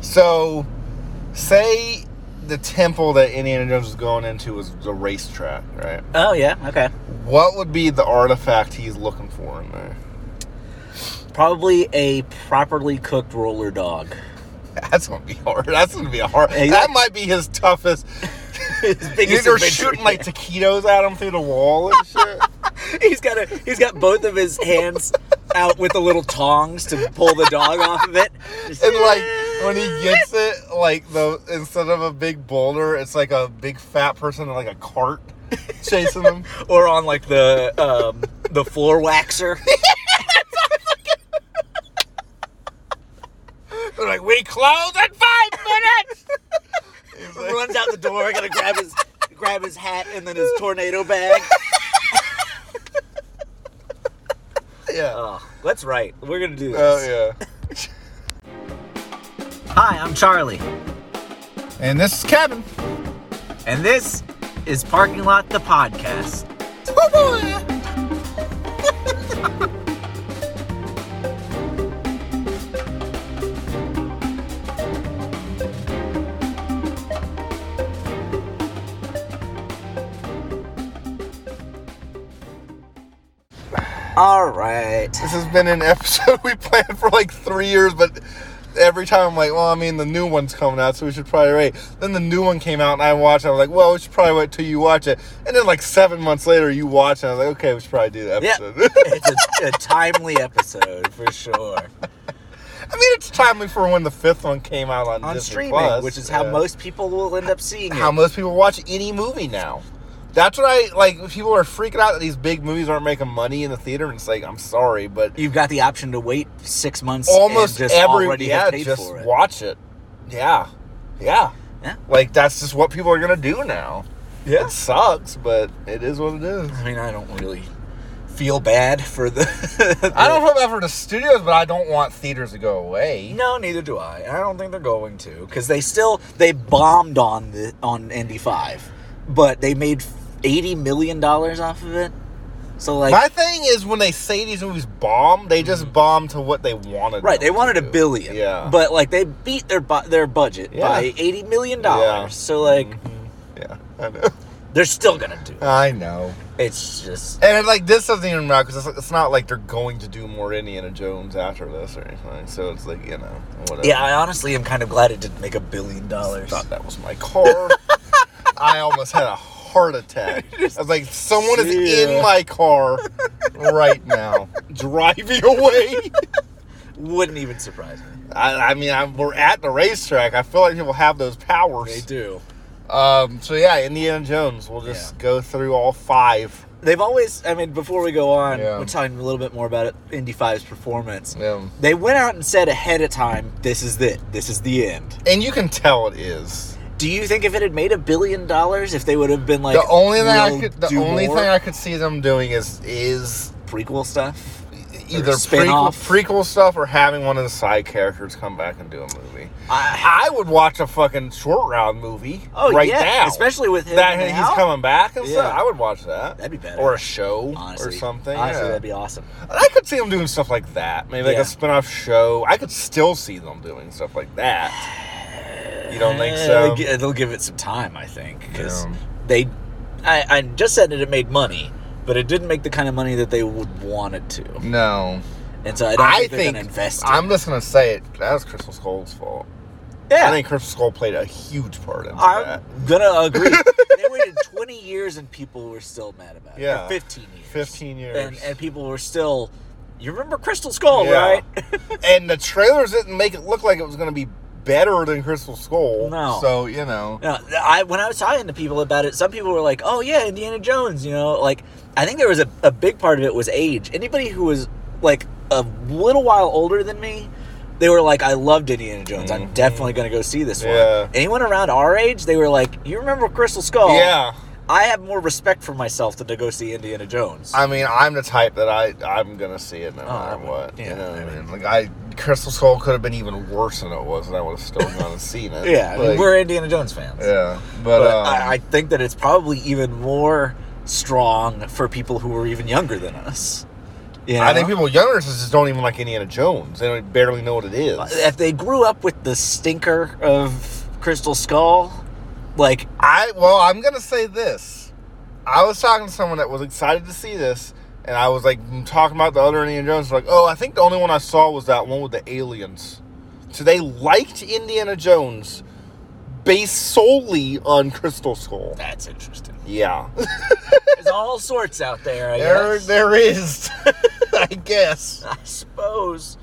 So, say the temple that Indiana Jones was going into was the racetrack, right? Oh yeah. Okay. What would be the artifact he's looking for in there? Probably a properly cooked roller dog. That's gonna be hard. That's gonna be a hard. Hey, that that- might be his toughest. His biggest They're adventure, shooting like taquitos at him through the wall and shit. yeah. he's got a he's got both of his hands out with the little tongs to pull the dog off of it. Just- and like when he gets it, like the instead of a big boulder, it's like a big fat person in like a cart chasing him. or on like the um, the floor waxer. They're like, we close in five minutes. He's like, runs out the door, gonna grab his grab his hat and then his tornado bag. yeah. Oh, that's right. We're gonna do this. Oh yeah. Hi, I'm Charlie, And this is Kevin. and this is Parking Lot the Podcast. Oh, All right. This has been an episode we planned for like three years, but every time I'm like, well, I mean, the new one's coming out, so we should probably wait. Then the new one came out, and I watched it. I was like, well, we should probably wait till you watch it. And then like seven months later, you watch it. I was like, okay, we should probably do the Yeah, episode. it's a, a timely episode for sure. I mean, it's timely for when the fifth one came out on, On Disney streaming, Plus, which is how yeah. most people will end up seeing it. how most people watch any movie now. That's what I like. People are freaking out that these big movies aren't making money in the theater, and it's like, I'm sorry, but You've got the option to wait six months. almost and just every already yeah, have paid just for it. watch it. Yeah, yeah. Yeah. Like that's just what people are gonna do now. Yeah. It sucks, but it is what it is. I mean, I don't really feel bad for the. I don't feel bad for the studios, but I don't want theaters to go away. No, neither do I. I don't think they're going to because they still they bombed on the on Indy Five, but they made eighty million dollars off of it. So like, My thing is when they say these movies bomb, they just bomb to what they wanted. Mm-hmm. right? They them to wanted a do. billion, Yeah. But like, they beat their bu- their budget Yeah. by eighty million dollars. Yeah. Mm-hmm. So like, yeah, I know. they're still gonna do. It. I know. It's just And it, like this doesn't even matter because it's, it's not like they're going to do more Indiana Jones after this or anything. So it's like you know whatever. yeah. I honestly am kind of glad it didn't make a billion dollars. thought that was my car. I almost had a heart attack. I was like, someone is Yeah. in my car right now, driving away. Wouldn't even surprise me. I, I mean, i we're at the racetrack. I feel like people have those They powers. do. Um, so yeah, Indiana Jones. We'll just Yeah. go through all five. They've always. I mean, before we go on, Yeah. we're talking a little bit more about it, Indy 5's performance. Yeah. They went out and said ahead of time, this is it. This is the end. And you can tell it is. Do you think if it had made a billion dollars, if they would have been like the only thing I we'll could, the do only more thing I could see them doing is is prequel stuff? either prequel, spin-off. prequel stuff or having one of the side characters come back and do a movie. I, I would watch a fucking short round movie oh right yeah, now. especially with him that now. he's coming back and stuff. Yeah. I would watch that. That'd be better. Or a show honestly, or something. Honestly, yeah. that'd be awesome. I could see them doing stuff like that. Maybe like Yeah. a spin off show. I could still see them doing stuff like that. You don't think Eh, so? They'll, gi- they'll give it some time, I think, because Yeah. they. I, I just said that it made money, but it didn't make the kind of money that they would want it to, No. and so I don't I think, they're think gonna invest. in I'm just gonna say it. That was Crystal Skull's fault. it. yeah, I think Crystal Skull played a huge part in I'm that. gonna agree. they waited 20 years and people were still mad about it. Or Yeah. 15 years. 15 years. And, and people were still. You remember Crystal Skull, Yeah. right? and the trailers didn't make it look like it was going to be better than Crystal Skull. No. So, you know. No, I when I was talking to people about it, some people were like, "Oh yeah, Indiana Jones," you know, like I think there was a, a big part of it was age. Anybody who was like a little while older than me, they were like, "I loved Indiana Jones. I'm Mhm. definitely going to go see this Yeah. one." Anyone around our age, they were like, "You remember Crystal Skull?" Yeah. I have more respect for myself than to go see Indiana Jones. I mean, I'm the type that I, I'm going to see it no matter I would- what. Oh, yeah, you know what I I mean- mean? Like, I, Crystal Skull could have been even worse than it was, and I would have still gone and seen it. yeah, I mean, Like, we're Indiana Jones fans. Yeah. But, but um, I, I think that it's probably even more strong for people who are even younger than us. You I think know? people younger just don't even like Indiana Jones. They don't barely know what it is. if they grew up with the stinker of Crystal Skull, like I well, I'm gonna say this. I was talking to someone that was excited to see this, and I was like talking about the other Indiana Jones. Like, oh, I think the only one I saw was that one with the aliens. So they liked Indiana Jones based solely on Crystal Skull. that's interesting. Yeah, There's all sorts out there. I there guess. there is, I guess. I suppose.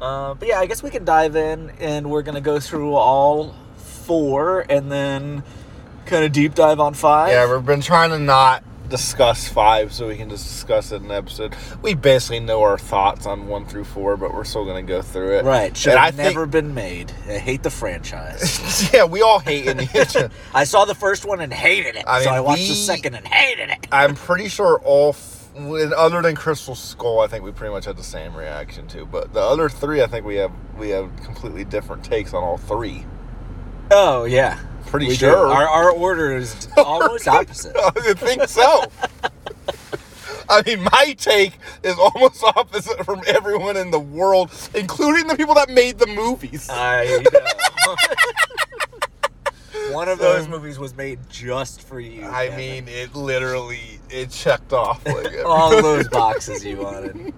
Uh, but yeah, I guess we can dive in, and we're gonna go through all four, and then kind of deep dive on five. Yeah, we've been trying to not discuss five so we can just discuss it in an episode. We basically know our thoughts on one through four, but we're still gonna go through it. right. Should And have think- never been made. I hate the franchise. yeah, we all hate Indiana Jones. I saw the first one and hated it, I so mean, I watched we- the second and hated it. I'm pretty sure all, f- when- other than Crystal Skull, I think we pretty much had the same reaction to. But the other three, I think we have we have completely different takes on all three. Oh yeah, Pretty We do. sure. Our our order is almost opposite. I think so. I mean, my take is almost opposite from everyone in the world, including the people that made the movies. I know. One of those movies was made just for you. I Kevin. mean, it literally it checked off. Like, all those boxes you wanted.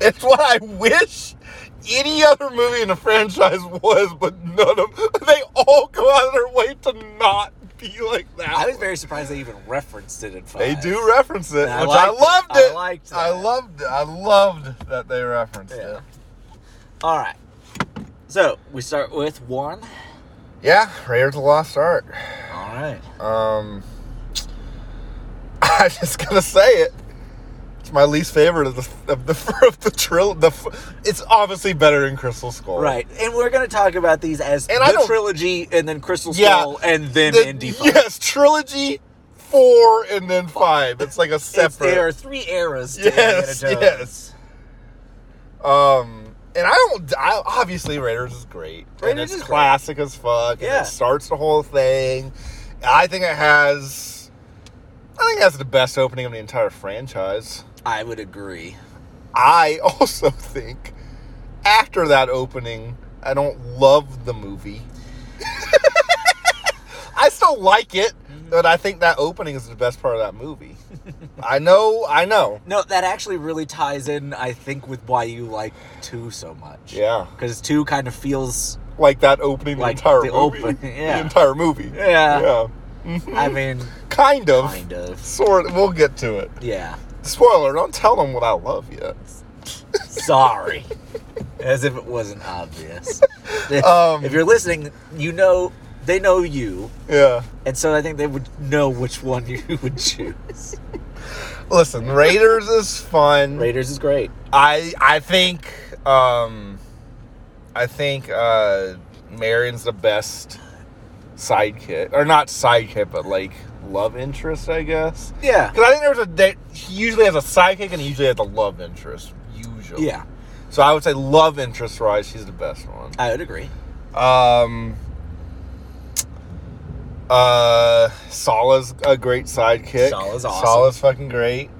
It's what I wish any other movie in the franchise was, but none of they all go out of their way to not be like that. I was very surprised they even referenced it in five. they do reference it, And I which I liked it. loved I it. liked that. I loved it. I loved that they referenced Yeah. it. All right. So we start with one. Yeah, Raiders of the Lost Ark. All right. Um, I'm just gonna say it. It's my least favorite of the of the of the trill. The f- it's obviously better than Crystal Skull. Right, and we're going to talk about these as And the I don't- trilogy, and then Crystal Yeah. Skull, and then The- Indy. Five. Yes, trilogy four and then five. It's like a It's- there separate. are three eras. To Yes, Indiana Jones. yes. Um, and I don't. I, obviously, Raiders is great. and Raiders it's is great. classic as fuck. And Yeah. it starts the whole thing. I think it has. I think it has the best opening of the entire franchise. I would agree. I also think after that opening, I don't love the movie. I still like it, Mm-hmm. but I think that opening is the best part of that movie. I know, I know. No, that actually really ties in, I think, with why you like two so much. Yeah. because two kind of feels. Like that opening Like the entire the movie. open- yeah. The entire movie. Yeah. Yeah. I mean, Kind of. kind of. Sort of. We'll get to it. Yeah. Spoiler, don't tell them what I love yet. Sorry. As if it wasn't obvious. If, Um, if you're listening, you know they know you, Yeah. and so I think they would know which one you would choose. Listen, Raiders is fun. Raiders is great. I I think um I think uh Marion's the best sidekick or not sidekick but like love interest I guess Yeah. because I think there's a that he usually has a sidekick and he usually has a love interest usually Yeah. so I would say love interest wise she's the best one I would agree. um uh Sala's a great sidekick Sala's awesome. Sala's fucking great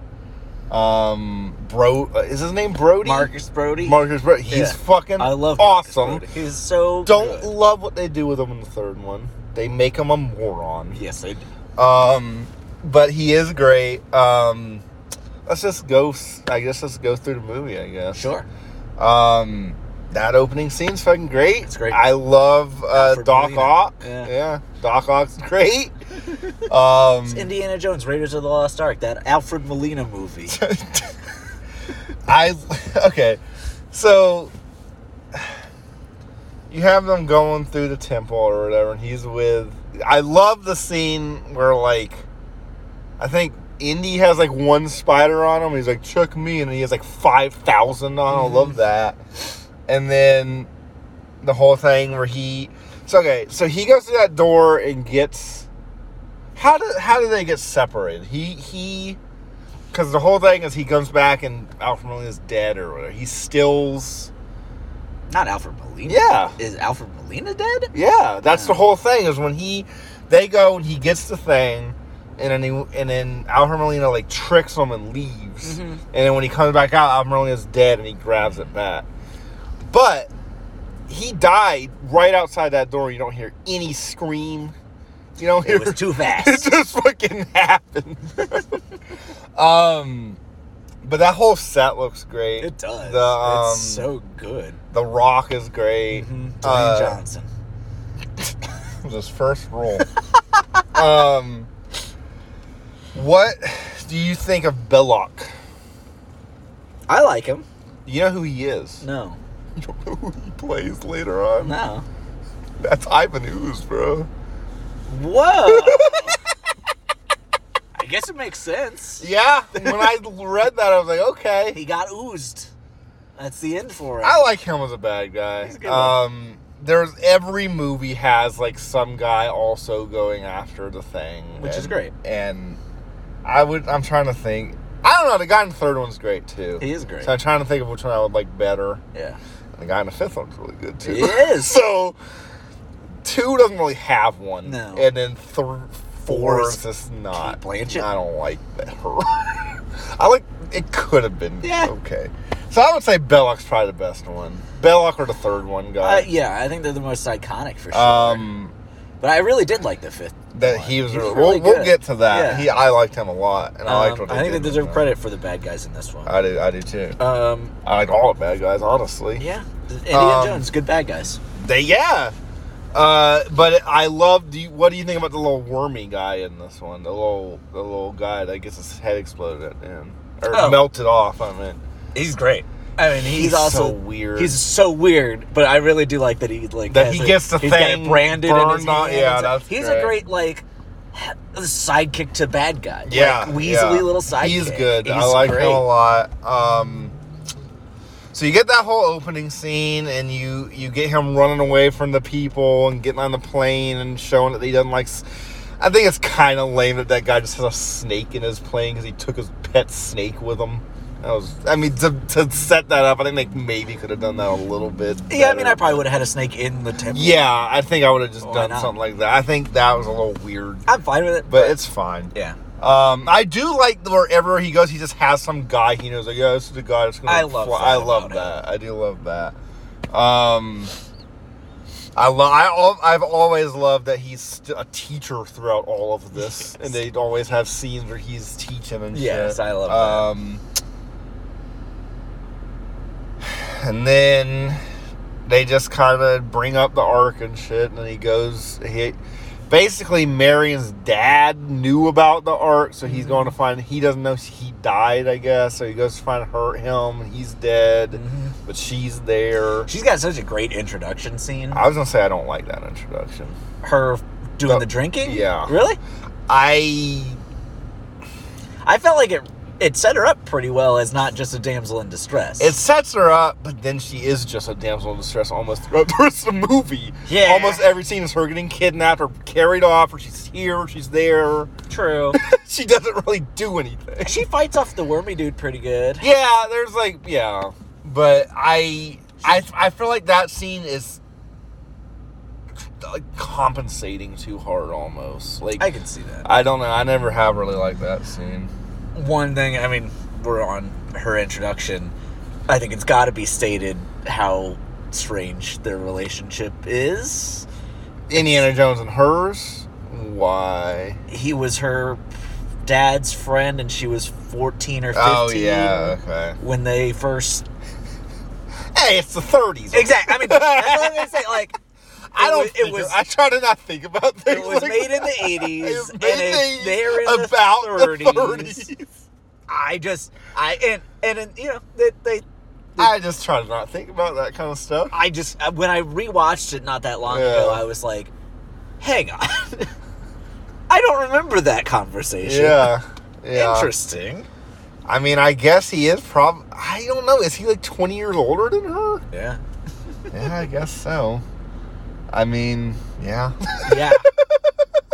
um Bro uh, is his name Brody Marcus Brody. Marcus Brody. He's Yeah. fucking I love Marcus awesome. Brody. He's so Don't good. love what they do with him in the third one. They make him a moron. Yes, I do. Um, but he is great. Um, let's just go. s- I guess let's go through the movie. I guess. Sure. Um, that opening scene's fucking great. It's great. I love uh, Alfred Doc Molina. Ock. Yeah. Doc Ock's great. um, It's Indiana Jones, Raiders of the Lost Ark, that Alfred Molina movie. I okay. So you have them going through the temple or whatever, and he's with. I love the scene where like, I think Indy has like one spider on him. He's like, "Check me," and he has like five thousand on. him. I love that. And then the whole thing where he. So okay, so he goes to that door and gets. How do how do they get separated? He he because the whole thing is he comes back and Alfred Molina is dead or whatever. He stills. Not Alfred Molina. Yeah. Is Alfred Molina dead? Yeah, that's the Yeah. whole thing is when he, they go and he gets the thing, and then he, and then Al Hermelina like tricks him and leaves. And then when he comes back out, Al Hermelina's dead and he grabs it back. But he died right outside that door. You don't hear any scream. You don't hear It was too it fast. just fucking happened. um, but that whole set looks great. It does. The um, it's so good. the Rock is great. Mm-hmm. Dwayne Uh, Johnson. was his first rule. um, what do you think of Belloc? I like him. You know who he is. No, You don't know who he plays later on. no. That's Ivan Ooze, bro. Whoa. I guess it makes sense. Yeah. When I read that, I was like, okay. He got oozed. That's the end for it. I like him as a bad guy. He's a good one. um, there's every movie has like some guy also going after the thing, Which is and- great. And I would, I'm trying to think. I don't know. The guy in the third one's great too. He is great. So I'm trying to think of which one I would like better. yeah. And the guy in the fifth one's really good too. He is. so two doesn't really have one. No. And then th- four Four is is just not. Blanchett. I don't like that. I like. It could have been Yeah. okay. So I would say Belloc's probably the best one. Belloc or the third one Uh, guy. yeah, I think they're the most iconic for sure. um, but I really did like the fifth. that one. he was. He really, really we'll, we'll good. get to that. Yeah. He, I liked him a lot, and I liked Um, what I did think they with deserve him. credit for the bad guys in this one. I do. I do too. um, I like all the bad guys, honestly. yeah, Indiana Um, Jones, good bad guys. They yeah. Uh, but I love. Do you, what do you think about the little wormy guy in this one? The little the little guy that gets his head exploded at the end or Oh. melted off. I mean, He's great. I mean, he's, He's also so weird. He's so weird, but I really do like that he like That has he it- gets the he's got it thing branded in his burned on- hand. yeah, It's like- that's he's great. a great like sidekick to bad guy. Like, yeah, weaselly yeah. little sidekick. He's good. I He's like great. him a lot. Um, so you get that whole opening scene, and you you get him running away from the people and getting on the plane and showing that he doesn't like. s- I think it's kind of lame that that guy just has a snake in his plane because he took his pet snake with him. That was, I mean, to, to set that up, I think they maybe could have done that a little bit. Yeah, I mean, I better. probably would have had a snake in the temple. Yeah, I think I would have just Why done not? something like that. I think that was a little weird, I'm fine with it. but it's fine. yeah, Um, I do like wherever he goes, he just has some guy he knows. Like, yeah, this is the guy that's gonna. I love that I love about that. I do love that. Um, I love. I al- I've always loved that he's st- a teacher throughout all of this, Yes. and they always have scenes where he's teaching and Yes, shit. I love that. um, And then they just kind of bring up the arc and shit, and then he goes. He basically Marion's dad knew about the ark, so he's going to find. He doesn't know he died, I guess. So he goes to find her, him. and He's dead, but she's there. she's got such a great introduction scene. I was gonna say I don't like that introduction. Her doing The- the drinking. yeah. really. I I felt like it. It set her up pretty well as not just a damsel in distress. it sets her up, but then she is just a damsel in distress almost throughout the rest of the movie. Yeah. almost every scene is her getting kidnapped or carried off, or she's here, or she's there. true. she doesn't really do anything. she fights off the wormy dude pretty good. Yeah, there's like yeah, but I I I feel like that scene is like compensating too hard almost. Like I I, can see that. don't know, I never have really liked that scene. One thing, I mean, we're on her introduction. I think it's got to be stated how strange their relationship is. Indiana Jones and hers. Why? He was her dad's friend, and she was fourteen or fifteen. Oh, okay. When they first Hey, it's the 30s. exactly, I mean, that's what I'm gonna say. Like, I don't. was- It was. I try to not think about things. It was like made in the that. 80s. It was and made if in the- they're in about the 30s, the 30s. I just, I and and, and you know they, they I just try to not think about that kind of stuff. I just uh, when I rewatched it not that long ago, Yeah. I was like, "Hang on, I don't remember that conversation." Yeah. Yeah. interesting. I mean, I guess he is probably. I don't know. Is he like 20 years older than her? Yeah, Yeah, I guess so. I mean, yeah. yeah.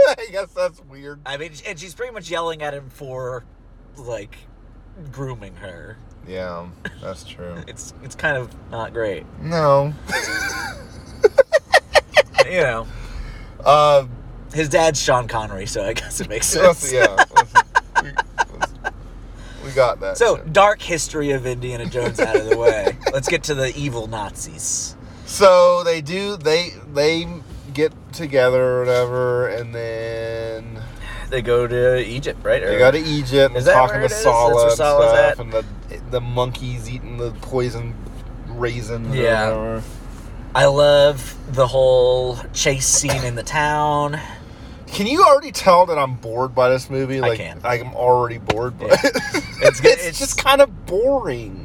I guess that's weird. I mean, and she's pretty much yelling at him for like grooming her. Yeah, that's true. It's it's kind of not great, No. you know. Uh, His dad's Sean Connery, so I guess it makes That's- sense. Oh, yeah. that's- we, that's- we got that. So, shit. dark history of Indiana Jones out of the way. Let's get to the evil Nazis. So they do. They they get together or whatever, and then They go to Egypt, right? they go to Egypt. and Is that talking where it to is? Sala and That's where Sala's stuff, at? and the the monkeys eating the poison raisin. Or Yeah. whatever. I love the whole chase scene in the town. Can you already tell that I'm bored by this movie? Like can. am already bored by Yeah. it. It's good- it's, it's- just kind of boring.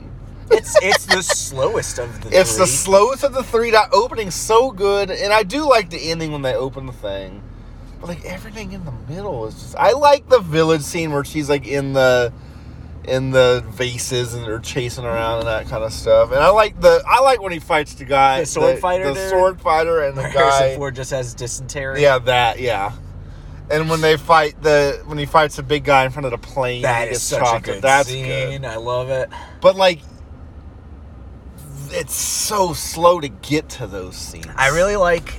It's it's the slowest of the It's the three. slowest of the three. That opening's so good, and I do like the ending when they open the thing. But like everything in the middle is just. I like the village scene where she's like in the in the vases and they're chasing around and that kind of stuff. And I like the I like when he fights the guy, The sword fighter the dude? sword fighter, and the Harrison guy. Ford just has dysentery. Yeah, that. Yeah. And when they fight the when he fights the big guy in front of the plane, that he is gets such chocolate. a good That's scene. good. I love it. But like, it's so slow to get to those scenes. I really like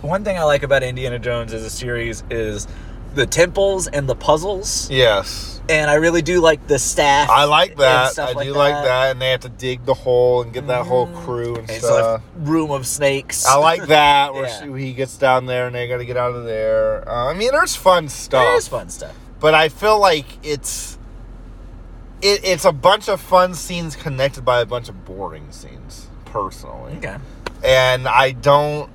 one thing I like about Indiana Jones as a series is the temples and the puzzles, Yes, and I really do like the staff. I like and that. stuff Mm. I do like that, and they have to dig the hole and get that whole crew and It's stuff. like room of snakes. I like that where Yeah. she, he gets down there and they got to get out of there. Uh, I mean, there's fun stuff. It is fun stuff. but I feel like it's it, it's a bunch of fun scenes connected by a bunch of boring scenes, personally. Okay. And I don't,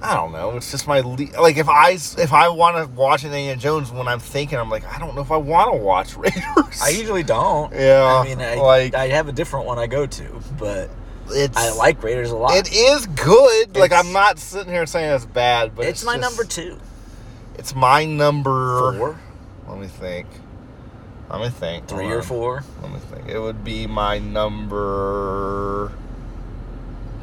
I don't know. It's just my le- like if I s- if I want to watch Indiana Jones when I'm thinking, I'm like I don't know if I want to watch Raiders. I usually don't. Yeah, I mean, I, like- I have a different one I go to, but it's, I like Raiders a lot. It is good. like It's- I'm not sitting here saying it's bad, but it's, it's, my just- number two. It's my number Four? Let me think. Let me think. Three Hold or on. four. Let me think. It would be my number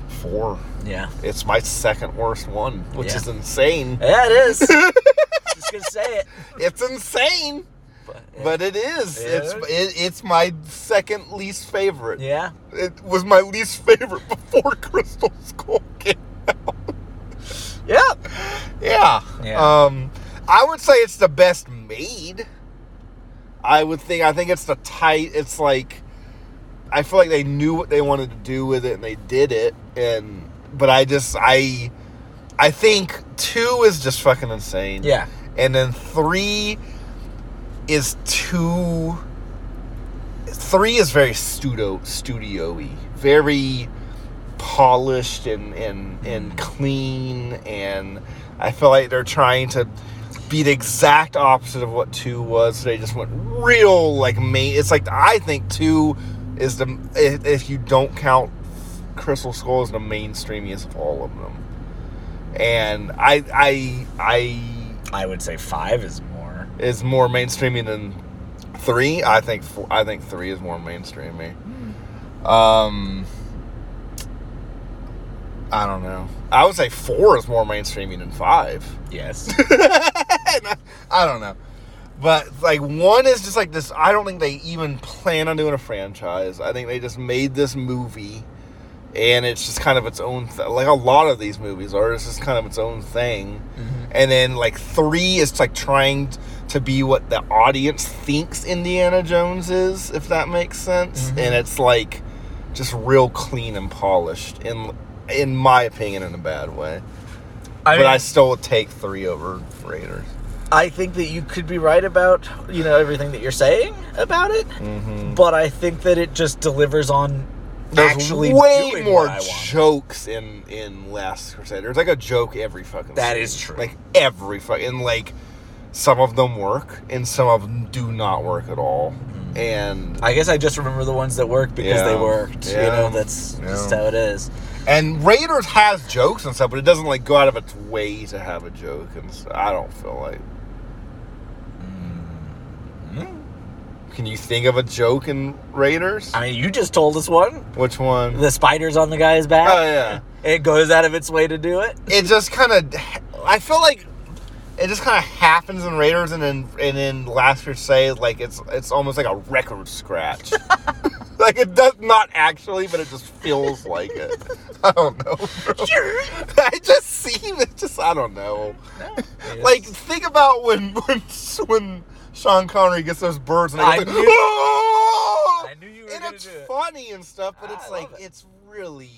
four. Yeah. It's my second worst one, which Yeah. is insane. Yeah, it is. Just gonna say it. It's insane, But, but it is. Yeah. It's it, it's my second least favorite. yeah, It was my least favorite before Crystal Skull came. yeah. Yeah. Yeah. Um, I would say it's the best made. I would think. I think it's the tight. It's like, I feel like they knew what they wanted to do with it and they did it. And but I just I, I think two is just fucking insane. Yeah. And then three is too. Three is very studio studio-y, very polished and and and clean, and I feel like they're trying to be the exact opposite of what two was. they just went real like main. It's like I think two is the if, if you don't count Crystal Skull is the mainstreamiest of all of them, and I I I I would say five is more. is more mainstreamy than three. I think four, I think three is more mainstreamy. Um, I don't know. I would say four is more mainstreamy than five. Yes. I I don't know. But like one is just like this. I don't think they even plan on doing a franchise. I think they just made this movie, and it's just kind of its own. Th- like a lot of these movies are, it's just kind of its own thing. And then like three is like trying t- to be what the audience thinks Indiana Jones is, if that makes sense. And it's like just real clean and polished, in in my opinion, in a bad way. I, but I still would take three over Raiders. I think that you could be right about you know everything that you're saying about it, but I think that it just delivers on There's actually way doing more what I want. jokes in in Last Crusade. There's like a joke every fucking. That That is is true. Like every fucking and, like, some of them work and some of them do not work at all. Mm-hmm. And I guess I just remember the ones that worked because they Yeah. worked. Yeah. You know, that's just Yeah. how it is. and Raiders has jokes and stuff, but it doesn't like go out of its way to have a joke. And so I don't feel like. Mm-hmm. Can you think of a joke in Raiders? I mean, you just told us one. Which one? The spiders on the guy's back. oh yeah. It goes out of its way to do it. it just kind of i feel like it just kind of happens in raiders and then and then last crusade like it's it's almost like a record scratch like it does not actually, but it just feels like it. I don't know. bro. I just see it. Just I don't know. Like think about when when when Sean Connery gets those birds and "Ah!" I it's like, knew- "Oh!" I knew you were and gonna it's do it. Ah, funny and stuff, but I it's love like it. it's really.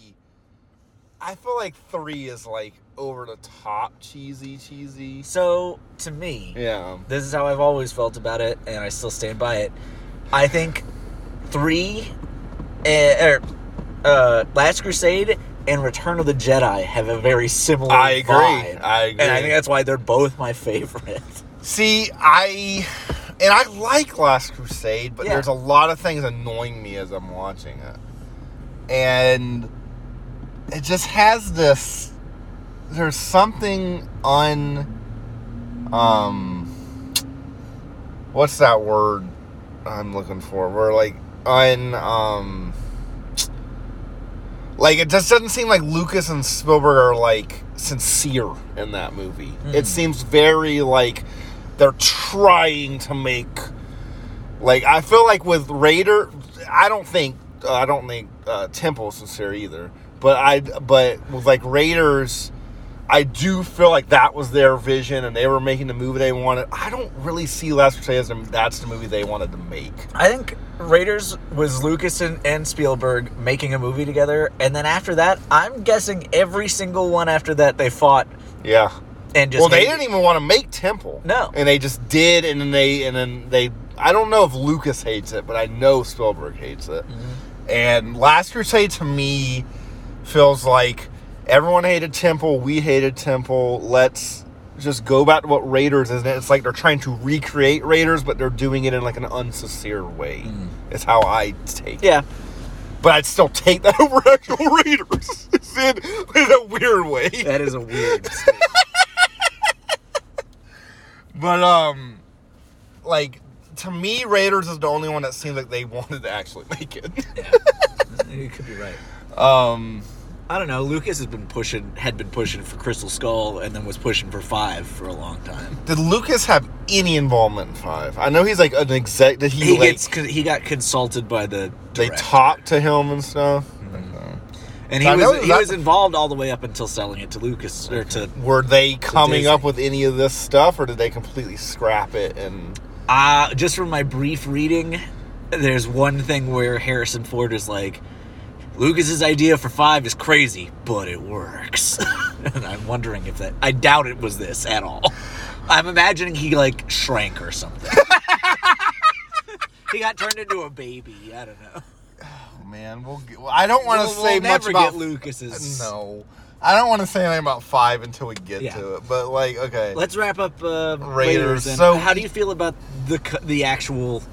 I feel like three is like over the top cheesy, cheesy. so to me, Yeah. this is how I've always felt about it, and I still stand by it. I think three, eh, or uh, Last Crusade and Return of the Jedi have a very similar. I agree. vibe. I agree. and I think that's why they're both my favorite. See, I and I like Last Crusade, but Yeah. there's a lot of things annoying me as I'm watching it. And it just has this there's something un um what's that word I'm looking for? We're like un um like it just doesn't seem like Lucas and Spielberg are like sincere in that movie. It seems very like they're trying to make like I feel like with Raider, I don't think uh, I don't think uh, Temple's sincere either. But I but with like Raiders, I do feel like that was their vision and they were making the movie they wanted. I don't really see Last Crusade as the- that's the movie they wanted to make. I think Raiders was Lucas and, and Spielberg making a movie together, and then after that, I'm guessing every single one after that they fought Yeah. and just well, they made- didn't even want to make Temple. No. and they just did, and then they and then they. I don't know if Lucas hates it, but I know Spielberg hates it. Mm-hmm. And Last Crusade to me feels like everyone hated Temple. We hated Temple. Let's just go back to what Raiders is. And it's like they're trying to recreate Raiders, but they're doing it in like an unsincere way. Is how I take it. Mm. Yeah, But I'd still take that over actual Raiders. It's in, in a weird way. that is a weird. But um, like to me, Raiders is the only one that seems like they wanted to actually make it. you could be right. um, I don't know. Lucas has been pushing, had been pushing for Crystal Skull, and then was pushing for Five for a long time. did Lucas have any involvement in Five? I know he's like an exec. Did he, He like gets, he got consulted by the they director. talk to him and stuff? Okay. and he I know was, he that- was involved all the way up until selling it to Lucas or to. Were they coming Disney. up with any of this stuff, or did they completely scrap it? And Uh, just from my brief reading, there's one thing where Harrison Ford is like, Lucas's idea for five is crazy, but it works. and I'm wondering if that. I doubt it was this at all. I'm imagining he like shrank or something. he got turned into a baby. I don't know. oh man, we'll get, well, I don't want to We'll- we'll say much never about get Lucas's. No, I don't want to say anything about Five until we get Yeah. to it. But like, okay, Let's wrap up uh, Raiders. Raiders, then. so- how do you feel about the co- the actual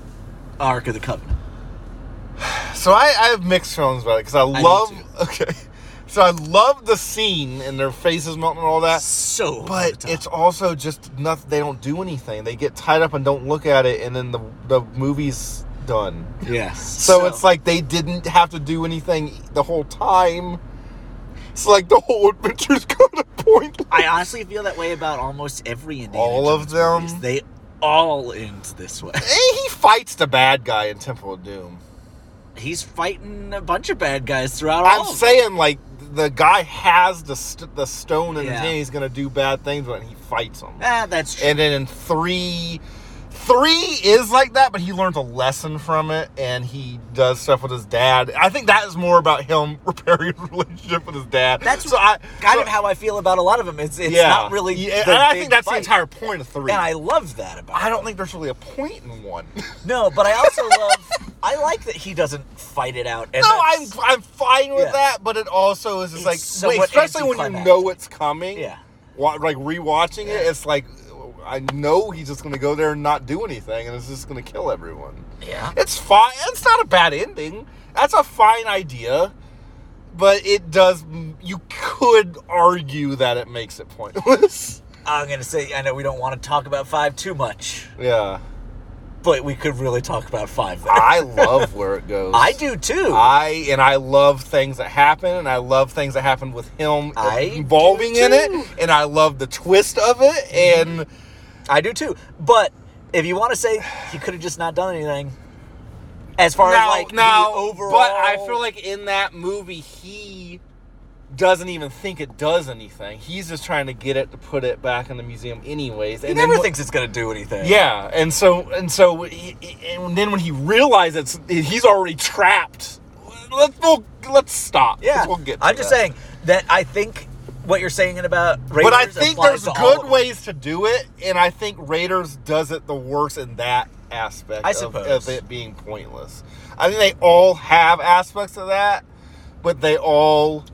Ark of the Covenant? So I, I have mixed feelings about it because I do love. too. Okay, so I love the scene and their faces melting and all that, So, over the but top. it's also just nothing. They don't do anything. They get tied up and don't look at it, and then the the movie's done. yes. So, it's like they didn't have to do anything the whole time. It's like the whole adventure's kind of pointless. I honestly feel that way about almost every Indiana All of Jones them? movies. They all end this way. Eh, he fights the bad guy in Temple of Doom. He's fighting a bunch of bad guys throughout all. I'm of them. saying like the guy has the st- the stone in his Yeah. hand. He's gonna do bad things when he fights him. Ah, that's true. and then in three three is like that but he learns a lesson from it and he does stuff with his dad i think that is more about him repairing his relationship with his dad That's so i kind so- of how I feel about a lot of them. It's it's yeah. not really. yeah, the and i big think that's fight. the entire point of three And I love that about. I don't think there's really a point in one it. No, but I also love. I like that he doesn't fight it out. And no i'm that's- i'm fine with Yeah. that but it also is just It's like somewhat especially when you anticlimactic. know it's coming Yeah. wa- like rewatching it it's like i know he's just gonna go there and not do anything and it's just gonna kill everyone Yeah. It's fine. It's not a bad ending. That's a fine idea, but it does. You could argue that it makes it pointless. I'm gonna say I know we don't want to talk about five too much, yeah, but we could really talk about five. There. I love where it goes. I do too. I and I love things that happen, and I love things that happen with him I involving do in too. it, and I love the twist of it. And I do too. But if you want to say he could have just not done anything, as far Mm-hmm. as now, like now, the overall. but I feel like in that movie he doesn't even think it does anything. He's just trying to get it to put it back in the museum, anyways. he then never wh- thinks it's gonna do anything. Yeah, and so and so, he- he- and then when he realizes he's already trapped, let's we'll, let's stop. yeah. we'll get. to I'm just that. saying that I think what you're saying about Raiders But I think there's applies to all good of- ways to do it, and I think Raiders does it the worst in that aspect. I of- of, suppose. it being pointless. I think they all have aspects of that, but they all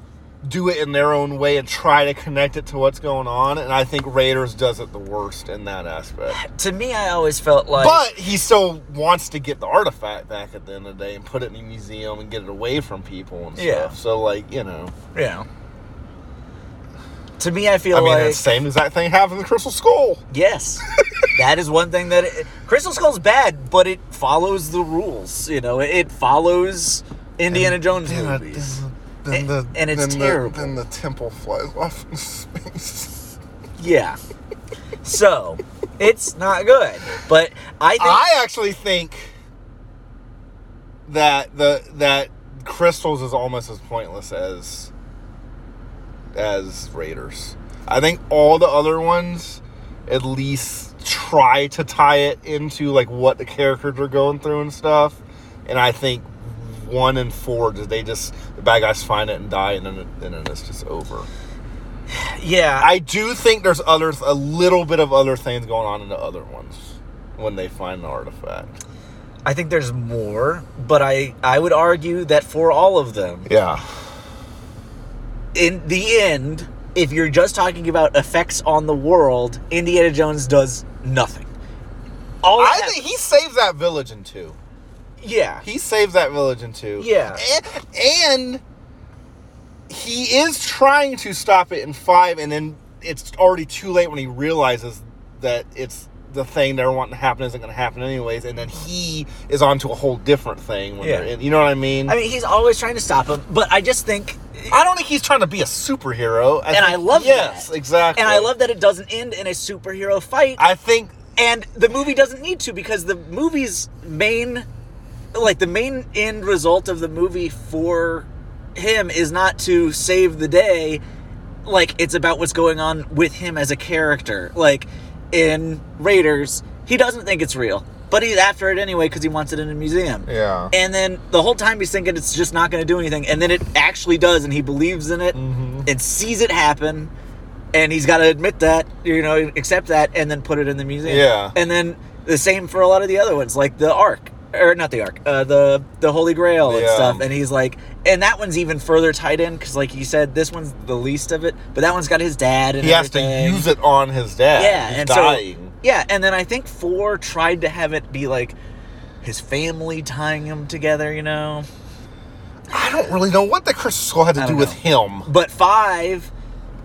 do it in their own way and try to connect it to what's going on. And I think Raiders does it the worst in that aspect. To me, I always felt like But he still wants to get the artifact back at the end of the day and put it in a museum and get it away from people and stuff. Yeah. So like you know, Yeah. To me, I feel I mean, like the same exact thing happened with Crystal Skull. yes, that is one thing that it, Crystal Skull's bad, but it follows the rules. You know, it, it follows Indiana Jones Then I- movies. Then, the, And- and it's then the- terrible. then the temple flies off in space. Yeah. So it's not good, but I think I actually think that the that crystals is almost as pointless as as Raiders. I think all the other ones at least try to tie it into like what the characters are going through and stuff. And I think one and four, did they just the bad guys find it and die, and then and then it's just over. yeah, I do think there's other a little bit of other things going on in the other ones when they find the artifact. I think there's more, but I I would argue that for all of them, Yeah. in the end, if you're just talking about effects on the world, Indiana Jones does nothing. All I that- think he saves that village in two. yeah, He saves that village in two. Yeah. And, and he is trying to stop it in five, and then it's already too late when he realizes that it's the thing they're wanting to happen isn't going to happen anyways, and then he is onto a whole different thing. When Yeah. they're in, you know what I mean? I mean, he's always trying to stop him, but I just think, I don't think he's trying to be a superhero. I And think- I love yes, that. exactly. and I love that it doesn't end in a superhero fight, I think and the movie doesn't need to because the movie's main, like the main end result of the movie for him is not to save the day, like it's about what's going on with him as a character. Like in Raiders, he doesn't think it's real, but he's after it anyway because he wants it in a museum. yeah. And then the whole time he's thinking it's just not going to do anything, and then it actually does, and he believes in it and sees it happen, and he's got to admit that, you know, accept that, and then put it in the museum. Yeah. And then the same for a lot of the other ones, like the Ark, or not the Ark, uh, the the Holy Grail and Yeah. stuff. And he's like, and that one's even further tied in because, like you said, this one's the least of it, but that one's got his dad. And He has to everything. use it on his dad. Yeah, He's and dying. so yeah, and then I think four tried to have it be like his family tying him together, you know. I don't really know what the crystal skull had to I do don't with him. But five,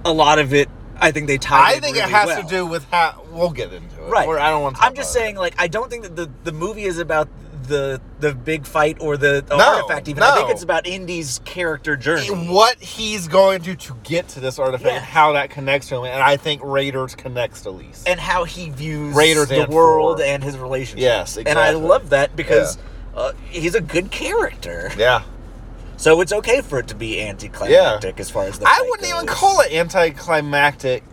a lot of it, I think they tied. I think it really has well. to do with how we'll get into it. right. Or I don't want. to I'm just saying, like, I don't think that the the movie is about the the big fight or the, the No, artifact. Even I think no. it's about Indy's character journey. what he's going to to get to this artifact Yeah. and how that connects to him, and I think Raiders connects to least. and how he views Raiders the and world four. and his relationship. Yes, And I exactly. love that because uh, he's a good character. yeah, So it's okay for it to be anticlimactic as far as the I fight wouldn't even goes. call it anticlimactic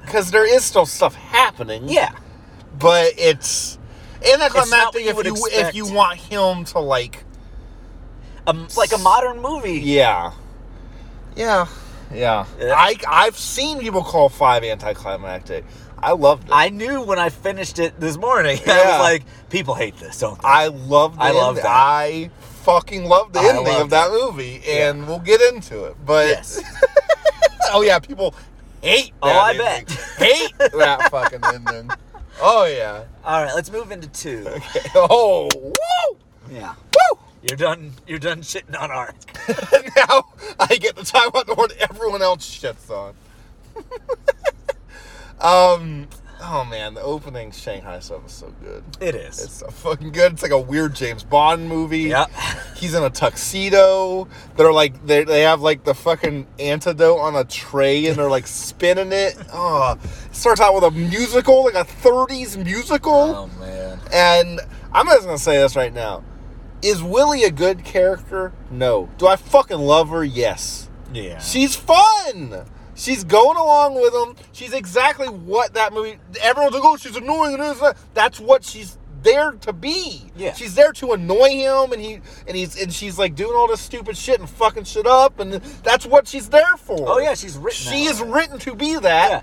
because there is still stuff happening. Yeah, but it's not anticlimactic what you if would you if expect. you want him to like um, like a modern movie. Yeah. Yeah. Yeah. Yeah. I I've seen people call five anticlimactic. I loved it. I, I knew when I finished it this morning. I Yeah. was like, people hate this, don't they? loved the I loved end- that. I fucking loved the I ending of loved that movie and we'll get into it. But yes. oh yeah, people hate Oh, that I ending. bet. Hate that fucking ending. Oh yeah. All right, let's move into two. Okay. Oh woo! Yeah, Woo! you're done. You're done shitting on art. now I get to talk about the one everyone else shits on. um, oh man, the opening Shanghai stuff is so good. It is. It's so fucking good. It's like a weird James Bond movie. Yep. He's in a tuxedo. They're like they they have like the fucking antidote on a tray and they're like spinning it. Oh, it starts out with a musical, like a 30s musical. oh man. And I'm just gonna say this right now. Is Willie a good character? No. Do I fucking love her? Yes. Yeah. She's fun. She's going along with him. She's exactly what that movie. Everyone's like, "Oh, she's annoying." and this and that." That's what she's there to be. Yeah. She's there to annoy him, and he and he's and she's like doing all this stupid shit and fucking shit up, and that's what she's there for. Oh, yeah, she's written She that is way. written to be that. Yeah.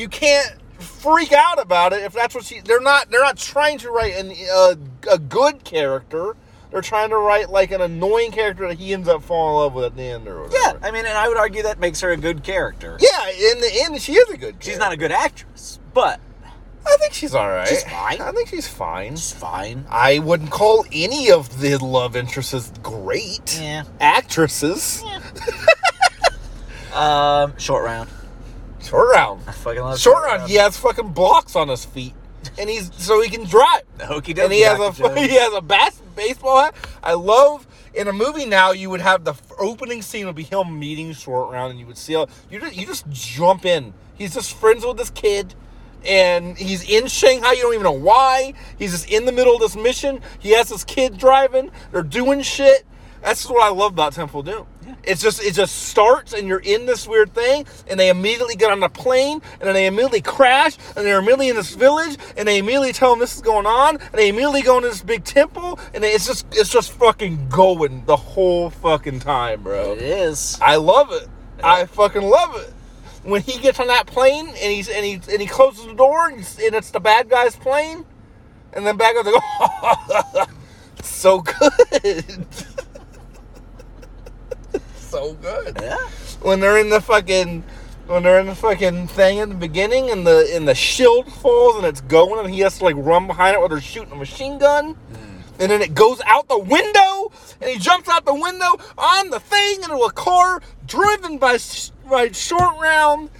You can't freak out about it if that's what she. They're not. They're not trying to write an, a a good character. They're trying to write like an annoying character that he ends up falling in love with at the end or whatever. yeah. I mean, and I would argue that makes her a good character. Yeah, in the end, she is a good. She's character. not a good actress, but I think she's all right. She's fine. I think she's fine. she's fine. I wouldn't call any of the love interests great Yeah. actresses. Um, short round. Short round, I fucking love short round. He has fucking blocks on his feet, and he's so he can drive. Hokey And he has a he has a bas- baseball hat. I love in a movie now. You would have the f- opening scene would be him meeting Short Round, and you would see how you just you just jump in. He's just friends with this kid, and he's in Shanghai. You don't even know why. He's just in the middle of this mission. He has this kid driving. They're doing shit. That's what I love about Temple Doom. It's just it just starts and you're in this weird thing, and they immediately get on the plane, and then they immediately crash, and they're immediately in this village, and they immediately tell them this is going on, and they immediately go into this big temple, and it's just it's just fucking going the whole fucking time, bro. It is. I love it. I fucking love it. When he gets on that plane and he's and he and he closes the door and, he's- and it's the bad guy's plane, and then back up they go, so good, so good. Yeah. When they're in the fucking when they're in the fucking thing at the beginning and the and the shield falls and it's going and he has to like run behind it while they're shooting a machine gun and then it goes out the window, and he jumps out the window on the thing into a car driven by s- by Short Round.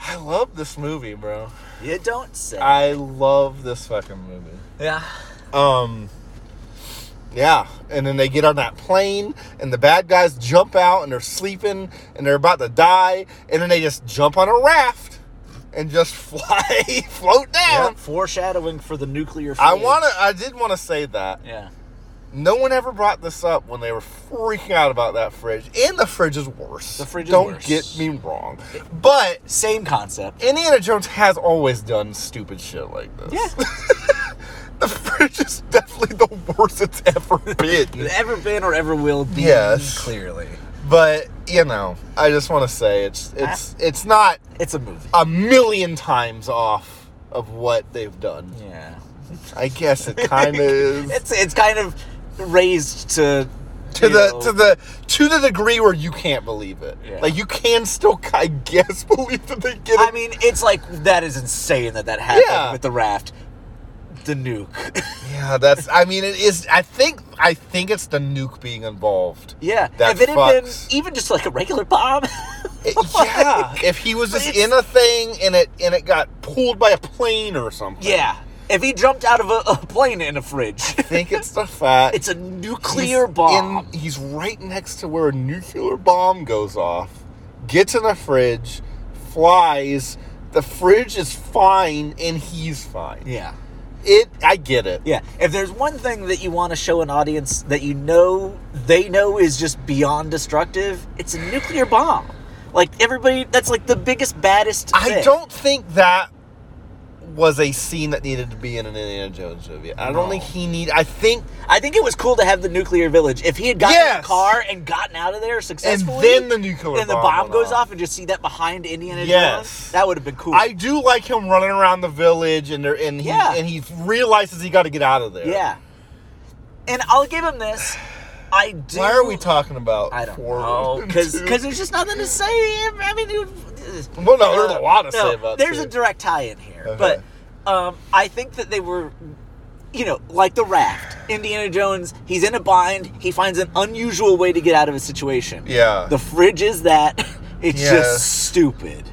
I love this movie, bro. You don't say. I love this fucking movie. Uh, yeah. Um, yeah, and then they get on that plane, and the bad guys jump out, and they're sleeping, and they're about to die, and then they just jump on a raft and just fly, float down. Yep, Foreshadowing for the nuclear. I field. wanna, I did want to say that. Yeah. No one ever brought this up when they were freaking out about that fridge. And the fridge is worse. The fridge is Don't worse. get me wrong. But Same concept. Indiana Jones has always done stupid shit like this. Yeah. The fridge is definitely the worst it's ever been. ever been or ever will be. Yes. Clearly, but, you know, I just want to say it's it's it's not it's a movie. a million times off of what they've done. Yeah. I guess it kind of is. It's it's kind of raised to to you the know, to the to the degree where you can't believe it. Yeah. Like you can still, I guess, believe that they get it. I mean, it's like that is insane that that happened Yeah. with the raft, the nuke. yeah, that's. I mean, it is. I think. I think it's the nuke being involved. yeah. That if it had been fucks. even just like a regular bomb. It- yeah, if he was just It's- in a thing and it and it got pulled by a plane or something. yeah. If he jumped out of a, a plane in a fridge, I think it's the fact. it's a nuclear he's bomb. in- he's right next to where a nuclear bomb goes off, gets in a fridge, flies. The fridge is fine, and he's fine. yeah. It, I get it. Yeah. If there's one thing that you want to show an audience that you know they know is just beyond destructive, it's a nuclear bomb. Like everybody, that's like the biggest, baddest. I thing. don't think that was a scene that needed to be in an Indiana Jones movie. I don't No. think he need. I think I think it was cool to have the nuclear village. If he had gotten in Yes. the car and gotten out of there and successfully, then the nuclear and the bomb went goes off. off and just see that behind Indiana Yes. Jones, that would have been cool. I do like him running around the village and there and he Yeah. and he realizes he got to get out of there. yeah. And I'll give him this. I do. Why are we talking about? I don't four know because two? there's just nothing to say. I mean, dude, well, no, there's a Uh, lot to no, say about. There's two. a direct tie in here, Okay. but um, I think that they were, you know, like the raft. Indiana Jones, he's in a bind. He finds an unusual way to get out of a situation. Yeah. The fridge is that. It's Yes. just stupid.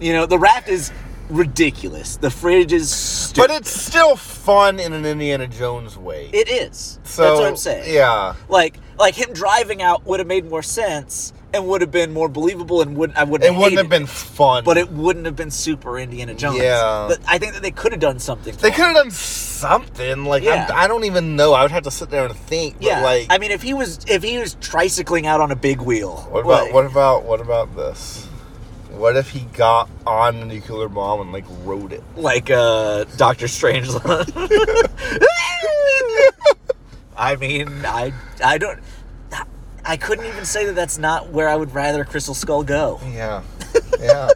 You know, the raft is ridiculous. The fridge is stupid. but it's still fun in an Indiana Jones way. it is. so That's what I'm saying. Yeah. Like like him driving out would have made more sense and would have been more believable and wouldn't I would It wouldn't have been fun. but it wouldn't have been super Indiana Jones. Yeah. But I think that they could have done something. they for could him. have done something. Like Yeah. I'm, I don't even know. I would have to sit there and think. But Yeah. Like I mean, if he was if he was tricycling out on a big wheel. What about like- what about what about this? What if he got on the nuclear bomb and like rode it? like uh Doctor Strange. I mean, I I don't I couldn't even say that that's not where I would rather Crystal Skull go. Yeah, yeah.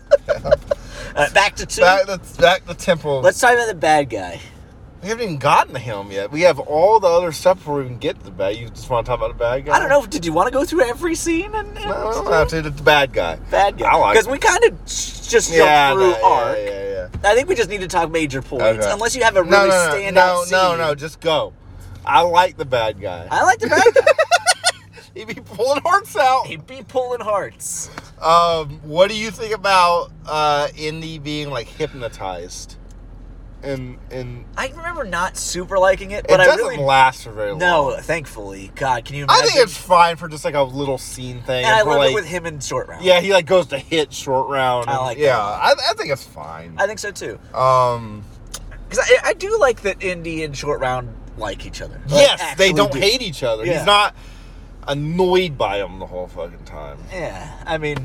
Uh, back to two. back the back the temple. Let's talk about the bad guy. we haven't even gotten to him yet. We have all the other stuff before we even get to the bad. You just want to talk about the bad guy? I don't know. Did you want to go through every scene and, and No, no, no, dude, it's the bad guy. bad guy? I like Because we kind of just jumped Yeah, through no, yeah, arc. yeah, yeah. I think we just need to talk major points, Okay. unless you have a really No, no, no, standout no, scene. no, no. Just go. I like the bad guy. I like the bad guy. He be pulling hearts out. He'd be pulling hearts. Um, what do you think about uh, Indy being like hypnotized? And and I remember not super liking it, it but I doesn't really last for very long. No, thankfully. God, can you I imagine? think it's fine for just like a little scene thing. and I and for, love like, it with him in short round. yeah, he like goes to hit short round. I and- like yeah, that. I, I think it's fine. I think so too. um, Because I, I do like that Indy and short round like each other. Like, yes, they actually don't do. hate each other. Yeah. He's not annoyed by him the whole fucking time. Yeah, I mean,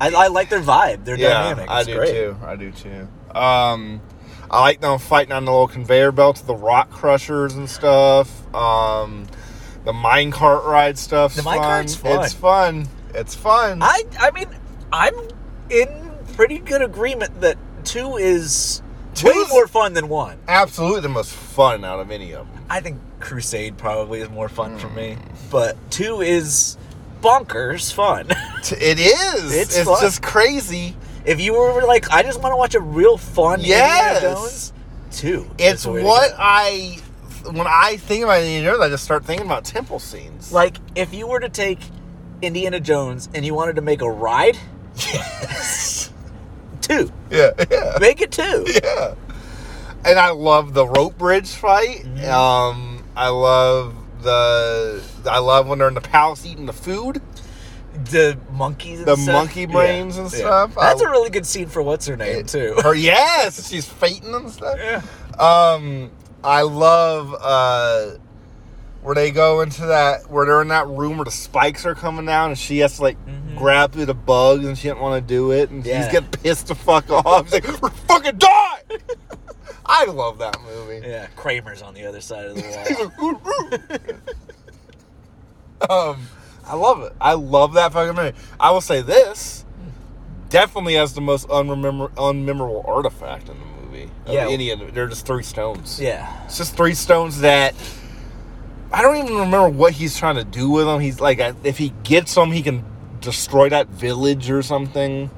I, I like their vibe, their dynamic. I It's do great. too. I do too. Um, I like them fighting on the little conveyor belts, the rock crushers and stuff. Um, the minecart ride stuff. The minecart's fun. It's fun. It's fun. I I mean, I'm in pretty good agreement that two is way Two's- more fun than one. Absolutely the most fun out of any of them. I think Crusade probably is more fun for me, Hmm. but two is bonkers fun. T- It is. It's It's, fun. just crazy. If you were like, I just want to watch a real fun Yes. Indiana Jones, two. is It's the way to what go. I. When I think about Indiana Jones, I just start thinking about temple scenes. like. If you were to take Indiana Jones and you wanted to make a ride, two, yeah, yeah. make it two. yeah. And I love the rope bridge fight. Um, I love the. I love when they're in the palace eating the food. The monkeys, and The stuff. monkey brains and stuff. That's I- a really good scene for what's her name too. Her yes, she's fainting and stuff. Yeah. Um, I love uh, where they go into that where they're in that room where the spikes are coming down and she has to like grab through the bugs and she didn't want to do it and Yeah. she's getting pissed the fuck off. She's like, "We're fucking die. I love that movie. Yeah, Kramer's on the other side of the He's wall. like, "Ooh, ooh." um, I love it. I love that fucking movie. I will say this definitely has the most unremember- unmemorable artifact in the movie. Of Yeah. Any of them. They're just three stones. yeah, It's just three stones that. I don't even remember what he's trying to do with them. He's like, I- if he gets them, he can destroy that village or something.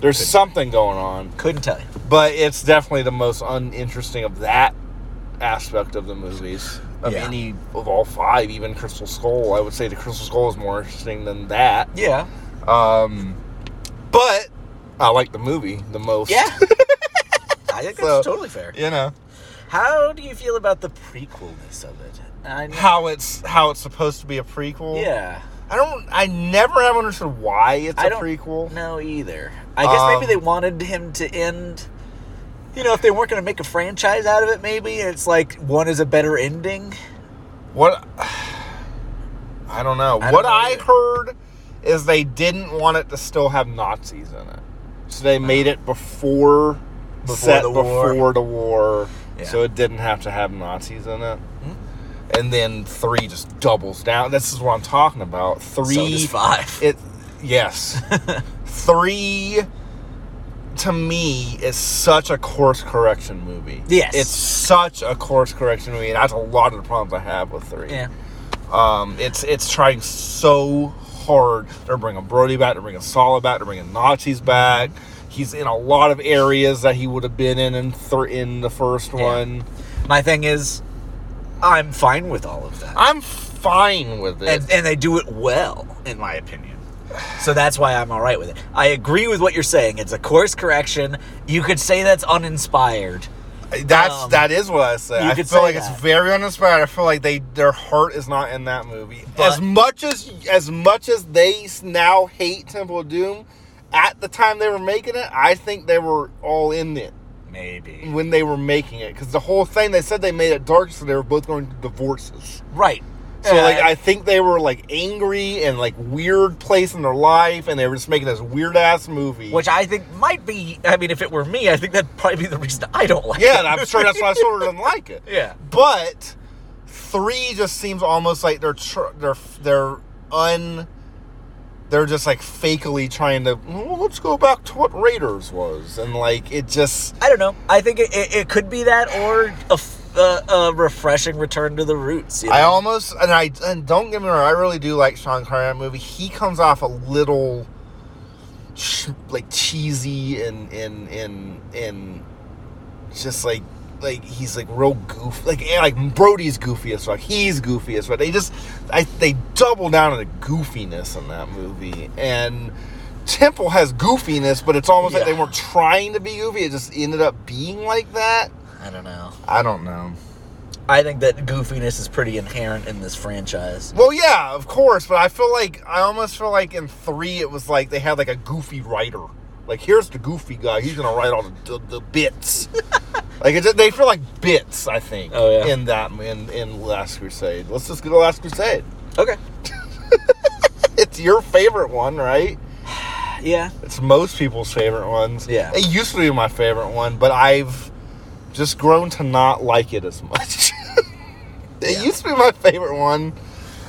There's something going on, couldn't tell you. but it's definitely the most uninteresting of that aspect of the movies of Yeah. any of all five, even Crystal Skull. I would say the Crystal Skull is more interesting than that. Yeah, Um, but I like the movie the most. yeah. I think that's So- totally fair. you know How do you feel about the prequelness of it? I know. how it's how it's supposed to be a prequel. Yeah. I don't. I never have understood why it's I a don't prequel. No, either. I guess Um, maybe they wanted him to end. You know, if they weren't going to make a franchise out of it, maybe it's like one is a better ending. What? I don't know. I don't what know I either. heard is they didn't want it to still have Nazis in it, so they made it before, Uh-huh. Before set the war. before the war, Yeah. Hmm? so it didn't have to have Nazis in it. And then three just doubles down. This is what I'm talking about. Three So does five. It yes. Three to me is such a course correction movie. Yes. It's such a course correction movie, and that's a lot of the problems I have with three. yeah. Um it's it's trying so hard. They're bringing Brody back, they're bringing Sala back, they're bringing Nazis back. He's in a lot of areas that he would have been in in, th- in the first one. My thing is, I'm fine with all of that, I'm fine with it. and and they do it well, in my opinion. So that's why I'm all right with it. I agree with what you're saying. It's a course correction. You could say that's uninspired. That's Um, that is what I say. you I could feel say like that. it's very uninspired. I feel like they their heart is not in that movie. But- as much as as much as they s- now hate Temple of Doom, at the time they were making it, I think they were all in it Maybe. when they were making it because the whole thing they said they made it dark, so they were both going to divorces. Right. Uh, So Yeah, like I think they were like angry and like weird place in their life, and they were just making this weird ass movie. which I think might be. I mean, if it were me, I think that'd probably be the reason I don't like. yeah, it. and I'm sure that's why I sort of didn't like it. yeah. But three just seems almost like they're tr- they're they're un they're just like fakely trying to "Well, let's go back to what Raiders was, and like it just I don't know. I think it, it, it could be that or a, f- a, a refreshing return to the roots. you I know? almost and I and don't get me wrong, I really do like Sean Connery in that movie. He comes off a little ch- like cheesy and and and and just like like he's like real goof like and, like Brody's goofy as fuck. He's goofy as fuck. They just I they double down on the goofiness in that movie and. Temple has goofiness, but it's almost like Yeah. they weren't trying to be goofy. It just ended up being like that. I don't know. I don't know. I think that goofiness is pretty inherent in this franchise. Well, yeah, of course, but I feel like I almost feel like in three it was like they had like a goofy writer. Like here's the goofy guy. He's gonna write all the, the, the bits. like it, they feel like bits. I think. Oh, yeah. In that in in Last Crusade. Let's just go to Last Crusade. Okay. It's your favorite one, right? Yeah. It's most people's favorite ones. Yeah. It used to be my favorite one, but I've just grown to not like it as much. it Yeah. used to be my favorite one.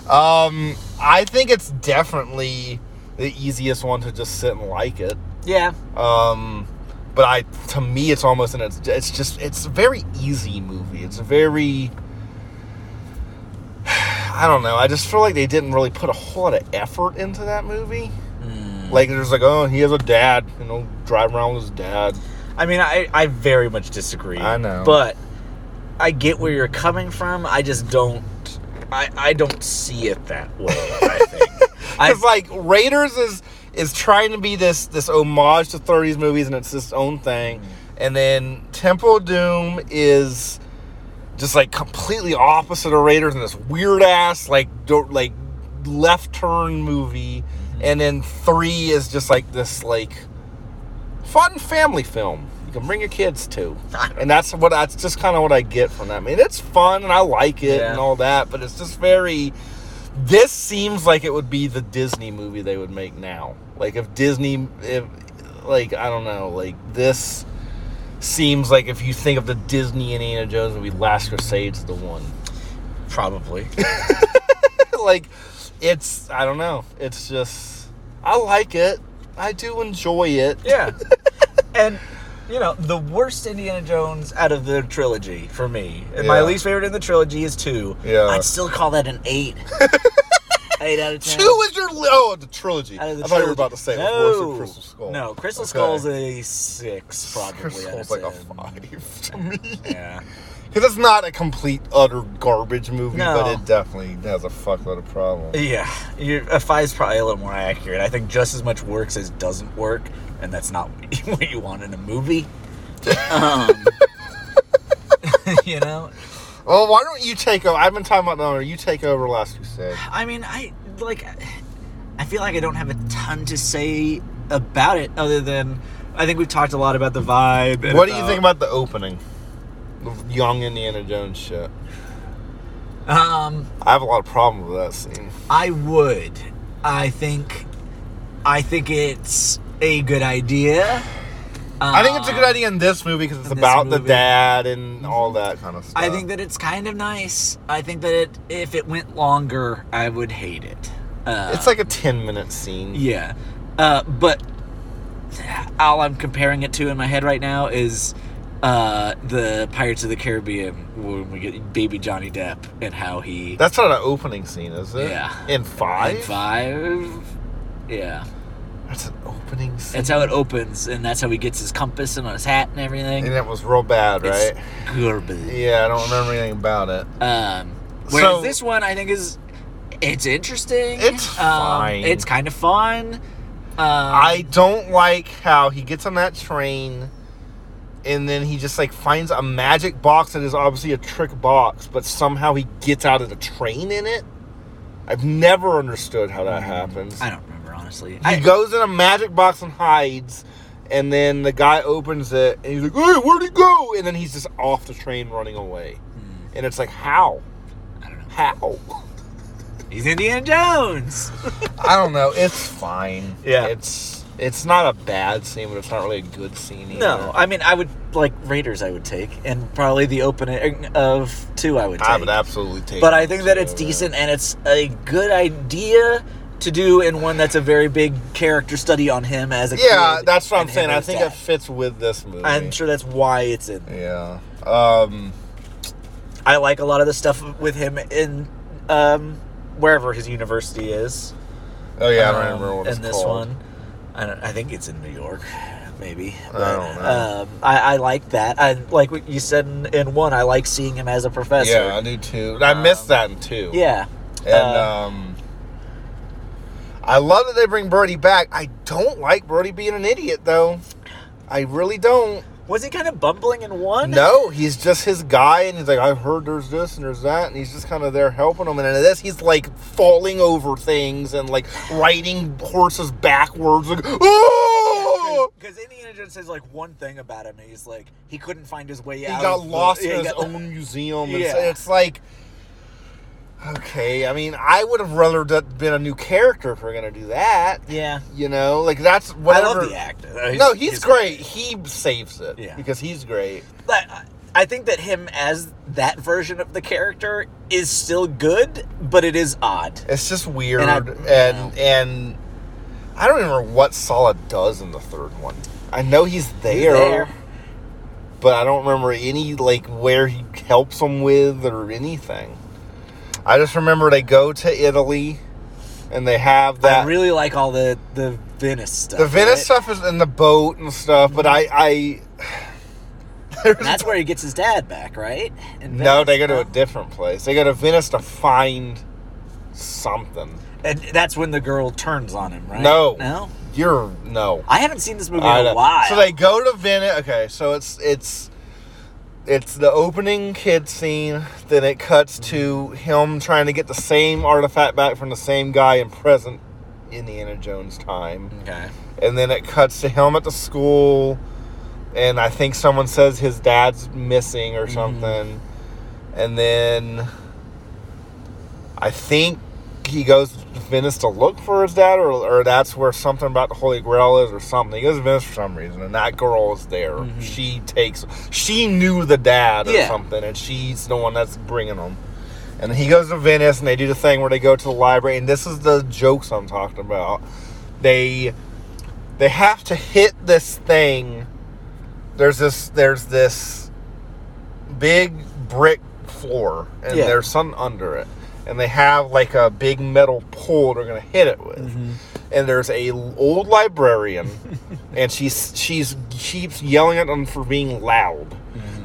Um, I think it's definitely the easiest one to just sit and like it. Yeah. Um, but I, to me, it's almost an it's, it's just it's a very easy movie. It's a very I don't know. I just feel like they didn't really put a whole lot of effort into that movie. Hmm. Like there's like, oh, he has a dad, you know, drive around with his dad. I mean, I, I very much disagree. I know. But I get where you're coming from. I just don't. I, I don't see it that way. I think. I, Because like Raiders is is trying to be this this homage to 30s movies, and it's its own thing. And then Temple of Doom is just like completely opposite of Raiders and this weird ass like do, like left turn movie. And then three is just like this like fun family film you can bring your kids to. And that's what that's just kind of what I get from that. I mean, it's fun and I like it Yeah. and all that, but it's just very. This seems like it would be the Disney movie they would make now. Like if Disney, if like I don't know, like this seems like if you think of the Disney Indiana Jones movie, Last Crusade's the one. probably. like it's I don't know. It's just I like it. I do enjoy it. Yeah. and you know, the worst Indiana Jones out of the trilogy for me, and my Yeah. least favorite in the trilogy is two. Yeah. I'd still call that an eight. eight out of ten. Two is your li- oh the trilogy. Out of the I thought you trilogy. were about to say it was no. worse than Crystal Skull. No, Crystal Okay. Skull's a six, probably. Crystal out of Skull's like a 10. five to me. Yeah. Because it's not a complete utter garbage movie, No. but it definitely has a fuckload of problems. Yeah, you a five's probably a little more accurate. I think just as much works as doesn't work, and that's not what you, what you want in a movie. Um, you know, Well, why don't you take over? I've been talking about that. You take over last Crusade. I mean, I like. I feel like I don't have a ton to say about it, other than I think we've talked a lot about the vibe. and What do you think about the opening? The young Indiana Jones shit. Um, I have a lot of problems with that scene. I would. I think. I think it's a good idea. I think it's a good idea in this movie because it's Uh, in this about the movie. dad and all that kind of stuff. I think that it's kind of nice. I think that it, if it went longer, I would hate it. Uh, it's like a 10 minute scene. yeah, uh, but all I'm comparing it to in my head right now is uh, the Pirates of the Caribbean when we get baby Johnny Depp and how he That's not an opening scene, is it? Yeah. In five? in five. Yeah, That's an opening scene. that's how it opens, and that's how he gets his compass and on his hat and everything. and it was real bad, right? It's garbage. Yeah, I don't remember anything about it. Um, whereas So- this one, I think is it's interesting. It's Um, fine. It's kind of fun. Um, I don't like how he gets on that train and then he just like finds a magic box that is obviously a trick box, but somehow he gets out of the train in it. I've never understood how that happens. I don't remember honestly. He I, goes in a magic box and hides, and then the guy opens it and he's like, "Hey, where'd he go?" And then he's just off the train running away, Hmm, and it's like, "How? I don't know. How?" He's Indiana Jones. I don't know. It's fine. Yeah. it's it's not a bad scene, but it's not really a good scene. Either. no, I mean I would like Raiders. I would take, and probably the opening of two. I would. take. I would absolutely take. but it I think that too, it's yeah. decent and it's a good idea to do and one that's a very big character study on him as a Yeah, kid that's what I'm and him saying. I as think dad. it fits with this movie. I'm sure that's why it's in. there. Yeah. Um, I like a lot of the stuff with him in um, wherever his university is. oh yeah, I don't Um, remember what it's and this called. one, I don't. I think it's in New York, maybe. I don't know. Um, I, I like that. I like what you said in, in one. I like seeing him as a professor. Yeah, I do too. I missed that in two. Yeah. uh, And um, I love that they bring Birdie back. I don't like Birdie being an idiot though. I really don't. was he kind of bumbling in one? No, he's just his guy, and he's like, I've heard there's this and there's that, and he's just kind of there helping him. And in this, he's like falling over things and like riding horses backwards. Like, oh! Because Indiana Jones says like one thing about him, and he's like he couldn't find his way he out. got of the- lost yeah, in he his got- own museum. And so Yeah. it's like, okay, I mean, I would have rather d- been a new character if we're going to do that. Yeah, You know, like that's whatever. I love the actor. Uh, though. no, he's, great. He saves it Yeah. because he's great. But I- I think that him as that version of the character is still good, but it is odd. It's just weird, And I- and and, I don't remember what Sala does in the third one. I know he's there, there. but I don't remember any like where he helps them with or anything. I just remember they go to Italy, and they have that. I really like all the the Venice stuff. the Venice right? stuff is in the boat and stuff, but I, I And that's where he gets his dad back, right? In no, Venice, they go to a no? different place. They go to Venice to find something. And that's when the girl turns on him, right? No. no. You're no. I haven't seen this movie I in know. a while. So they go to Venice. Okay, so it's it's it's the opening kid scene. Then it cuts to him trying to get the same artifact back from the same guy in present Indiana Jones time. okay. And then it cuts to him at the school, and I think someone says his dad's missing or something. And then I think he goes to Venice to look for his dad, or, or that's where something about the Holy Grail is, or something. He goes to Venice for some reason, and that girl is there. She takes, she knew the dad or Yeah. something, and she's the one that's bringing him. And he goes to Venice, and they do the thing where they go to the library, and this is the jokes I'm talking about. They they have to hit this thing. There's this there's this big brick floor, and Yeah. there's something under it, and they have like a big metal pole they're gonna hit it with. And there's a l- old librarian, and she's she's keeps yelling at them for being loud.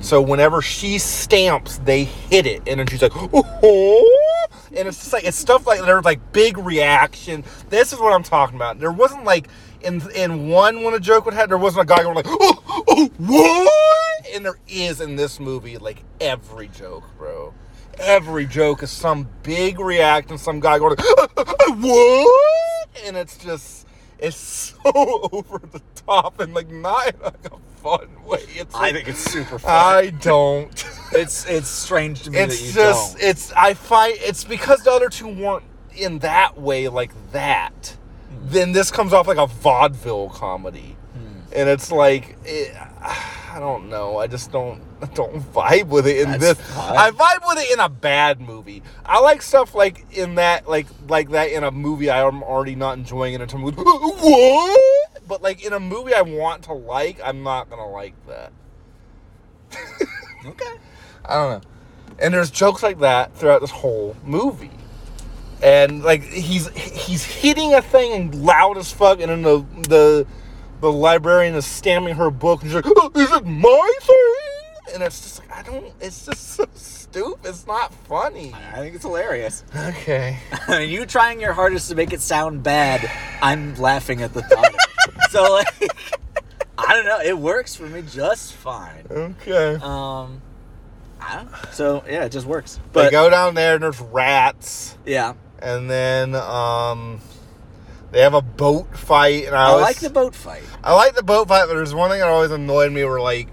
So whenever she stamps, they hit it, and then she's like, "Oh!" And it's just like it's stuff like there's like big reaction. This is what I'm talking about. There wasn't like in in one when a joke would have there wasn't a guy going like, "Oh, oh, what?" And there is in this movie like every joke, bro. Every joke is some big reaction. Some guy going like, "Oh, oh, oh, "What?" And it's just. It's so over the top and like not in like a fun way. It's I like, think it's super fun. I don't. it's it's strange to me that It's you just don't. it's I find it's because the other two weren't in that way like that. Hmm. Then this comes off like a vaudeville comedy, Hmm. and it's like it, I don't know. I just don't I don't vibe with it in That's this. fine. I vibe with it in a bad movie. I like stuff like in that like like that in a movie I'm already not enjoying in a movie. What? But like in a movie I want to like, I'm not gonna like that. okay. I don't know. And there's jokes like that throughout this whole movie. And like he's he's hitting a thing and loud as fuck, and then the the the librarian is stamping her book, and she's like, "Oh, "Is it my thing?" And it's just like I don't. It's just so stupid. It's not funny. I think it's hilarious. Okay. you trying your hardest to make it sound bad. I'm laughing at the thought. of it. so like, I don't know. It works for me just fine. Okay. Um, I don't. So yeah, it just works. they But go down there and there's rats, yeah, and then um, they have a boat fight. And I, I always, like the boat fight. I like the boat fight, but there's one thing that always annoyed me. Where like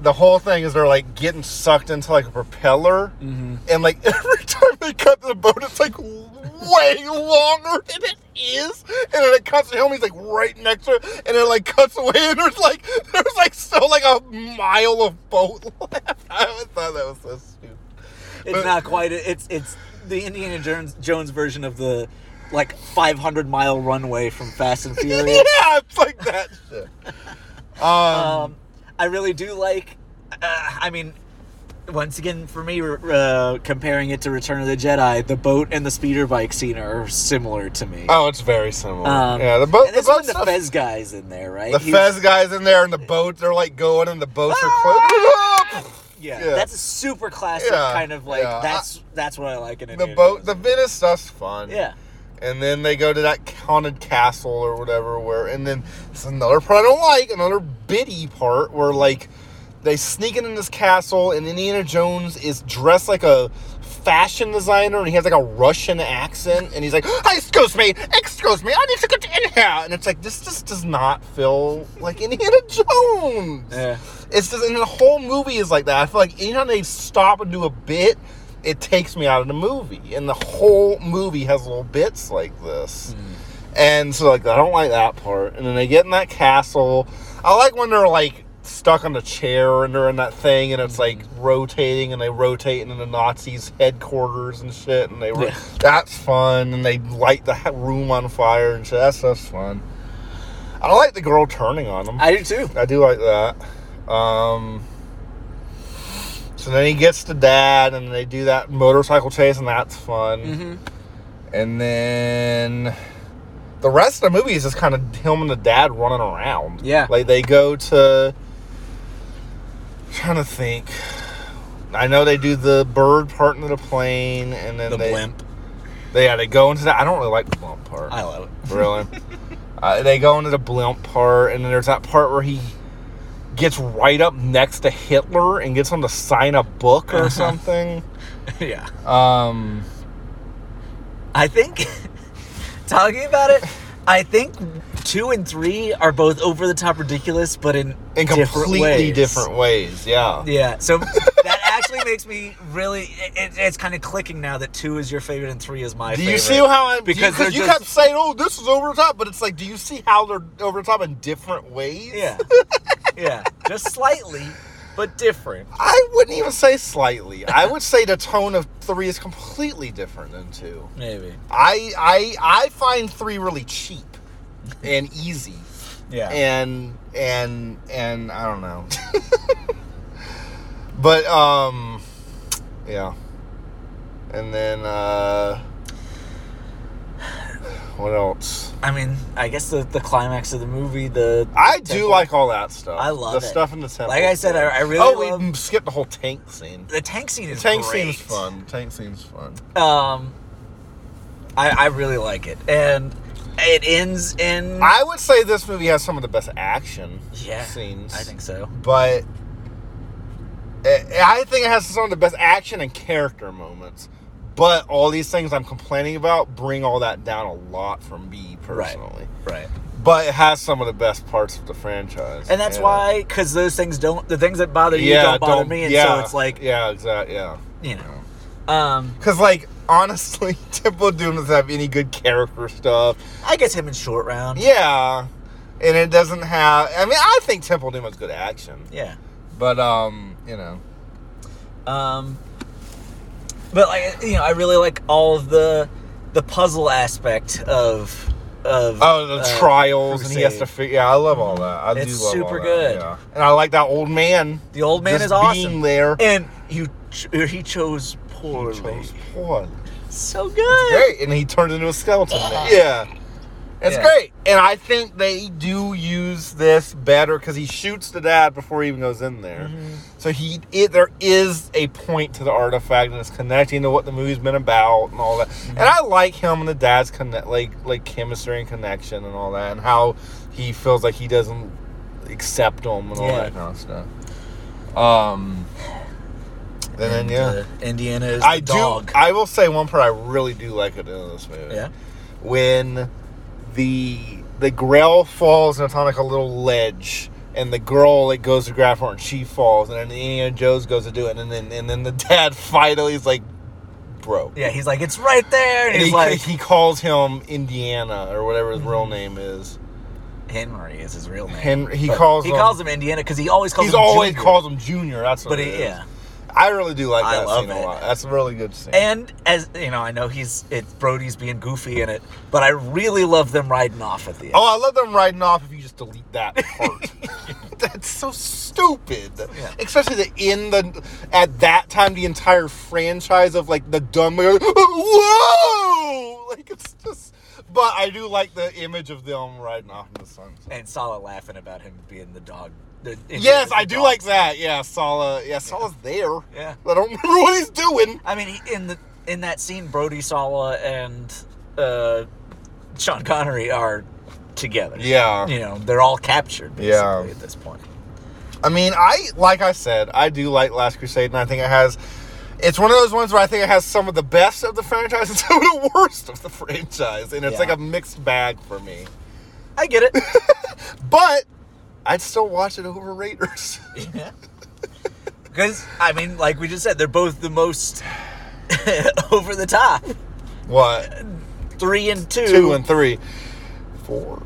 the whole thing is they're like getting sucked into like a propeller, and like every time they cut to the boat, it's like way longer than it is, and then it cuts to him. He's like right next to it, and it like cuts away, and there's like there's like still like a mile of boat left. I always thought that was so stupid. It's But- not quite. It's it's the Indiana Jones Jones version of the like 500 mile runway from Fast and Furious. yeah, it's like that shit. Um, Um, I really do like. Uh, I mean, once again, for me, uh, comparing it to Return of the Jedi, the boat and the speeder bike scene are similar to me. oh, it's very similar. Um, yeah, the boat. And The this one, boat the stuff. Fez guy's in there, right? The He's- Fez guys in there, and the boats they are like going, and the boats are close. Yeah, yeah. that's a super classic Yeah, kind of like yeah. that's that's what I like in the Indiana boat, the Jones. Venice stuff's fun. yeah. And then they go to that haunted castle or whatever, where, and then it's another part I don't like, another bitty part where like they sneak in this castle, and Indiana Jones is dressed like a fashion designer, and he has like a Russian accent, and he's like, "Excuse me, excuse me, I need to get in here," and it's like this just does not feel like Indiana Jones. Yeah. It's just, and the whole movie is like that. I feel like anytime they stop and do a bit, it takes me out of the movie. And the whole movie has little bits like this. And so, like, I don't like that part. And then they get in that castle. I like when they're like stuck on the chair and they're in that thing and it's like rotating and they rotate into the Nazis' headquarters and shit. And they were, Yeah. that's fun. And they light the ha- room on fire and shit. That stuff's fun. I like the girl turning on them. I do too. I do like that. Um, so then he gets to dad, and they do that motorcycle chase, and that's fun. hmm And then the rest of the movie is just kind of him and the dad running around. Yeah. like they go to. trying to think. I know they do the bird part into the plane, and then The they, blimp. they yeah they go into that. I don't really like the blimp part. I love it. Really? uh, they go into the blimp part, and then there's that part where he gets right up next to Hitler and gets him to sign a book Uh-huh. or something. yeah. Um, I think talking about it, I think two and three are both over the top ridiculous, but in in completely ways. different ways, yeah. Yeah, so that actually makes me really. It, it- it's kind of clicking now that two is your favorite and three is my Do favorite. you see how I'm? Because Because you, they're just- kept saying, "Oh, this is over the top," but it's like, do you see how they're over the top in different ways? Yeah, yeah, just slightly, but different. I wouldn't even say slightly. I would say the tone of three is completely different than two. Maybe. I I I find three really cheap and easy. Yeah. and and and I don't know. but um yeah. And then uh what else? I mean, I guess the, the climax of the movie, the I the do temple- like all that stuff. I love the it. stuff in the temple. Like I said, I, I really oh, we love m- skipped the whole tank scene. the tank scene. The Is tank great. scene's fun. The tank scene's fun. Um, I I really like it, and it ends in I would say this movie has some of the best action yeah scenes. I think so. but eh, I I think it has some of the best action and character moments. But all these things I'm complaining about bring all that down a lot from me personally. Right. But it has some of the best parts of the franchise, And that's why, because those things don't, the things that bother you don't bother me, and so it's like, yeah, exactly, yeah. you know, um, Because like honestly, Temple of Doom doesn't have any good character stuff. I guess him in short round. Yeah, and it doesn't have. I mean, I think Temple of Doom has good action, Yeah. but um, you know, Um, but like you know, I really like all of the the puzzle aspect of of Oh, the uh, trials, and he has to Crusade. figure. Yeah, I love all that. I It's do love super all that, good. yeah. and I like that old man. the old man just is awesome, Being there, and you ch- he chose poorly. chose one. So good. Great, and he turned into a skeleton. man. Yeah, it's Yeah. great, and I think they do use this better because he shoots the dad before he even goes in there. Mm-hmm. So he, it, there is a point to the artifact, and it's connecting to what the movie's been about and all that. Mm-hmm. And I like him and the dad's connect, like like chemistry and connection and all that, and how he feels like he doesn't accept them and all Yeah. that kind of stuff. Um, and then yeah, Uh, Indiana is the I dog. do. I will say one part I really do like at the end of this movie. yeah. when the the Grail falls and it's on like a little ledge, and the girl like goes to grab her and she falls, and then Indiana Jones goes to do it, and then and then the dad finally is like, bro. Yeah, he's like, it's right there. And And he's he, like, Mm-hmm. he calls him Indiana or whatever his real name is. Henry is his real name. Henry- he But calls He him- calls him Indiana because he always calls He's him always Junior. calls him Junior. That's what But it he- is. yeah. I really do like I that love scene it. a lot. That's a really good scene. And as you know, I know he's it's Brody's being goofy in it, but I really love them riding off at the end. oh, I love them riding off. If you just delete that part, that's so stupid. Yeah. Especially the in the at that time the entire franchise of like the dumb. uh, Whoa! Like it's just. But I do like the image of them riding off in the sunset. And Sala laughing about him being the dog. The, Yes, the I do dog. like that. Yeah, Sala. Yeah, Sala's there. Yeah. I don't remember what he's doing. I mean, he- in the in that scene, Brody Sala and uh, Sean Connery are together. Yeah. you know they're all captured. Basically Yeah. at this point. I mean, I like I said, I do like Last Crusade, and I think it has. It's one of those ones where I think it has some of the best of the franchise and some of the worst of the franchise, and it's Yeah. like a mixed bag for me. I get it. But I'd still watch it over Raiders. Because I mean, like we just said, they're both the most over the top. what Three and two. two and three, four?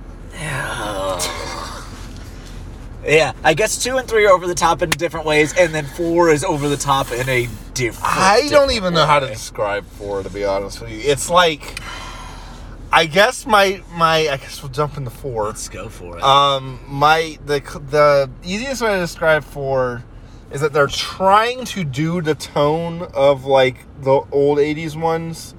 yeah, I guess two and three are over the top in different ways, and then four is over the top in a different. I don't different even know how to way. describe four, to be honest with you. It's like, I guess my my I guess we'll jump into four. Let's go for it. Um, my the the easiest way to describe four is that they're trying to do the tone of like the old '80s ones,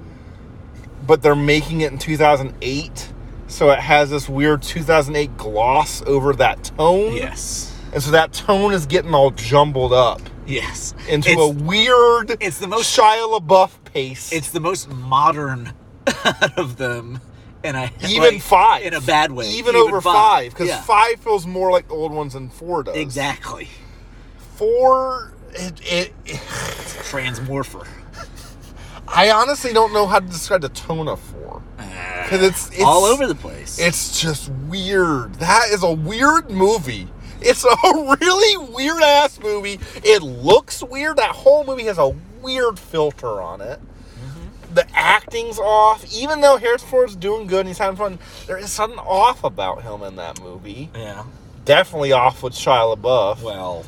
but they're making it in 2008, so it has this weird 2008 gloss over that tone. yes. and so that tone is getting all jumbled up Yes. into it's, a weird. it's the most- Shia LaBeouf pace. it's the most modern out of them, and I even like, five in a bad way. Even, over five because Yeah, five feels more like the old ones than four does. Exactly. Four, it, it, Transmorpher. I honestly don't know how to describe the tone of four because it's, Uh, it's all over the place. It's just weird. That is a weird movie. It's a really weird ass movie. It looks weird. That whole movie has a weird filter on it. Mm-hmm. The acting's off. Even though Harrison Ford's doing good and he's having fun, there is something off about him in that movie. yeah. Definitely off with Shia LaBeouf. Well.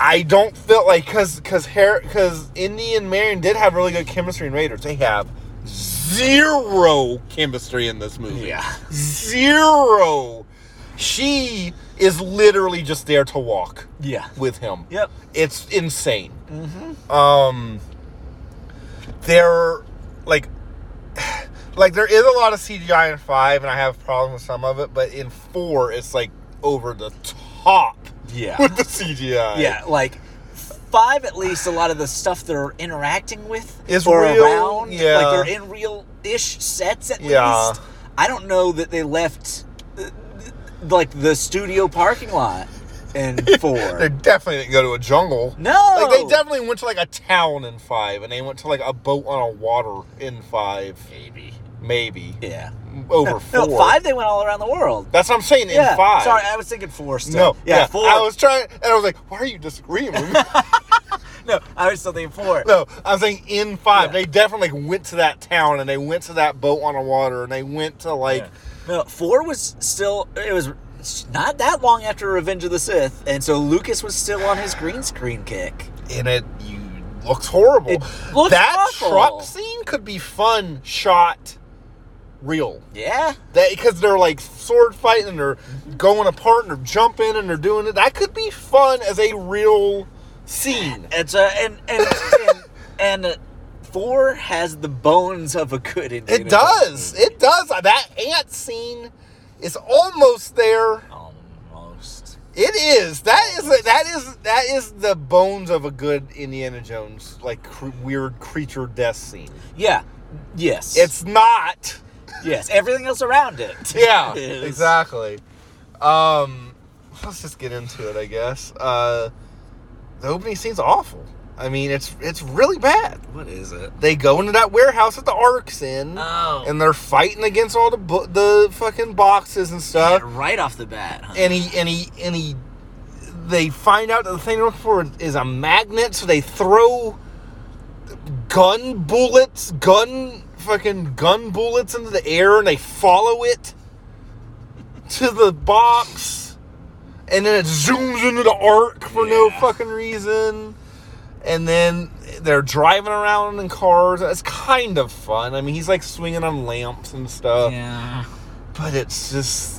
I don't feel like because because hair because Indy and Marion did have really good chemistry in Raiders. They have zero chemistry in this movie. Yeah. Zero. She is literally just there to walk Yeah. with him. Yep. It's insane. Mm-hmm. Um, there, like, like there is a lot of CGI in five, and I have problems with some of it. But in four, it's like over the top Yeah. with the CGI. Yeah, like five at least. A lot of the stuff they're interacting with Is or real, around, yeah. like they're in real-ish sets at Yeah. least. I don't know that they left uh, like the studio parking lot in They four. definitely didn't go to a jungle. No, Like they definitely went to like a town in five, and they went to like a boat on a water in five, maybe. maybe Yeah, over no four. five. They went all around the world. That's what I'm saying. yeah, In five. sorry, I was thinking four. Still. no, yeah, four. I was trying, and I was like, "Why are you disagreeing with me?" no, I was still thinking four. no, I'm saying in five. Yeah. They definitely like, went to that town, and they went to that boat on the water, and they went to like. No, four was still. It was not that long after Revenge of the Sith, and so Lucas was still on his green screen kick. in it you looks horrible. It looks that awful. truck scene could be fun shot real. Yeah, That because they're like sword fighting and they're going apart and they're jumping and they're doing it. That could be fun as a real scene. it's a and and and, and uh, four has the bones of a good. Indiana It Jones does. It does. That ant scene is almost there. movie. Almost. It is. That is. That is. That is the bones of a good Indiana Jones like cr- weird creature death scene. Yeah. Yes. It's not. yes. Everything else around it. Yeah, is- exactly. Um, let's just get into it, I guess. Uh, the opening scene's awful. I mean, it's it's really bad. What is it? They go into that warehouse that the Ark's in, Oh. and they're fighting against all the bo- the fucking boxes and stuff. Yeah, right off the bat. Huh? and he and he and he they find out that the thing they're looking for is a magnet, so they throw gun bullets, gun fucking gun bullets into the air, and they follow it to the box, and then it zooms into the arc for no Yeah. fucking reason. And then they're driving around in cars. It's kind of fun. I mean, he's like swinging on lamps and stuff, yeah. but it's just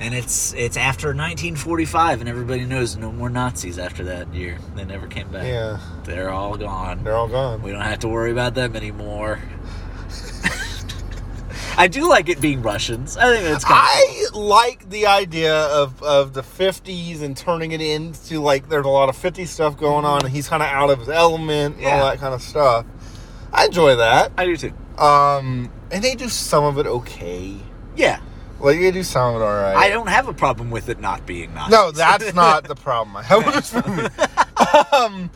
And it's it's after 1945, and everybody knows no more Nazis after that year. They never came back. yeah, They're all gone. they're all gone. We don't have to worry about them anymore. I do like it being Russians. I think that's kind of I like the idea of, of the 50s and turning it into like there's a lot of 50s stuff going on and he's kind of out of his element and all Yeah. that kind of stuff. I enjoy that. I do too. Um, and they do some of it okay. Yeah, Like they do some of it all right. I don't have a problem with it not being Nazi. No, that's not the problem I have with this movie. um,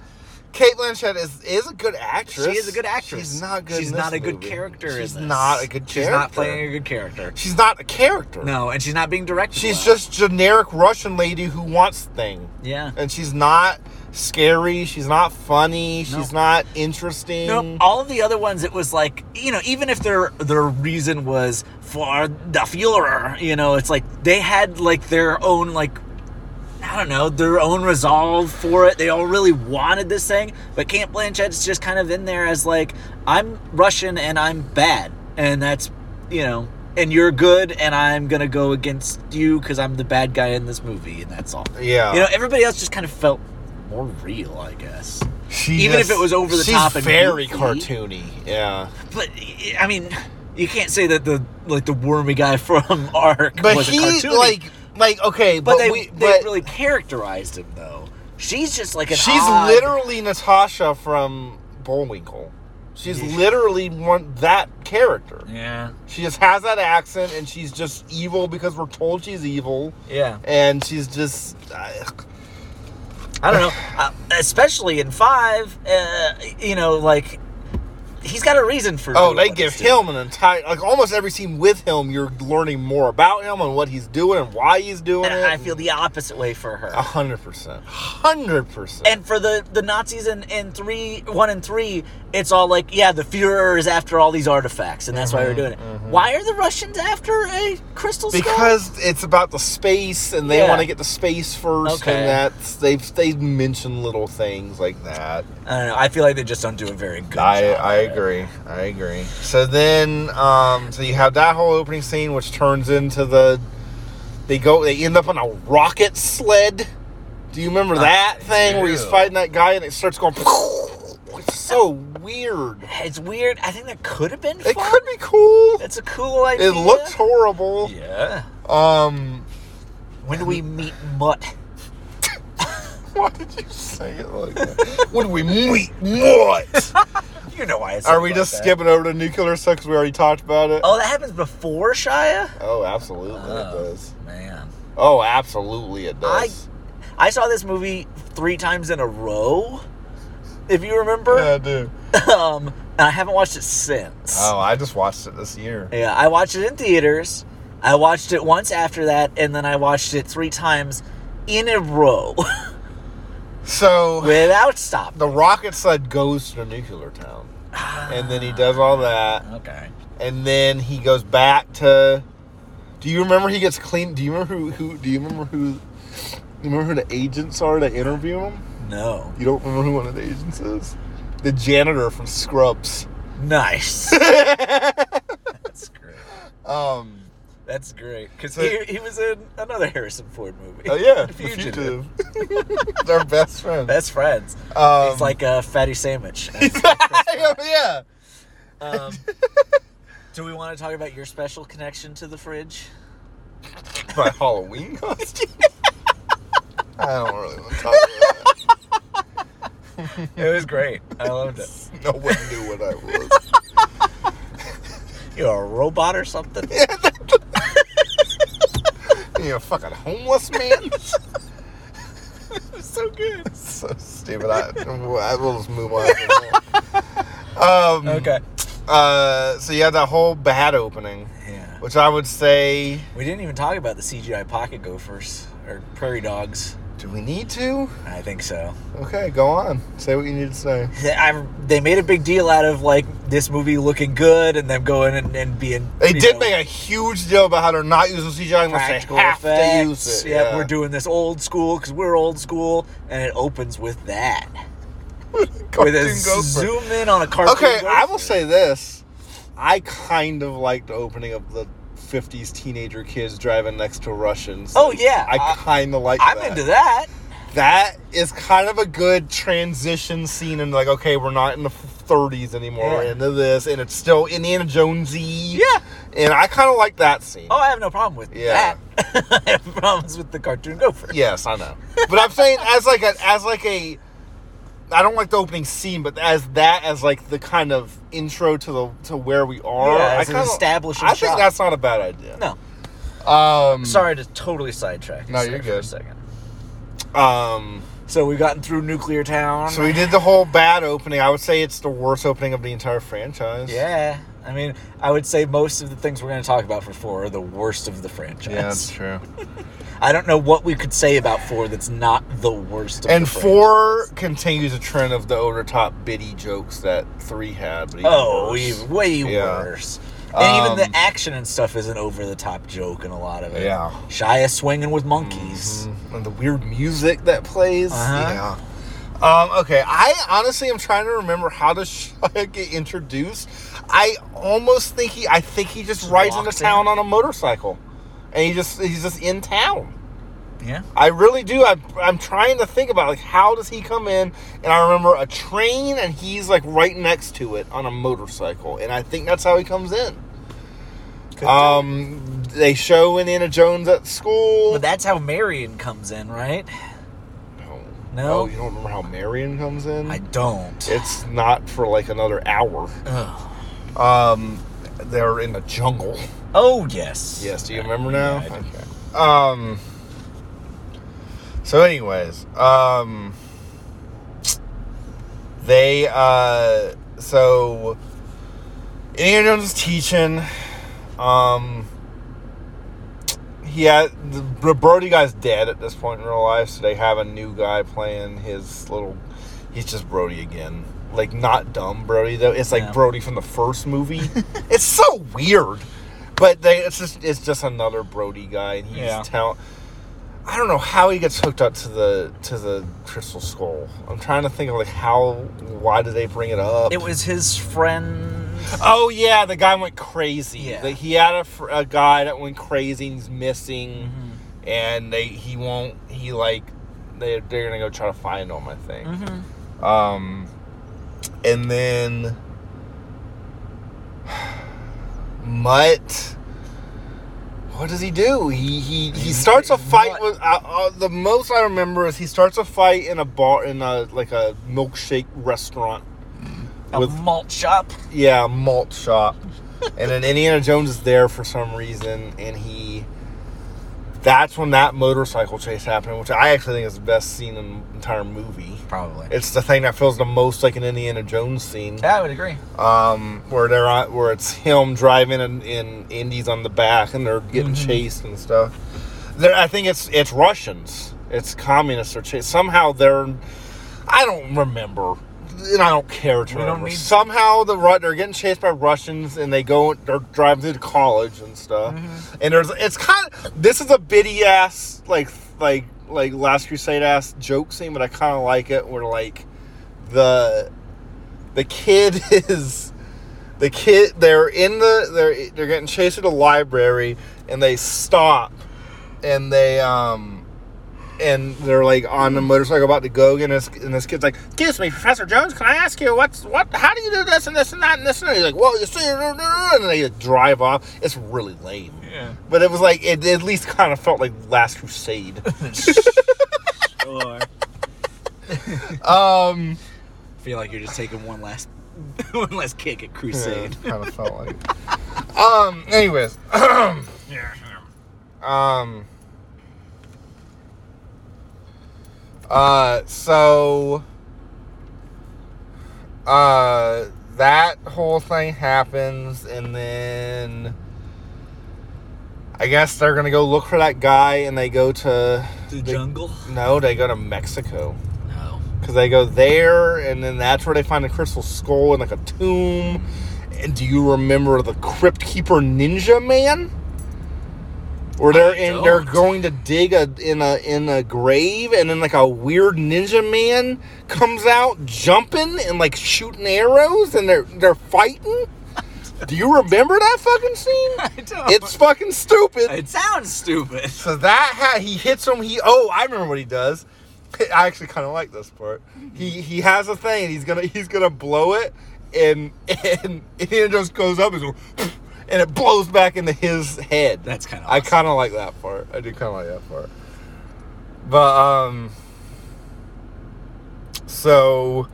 Kate Blanchett is is a good actress. She is a good actress. She's not good. She's in not this a good movie. character. in She's this. not a good character. She's not playing a good character. She's not a character. No, and she's not being directed. She's well. just generic Russian lady who wants thing. yeah. and she's not scary. She's not funny. No. She's not interesting. No, all of the other ones, it was like you know, even if their their reason was for the Führer, you know, it's like they had like their own like I don't know their own resolve for it. They all really wanted this thing, but Camp Blanchett's just kind of in there as like I'm Russian and I'm bad, and that's you know, and you're good, and I'm gonna go against you because I'm the bad guy in this movie, and that's all. Yeah. You know, everybody else just kind of felt more real, I guess. She even if it was over the she's top and very goofy. cartoony. Yeah. But I mean, you can't say that the like the wormy guy from Ark But was he a cartoon. like like okay, but, but, they we, they but really characterized him though. She's just like an she's odd- literally Natasha from Bullwinkle. She's Yeah. literally one that character. yeah She just has that accent, and she's just evil because we're told she's evil, yeah. and she's just. I- I don't know, uh, especially in five. Uh, you know, like he's got a reason for. Oh, doing they what give he's doing. him an entire like almost every scene with him. You're learning more about him and what he's doing and why he's doing And it. I feel the opposite way for her. a hundred percent, hundred percent. and for the the Nazis in, in three, one and three, it's all like, yeah, the Fuhrer is after all these artifacts, and that's why Mm-hmm, we're doing it. Why are the Russians after a crystal skull? Because it's about the space, and they Yeah. want to get the space first, Okay. and that's they've they mentioned little things like that. I don't know. I feel like they just don't do a very good I job. I agree, I agree. So then, um, so you have that whole opening scene, which turns into the they go they end up on a rocket sled. Do you remember that thing where he's do. fighting that guy and it starts going? It's so weird. It's weird. I think that could have been It fun. could be cool. It's a cool idea. It looks horrible. Yeah. Um, When do we meet Mutt? why did you say it like that? when we meet, what? You know why it's. Are we just skipping over to nuclear sex? we already talked about it. Oh, that happens before Shia. Oh, absolutely Oh. it does. Man, Oh, absolutely it I does. I saw this movie three times in a row. If you remember, yeah, I do. um, and I haven't watched it since. Oh, I just watched it this year. Yeah, I watched it in theaters. I watched it once after that, and then I watched it three times in a row So without stop. the rocket sled goes to the nuclear town, and then he does all that, Okay. and then he goes back to. Do you remember he gets clean? Do you remember who? who do you remember who? You remember who the agents are that interview him? No. You don't remember who one of the agents is? The janitor from Scrubs. Nice. That's great. Um. That's great. Because So- he, he was in another Harrison Ford movie. Oh yeah, the Fugitive. fugitive. They're best friends. Best friends. Um, Oh, He's like a fatty sandwich. yeah. um, do we want to talk about your special connection to the fridge? my Halloween costume. I don't really want to talk about It was great. I loved it. that. No one knew what I was. You're a robot or something? What are you, a fucking homeless man? so good. so stupid. I, I will just move on. um, Okay. Uh, so you had that whole bad opening, Yeah. which I would say. We didn't even talk about the CGI pocket gophers or prairie dogs. Do we need to? I think so. Okay, go on. Say what you need to say. I, they made a big deal out of like this movie looking good and them going and, and being. They you did know, make a huge deal about how they're not using CGI unless they practical have to effects. use it. Yeah, we're doing this old school because we're old school, and it opens with that with a Cartoon gopher. zoom in on a cartoon. Okay, I gopher. will say this. I kind of liked the opening of the 50s teenager kids driving next to Russians. Oh, yeah. I I- kind of like I'm that. into that. That is kind of a good transition scene and like okay, we're not in the 30s anymore. We're Yeah. into this and it's still Indiana Jonesy. Yeah. And I kind of like that scene. Oh, I have no problem with Yeah. that. I have problems with the cartoon gopher. Yes, I know. But I'm saying as like a as like a I don't like the opening scene, but as that as like the kind of intro to the to where we are. Yeah, I as an kinda- establishing I think shot. that's not a bad idea. No, Um sorry to totally sidetrack. No, us you're there for good. a second. Um So we've gotten through Nuclear Town. so we did the whole bad opening. I would say it's the worst opening of the entire franchise. yeah, I mean, I would say most of the things we're going to talk about for four are the worst of the franchise. Yeah, that's true. I don't know what we could say about four that's not the worst. Of And the franchise. four continues a trend of the over the top bitty jokes that three had. But even Oh, worse. even way Yeah. worse. And Um, even the action and stuff is an over the top joke in a lot of it. Yeah. Shia swinging with monkeys. and the weird music that plays. Uh-huh. Yeah. Um, okay, I honestly am trying to remember how does Shia get introduced. I almost think he, I think he just, Just rides into walks town in. on a motorcycle, and he just he's just in town. Yeah. I really do. I, I'm trying to think about like how does he come in, and I remember a train, and he's like right next to it on a motorcycle, and I think that's how he comes in. Um, they show Indiana Jones at school. but that's how Marion comes in, right? No. No? Oh, you don't remember how Marion comes in? I don't. it's not for like another hour. Ugh. Um, they're in the jungle. Oh, yes. Yes, do you remember now? Yeah, I do. Okay. Um. So, anyways, um, they uh, so Indiana Jones is teaching. Um, he had the, the Brody guy's dead at this point in real life, so they have a new guy playing his little. He's just Brody again. Like not dumb Brody though. It's like Yeah. Brody from the first movie. it's so weird, but they, it's just it's just another Brody guy, and he's Yeah. tell. I don't know how he gets hooked up to the to the crystal skull. I'm trying to think of like how why did they bring it up? It was his friend. Oh yeah, the guy went crazy. Yeah. Like, he had a, fr- a guy that went crazy. and He's missing, Mm-hmm. and they he won't. He like they they're gonna go try to find him. I think. Mm-hmm. Um, and then Mutt. What does he do? He he, he starts a fight Mutt. with. Uh, uh, the most I remember is he starts a fight in a bar in a like a milkshake restaurant A With- malt shop. yeah, malt shop. and then Indiana Jones is there for some reason, and he. That's when that motorcycle chase happened, which I actually think is the best scene in the entire movie. Probably. It's the thing that feels the most like an Indiana Jones scene, yeah, I would agree. um, where they're on, where it's him driving and, and Indy's on the back, and they're getting Mm-hmm. chased and stuff. There, I think it's it's Russians, it's communists or chase. Somehow they're, I don't remember, and I don't care to We don't remember. need- Somehow the Ru- they're getting chased by Russians, and they go they're driving through the college and stuff. Mm-hmm. And there's it's kind of this is a bitty ass like like like Last Crusade ass joke scene, but I kind of like it where like the the kid is the kid they're in the they're they're getting chased at a library and they stop and they um and they're like on the motorcycle about to go and this and this kid's like excuse me professor jones can i ask you what's what how do you do this and this and that and this and that?" he's like well you see and they drive off it's really lame Yeah. but it was like it at least kind of felt like last crusade Or um feel like you're just taking one last, one last kick at Crusade. kind of felt like um anyways Yeah. Um, Uh, so, uh, that whole thing happens, and then I guess they're gonna go look for that guy, and they go to The they- jungle? No, they go to Mexico No. because they go there, and then that's where they find the crystal skull and like a tomb. And do you remember the Crypt Keeper Ninja Man? Where they're I in, they're don't. going to dig a in a in a grave, and then like a weird ninja man comes out jumping and like shooting arrows, and they're they're fighting. Do you remember that fucking scene? I don't. It's fucking stupid. it sounds stupid. So that ha- he hits him. He oh, I remember what he does. I actually kind of like this part. He he has a thing. He's gonna he's gonna blow it, and and Indiana Jones goes up and, goes, and it blows back into his head. That's kinda I awesome. kind of like that part. I do kind of like that part. But um, so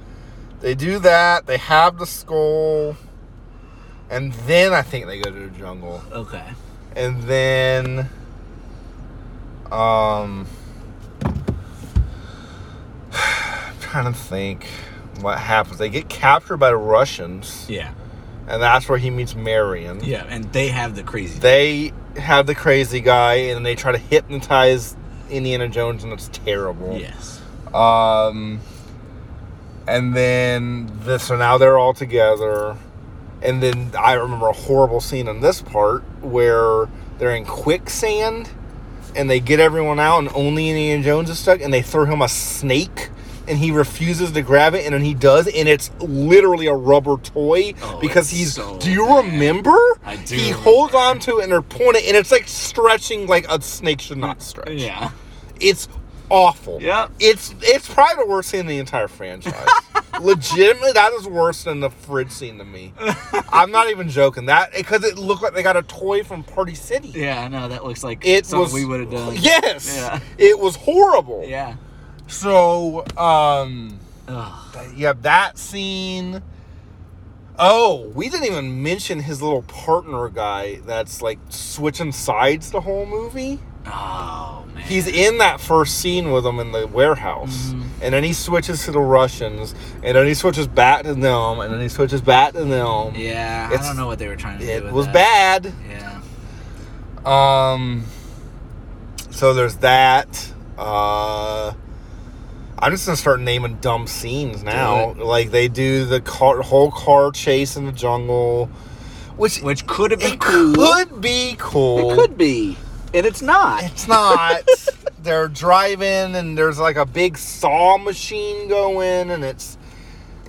they do that. They have the skull, and then I think they go to the jungle Okay. and then um I'm trying to think what happens they get captured by the russians Yeah. and that's where he meets marion Yeah, and they have the crazy. they have the crazy guy and they try to hypnotize indiana jones and it's terrible yes. um, and then this, so now they're all together. And then I remember a horrible scene in this part where they're in quicksand and they get everyone out, and only Indiana Jones is stuck, and they throw him a snake. And he refuses to grab it, and then he does, and it's literally a rubber toy Oh, because it's he's. so do you bad. remember? I do He remember. holds on to it and they're pointing, and it's like stretching like a snake should not stretch. Yeah. It's awful. Yeah. It's it's probably the worst scene in the entire franchise. Legitimately, that is worse than the fridge scene to me. I'm not even joking. That because it looked like they got a toy from Party City. Yeah, I know. That looks like It something was we would have done. Yes. Yeah. It was horrible. Yeah. So um Ugh. you have that scene. Oh, we didn't even mention his little partner guy that's like switching sides the whole movie. Oh, man. He's in that first scene with them in the warehouse. Mhm. And then he switches to the Russians. And then he switches back to them. And then he switches back to them. Yeah, I It's- don't know what they were trying to do. It with was that. bad. Yeah. Um, so there's that. Uh, I'm just gonna start naming dumb scenes now. it. Like they do the car, whole car chase in the jungle, which, Which could have been it cool. could be cool. It could be. And it's not. It's not. They're driving and there's like a big saw machine going and it's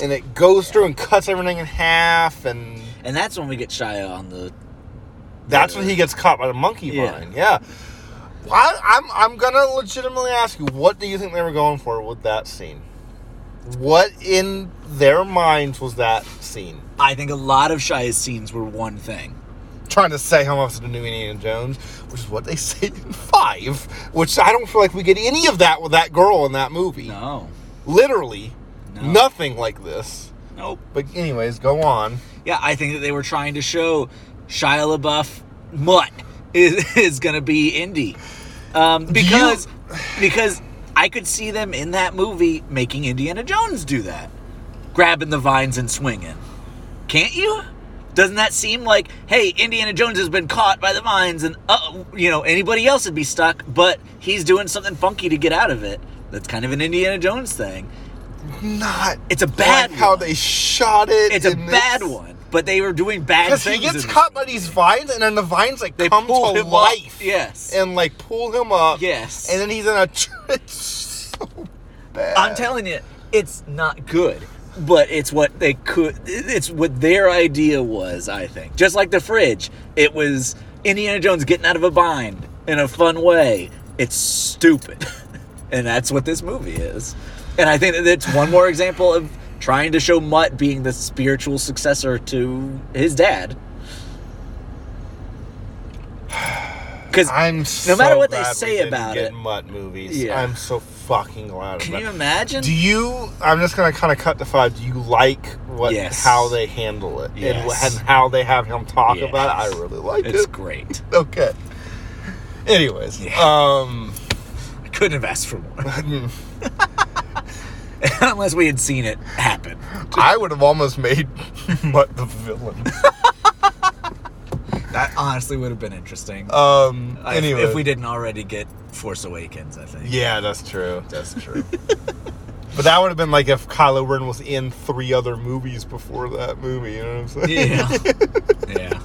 and it goes through and cuts everything in half and And that's when we get Shia on the. that's when he gets caught by the monkey Yeah. vine. Yeah. Why I'm I'm gonna legitimately ask you, what do you think they were going for with that scene? What in their minds was that scene? I think a lot of Shia's scenes were one thing. Trying to say how much of the new Indiana Jones, which is what they say in five, which I don't feel like we get any of that with that girl in that movie. No. literally No. nothing like this. Nope. But anyways, go on. Yeah, I think that they were trying to show Shia LaBeouf mutt is, is going to be indie. Um, because because I could see them in that movie making Indiana Jones do that, grabbing the vines and swinging. Can't you? Doesn't that seem like hey, Indiana Jones has been caught by the vines, and uh, you know anybody else would be stuck, but he's doing something funky to get out of it. That's kind of an Indiana Jones thing. Not It's a bad like how one. they shot it. It's a and bad one, but they were doing bad Because things. he gets in this caught by these vines, and then the vines like come to pull him up. life. Yes. and like pull him up. Yes. Uh, and then he's in a. tr- It's so bad. I'm telling you, it's not good. But it's what they could. It's what their idea was, I think. Just like the fridge, it was Indiana Jones getting out of a bind in a fun way. It's stupid, and that's what this movie is. And I think that it's one more example of trying to show Mutt being the spiritual successor to his dad. Because I'm no so matter what they glad we say didn't about get it. Mutt movies. Yeah. I'm so fucking glad. can about you it. imagine? Do you? I'm just gonna kind of cut the five. Do you like what Yes. how they handle it and, Yes. and how they have him talk Yes. about it? I really like it's it. great. Okay. Anyways, Yeah. um, I couldn't have asked for more. unless we had seen it happen. I would have almost made Mutt the villain. That honestly would have been interesting. Um. If- anyway, if we didn't already get Force Awakens, I think. Yeah, that's true. That's true. but that would have been like if Kylo Ren was in three other movies before that movie. You know what I'm saying? Yeah. yeah.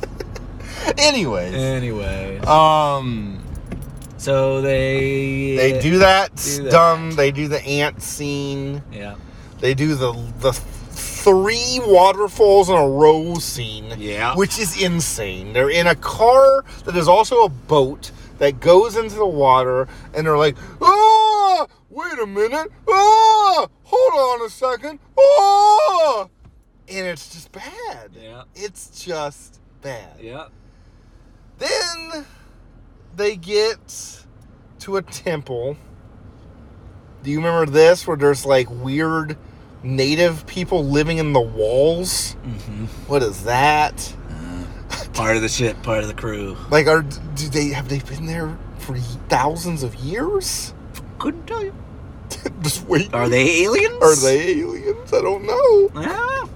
Anyways, Anyway, um, so they they do that Do that. dumb. They do the ant scene. Yeah. They do the the three waterfalls in a row scene. Yeah. Which is insane. They're in a car that is also a boat that goes into the water and they're like, "Ah! Wait a minute. Ah! Hold on a second. Ah!" And it's just bad. Yeah. It's just bad. Yeah. Then they get to a temple. Do you remember this where there's like weird native people living in the walls? hmm What is that? Part of the ship, part of the crew. Like are do they have they been there for thousands of years? Couldn't tell you. Just wait. Are they aliens? Are they aliens? I don't know. Yeah.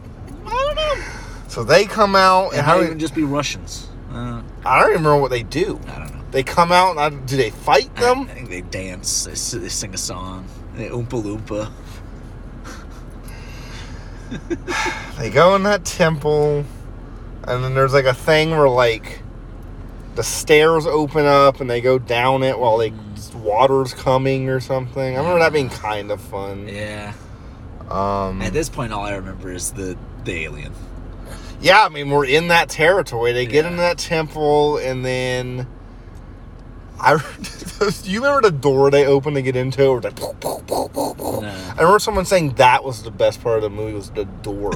I don't know. So they come out and It how might do- even just be Russians. Uh, I don't even remember what they do. I don't know. They come out and I, do they fight I- them? I think they dance. They, s- they sing a song. They oompa loompa. They go in that temple, and then there's like a thing where like the stairs open up and they go down it while like water's coming or something. I remember that being kind of fun. Yeah. Um, At this point, all I remember is the the alien. yeah, I mean we're in that territory. They get Yeah. into that temple and then I. Do you remember the door they opened to get into? It was like, Uh, I remember someone saying that was the best part of the movie was the door.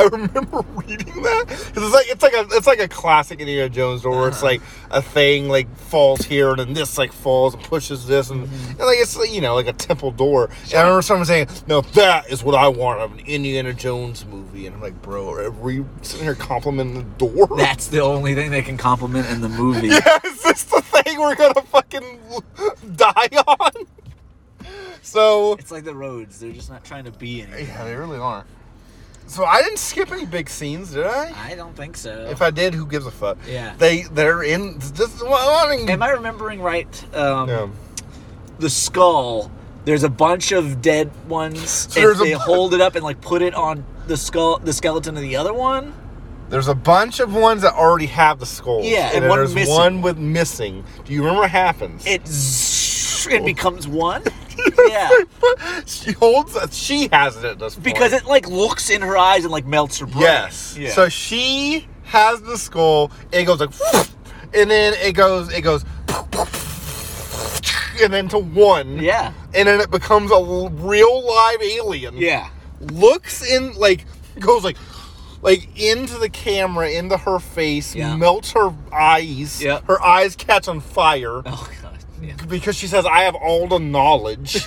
I remember reading that 'Cause it's like it's like a it's like a classic Indiana Jones door. Where it's Uh-huh. like a thing like falls here and then this like falls and pushes this and, and like it's like, you know like a temple door. And I remember someone saying, "No, that is what I want of an Indiana Jones movie." And I'm like, "Bro, are we sitting here complimenting the door?" That's the only thing they can compliment in the movie. Yeah, is this the thing we're gonna fucking die on? So It's like the roads. They're just not trying to be anything. Yeah, they really are. So I didn't skip any big scenes, did I? I don't think so. If I did, who gives a fuck? Yeah. They they're in this. Well, I mean, Am I remembering right? Um, Yeah. The skull. There's a bunch of dead ones. and there's a they bu- hold it up and like put it on the skull, the skeleton of the other one. There's a bunch of ones that already have the skulls. Yeah, and then one there's missing. one with missing. Do you remember what happens? It zzz- Oh. it becomes one. yeah, she holds. uh, She has it at this point. because it like looks in her eyes and like melts her brain. Yes. Yeah. So she has the skull. It goes like, and then it goes. It goes. And then to one. yeah. And then it becomes a l- real live alien. Yeah. looks in like goes like like into the camera into her face Yeah. melts her eyes Yeah. her eyes catch on fire Oh god. Yeah. because she says i have all the knowledge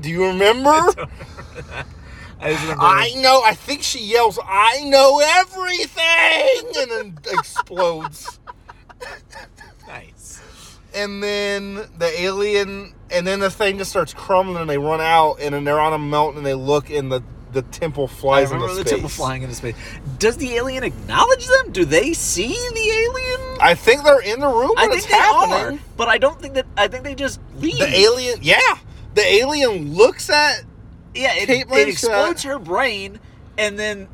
do you remember I just remember. I know. I think she yells, "I know everything!" and then explodes. nice. And then the alien, and then the thing just starts crumbling, and they run out, and then they're on a mountain, and they look, and the the temple I flies remember into the space. temple flying into space. Does the alien acknowledge them? Do they see the alien? I think they're in the room. I when think it's they happening. are, but I don't think that. I think they just leave. The alien, yeah, the alien looks at. yeah, it, Kate it Blanchett. explodes her brain, and then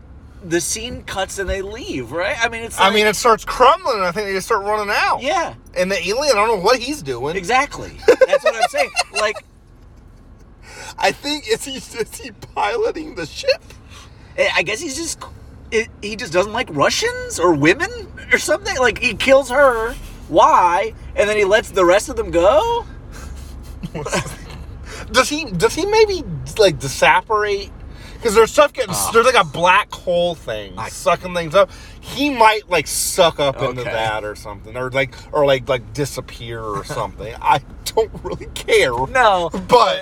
the scene cuts and they leave. Right? I mean, it's. I like- mean, it starts crumbling, and I think they just start running out. yeah, And the alien, I don't know what he's doing. exactly. That's what I'm saying. Like, I think is he is he piloting the ship? I Eh, I guess he's just. It, he just doesn't like Russians or women or something. Like he kills her. Why? And then he lets the rest of them go. Does he does he maybe like disapparate? Because there's stuff getting there's like a black hole thing I- sucking things up. He might like suck up into Okay. that or something, or like or like like disappear or something. I don't really care. No, But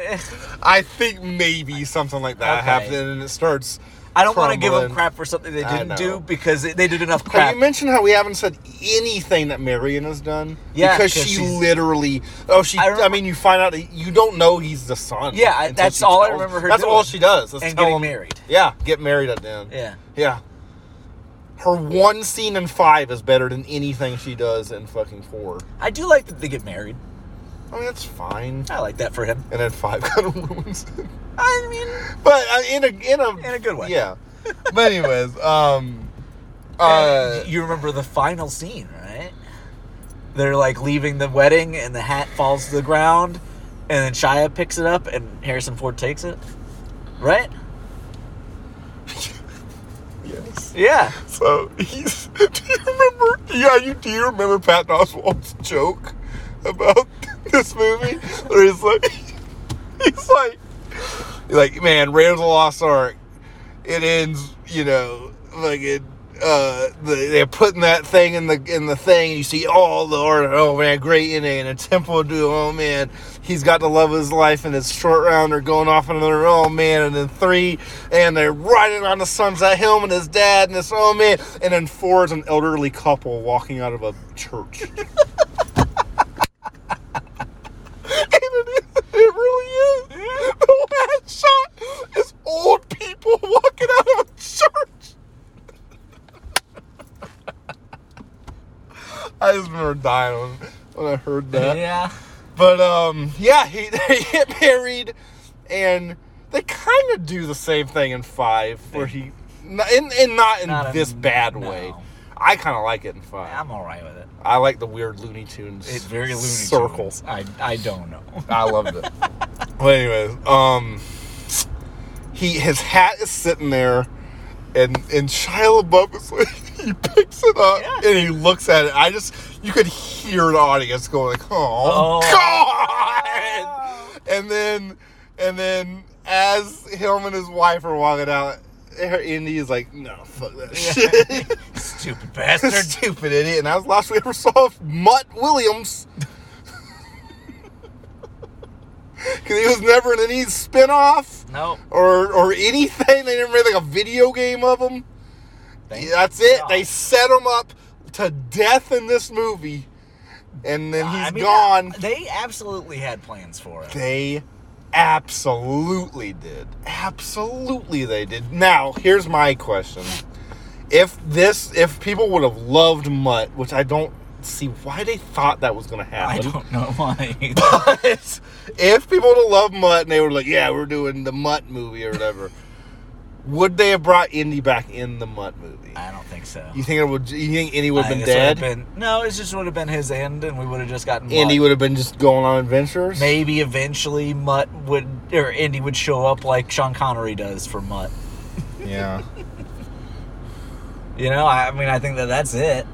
I think maybe something like that Okay. happened, and it starts. I don't want to give them Crumbling. crap for something they I didn't know. do because they they did enough But crap. you mentioned how we haven't said anything that Marion has done. Yeah, because 'cause she she's- literally. Oh, she. I I, remember- mean, you find out that you don't know he's the son. Yeah, I- until that's she all I tells- remember her That's doing. all she does. Is And tell getting him- married. Yeah, get married at the end. yeah. Yeah. Her one scene in five is better than anything she does in fucking four. I do like that they get married. I mean, that's fine. I like that for him. And then five kind of ruins it. I mean, But uh, in a in a In a good way. Yeah. But anyways, um, uh, eh, you remember the final scene, right? They're like leaving the wedding, and the hat falls to the ground, and then Shia picks it up, and Harrison Ford takes it, right? yes. Yeah. So he's. Do you remember? Yeah, you do. You remember Pat Oswald's joke about this movie? Where he's like, he's like, he's like, man, Raiders of the Lost Ark. It ends, you know, like it. Uh, the, they're putting that thing in the in the thing. You see all the art. Oh man, great ending and a tempo duo. Oh man, he's got the love of his life, and it's short round. They're going off on another. Oh man, and then three, and they're riding on the sunset. Him and his dad, and this oh man, and then four is an elderly couple walking out of a church. And it, is, it really is. The last shot is old people walking out of a church. I just remember dying when, when I heard that. Yeah. But um, yeah, he, they get married, and they kind of do the same thing in five, where he, n- and, and not in Not in- this bad way. no. I kind of like it in five. I'm all right with it. I like the weird Looney Tunes. It's very Looney circle. Tunes. I I don't know. I loved it. but anyways, um, he his hat is sitting there, and and Shia LaBeouf is like, he picks it up Yeah. and he looks at it. I just you could hear the audience going like, oh, Oh. god, and then and then as him and his wife are walking out, Indy is like, no, fuck that shit. Stupid They're bastard. stupid idiot, and that was the last we ever saw of Mutt Williams. Because he was never in any spin-off No. or, or anything. They never made like a video game of him. Thank That's it. They God. set him up to death in this movie, and then he's I mean, gone. They absolutely had plans for it. They absolutely did. Absolutely they did. Now, here's my question. If this if people would have loved Mutt, which I don't see why they thought that was gonna happen. I don't know why. But if people would have loved Mutt and they were like, Yeah, we're doing the Mutt movie or whatever, would they have brought Indy back in the Mutt movie? I don't think so. You think it would you think Indy would I have been think this would've dead? been- no, it just would have been his end, and we would have just gotten. Indy Mutt. would have been just going on adventures? Maybe eventually Mutt would, or Indy would show up like Sean Connery does for Mutt. Yeah. You know, I, I mean, I think that that's it.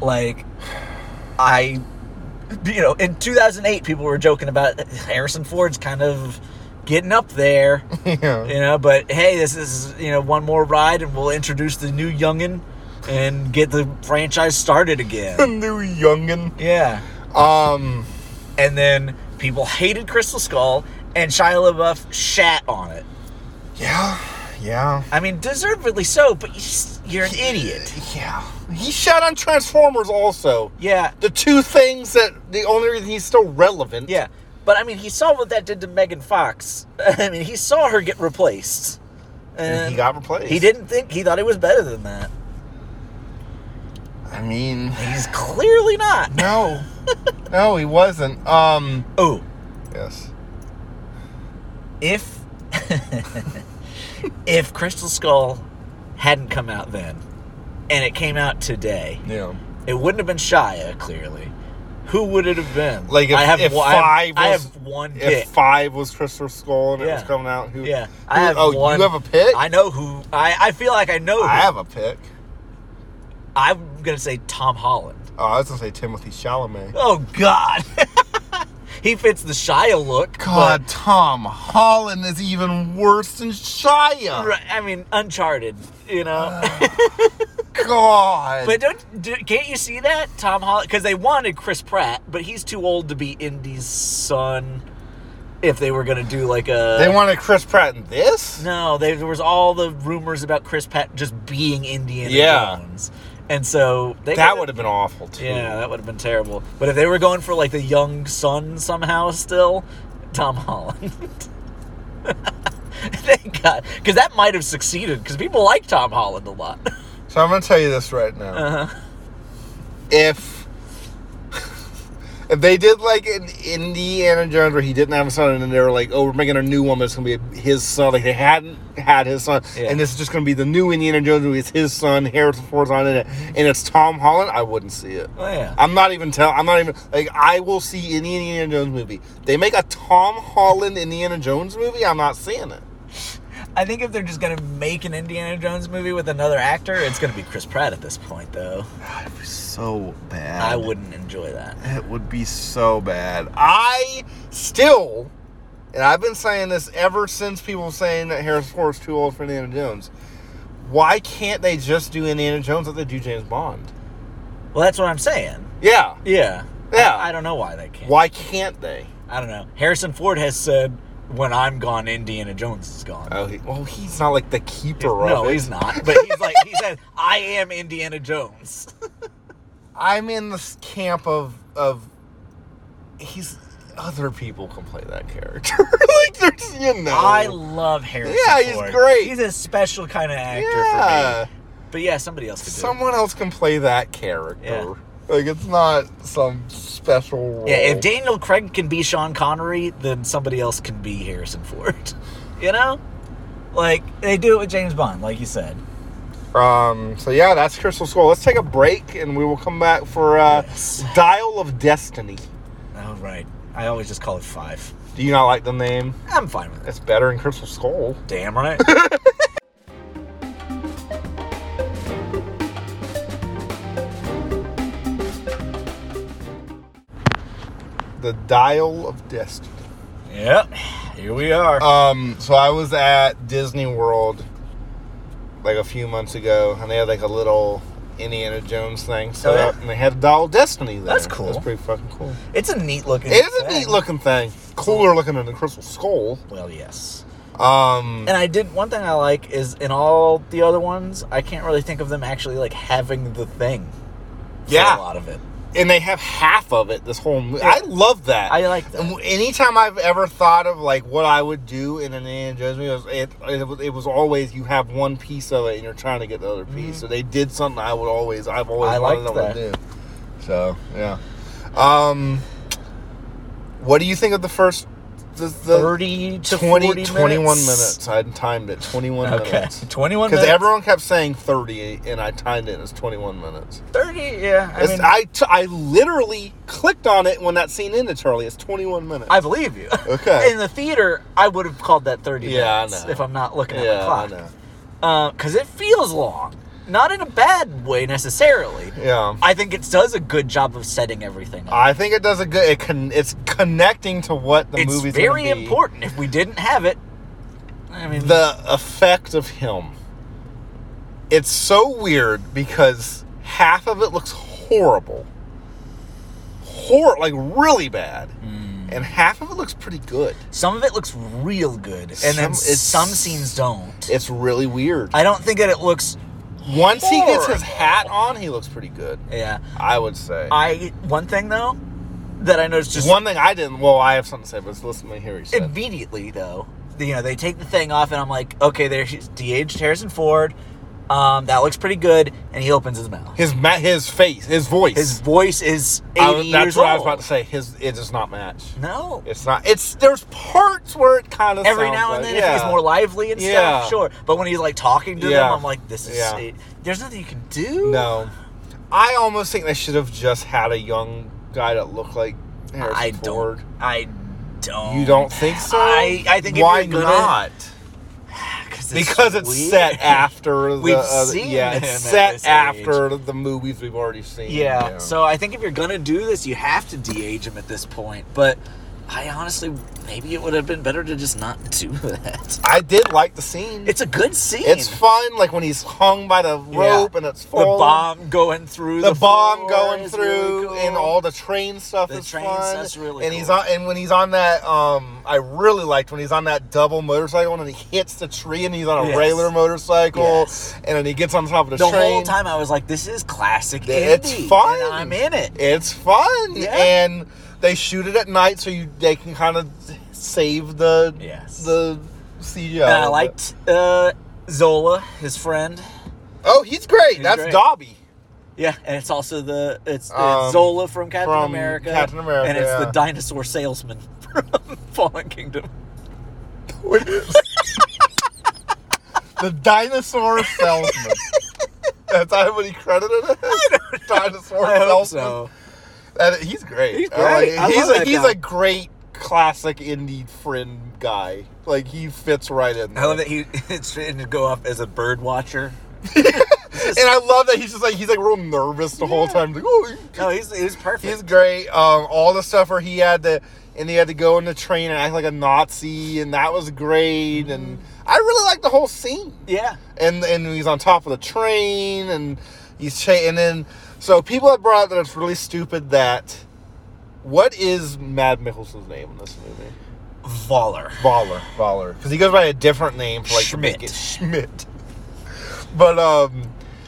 Like, I, you know, in 2008, people were joking about Harrison Ford's kind of getting up there, yeah. you know, but hey, this is, you know, one more ride and we'll introduce the new youngin' and get the franchise started The again. new youngin. yeah. Um And then people hated Crystal Skull and Shia LaBeouf shat on it. Yeah, yeah, I mean, deservedly so, but you just, you're an idiot. yeah. He shot on Transformers also. Yeah. The two things that the only reason he's still relevant. Yeah, but I mean, he saw what that did to Megan Fox. I mean, he saw her get replaced. And he got replaced. He didn't think he thought it was better than that. I mean, He's clearly not. no, no, he wasn't. Um, Oh, yes. if if Crystal Skull hadn't come out then, and it came out today, Yeah. it wouldn't have been Shia. Clearly, who would it have been? Like if, I have if one, five I have, was I have one if pick. five was Crystal Skull and it was Yeah. coming out, who? yeah, who- I have oh, one- you have a pick. I know who. I, I feel like I know. Who. I have a pick. I'm gonna say Tom Holland. Oh, I was gonna say Timothy Chalamet. Oh God. he fits the Shia look. God, Tom Holland is even worse than Shia. but- Right, I mean, Uncharted, you know. God. but don't do, can't you see that Tom Holland? Because they wanted Chris Pratt, but he's too old to be Indy's son. if they were going to do like a. They wanted Chris Pratt in this? No, they, there was all the rumors about Chris Pat just being Indiana Yeah. Jones, and so they That could've- would have been awful too. yeah, that would have been terrible. But if they were going for like the young son somehow, still Tom Holland. Thank God, because that might have succeeded. Because people like Tom Holland a lot. So I'm gonna tell you this right now. Uh-huh. If if they did like an Indiana Jones where he didn't have a son, and then they were like, "Oh, we're making a new one, but it's gonna be his son," like they hadn't had his son, Yeah. and this is just gonna be the new Indiana Jones movie. It's his son, Harrison Ford's on in it, and it's Tom Holland. I wouldn't see it. Oh yeah. I'm not even tell. I'm not even like I will see any Indiana Jones movie. They make a Tom Holland Indiana Jones movie. I'm not seeing it. I think if they're just gonna make an Indiana Jones movie with another actor, it's gonna be Chris Pratt at this point, though. It'd be so bad. I wouldn't enjoy that. It would be so bad. I still, and I've been saying this ever since people were saying that Harrison Ford's too old for Indiana Jones. Why can't they just do Indiana Jones if they do James Bond? Well, that's what I'm saying. Yeah. Yeah. Yeah. I, I don't know why they can't. Why can't they? I don't know. Harrison Ford has said, "When I'm gone, Indiana Jones is gone." Oh, he, well, he's not like the keeper of no, it. he's not. But he's like, he said, "I am Indiana Jones." I'm in this camp of of he's other people can play that character. like there's you know. I love Harrison. Oh. Yeah, he's Ford. great. He's a special kind of actor yeah. for me. But yeah, somebody else could Someone else can play that character. Yeah. Like it's not some special role. do it. Yeah, if Daniel Craig can be Sean Connery, then somebody else can be Harrison Ford. you know, like they do it with James Bond, like you said. um so yeah, that's Crystal Skull. Let's take a break and we will come back for uh Yes. Dial of Destiny. Oh right, I always just call it five. Do you not like the name? I'm fine with it. It's better in Crystal Skull. Damn right. The Dial of Destiny. yep. Here we are. Um, so I was at Disney World like a few months ago, and they had like a little Indiana Jones thing set Oh, yeah? up, and they had Doll Destiny there. That's cool. That's pretty fucking cool. it's a neat looking. It is a thing. neat looking thing. Cooler looking than the Crystal Skull. Well, yes. Um, And I did one thing I like is in all the other ones, I can't really think of them actually like having the thing. for Yeah. a lot of it. and they have half of it. This whole movie. Yeah. I love that. I like that. And Anytime I've ever thought of like what I would do in an Indiana Jones movie, it was, it, it, was- it was always you have one piece of it and you're trying to get the other piece. So they did something I would always, I've always Mm-hmm. I wanted them liked to do. So yeah. Um, what do you think of the first? The, the Thirty to 20, 40 21 minutes. minutes. I timed it. 21 Okay, minutes. twenty-one Because minutes. everyone kept saying 30, and I timed it as 21 minutes. thirty. Yeah, I It's- mean, I, I, t- I literally clicked on it when that scene ended, Charlie. It's 21 minutes. believe you. Okay. In the theater, I would have called that thirty. Yeah, I minutes know. If I'm not looking at yeah, the I clock, know. because it feels long. Not in a bad way necessarily. Yeah. I think it does a good job of setting everything up. I think it does a good. It con, it's connecting to what the it's movie's gonna very be. important. If we didn't have it, I mean, The effect of him. It's so weird because half of it looks horrible, hor like really bad, Mm. and half of it looks pretty good. some of it looks real good, and Some- then it's- some scenes don't. It's really weird. I don't think that it looks. Once he gets his Horrible. hat on, he looks pretty good. Yeah, I would say. I one thing though that I noticed just One thing I didn't. Well, I have something to say, but let's listen to hear you say. it. immediately though. You know, they take the thing off, and I'm like, okay, there's de-aged Harrison Ford. Um, that looks pretty good, and he opens his mouth. His ma- his face, his voice. His voice is 80 I was- that's years what old. I was about to say. His it does not match. No, It's not. It's there's parts where it kind of every now and then if he's more lively and Yeah. stuff, sure. But when he's like talking to Yeah. them, I'm like, this is Yeah. it. there's nothing you can do. no. I almost think they should have just had a young guy that looked like Harrison I Ford. don't. I don't. You don't think so? I, I think if why you're gonna- not? Cause Because it's weird. set after the We've other- seen yeah, him it's at set this after the movies we've already seen. Yeah. So I think if you're gonna do this, you have to de-age him at this point. But I honestly, maybe it would have been better to just not do that. I did like the scene. It's a good scene. It's fun, like when he's hung by the rope and it's the falling. bomb going through the, bomb floor going is through, really cool. and all the train stuff The is train fun. stuff's really and he's cool. on, and when he's on that, um, I really liked when he's on that double motorcycle and he hits the tree, and he's on a Yes. regular motorcycle, Yes. and then he gets on top of the, the train. whole time I was like, "This is classic It's indie, fun. and I'm in it." It's fun, Yeah. and they shoot it at night, so you they can kind of save the Yes. the E CGI. and I of it. liked uh, Zola, his friend. Oh, he's great. He's That's great. Dobby. Yeah, and it's also the it's, it's Um, Zola from Captain from America, Captain America, and it's yeah. the dinosaur salesman from Fallen Kingdom. the dinosaur salesman. That's how many credited it as? Dinosaur I hope salesman. so. That- he's great. He's I like great. it. I he's love a, that he's guy. a great classic indie friend guy. Like he fits right in. I love that he it's trying to go off as a bird watcher. And I love that he's just like he's like real nervous the whole Yeah. time. Like, oh, No, he's he's perfect. he's great. Um, all the stuff where he had to and he had to go in the train and act like a Nazi, and that was great. And I really like the whole scene. yeah, and and he's on top of the train and he's cha- and then so people have brought up that it's really stupid that what is Mad Mickelson's name in this movie? Voller. Baller, Baller, because he goes by a different name for like to make Schmidt. it Schmidt. But um,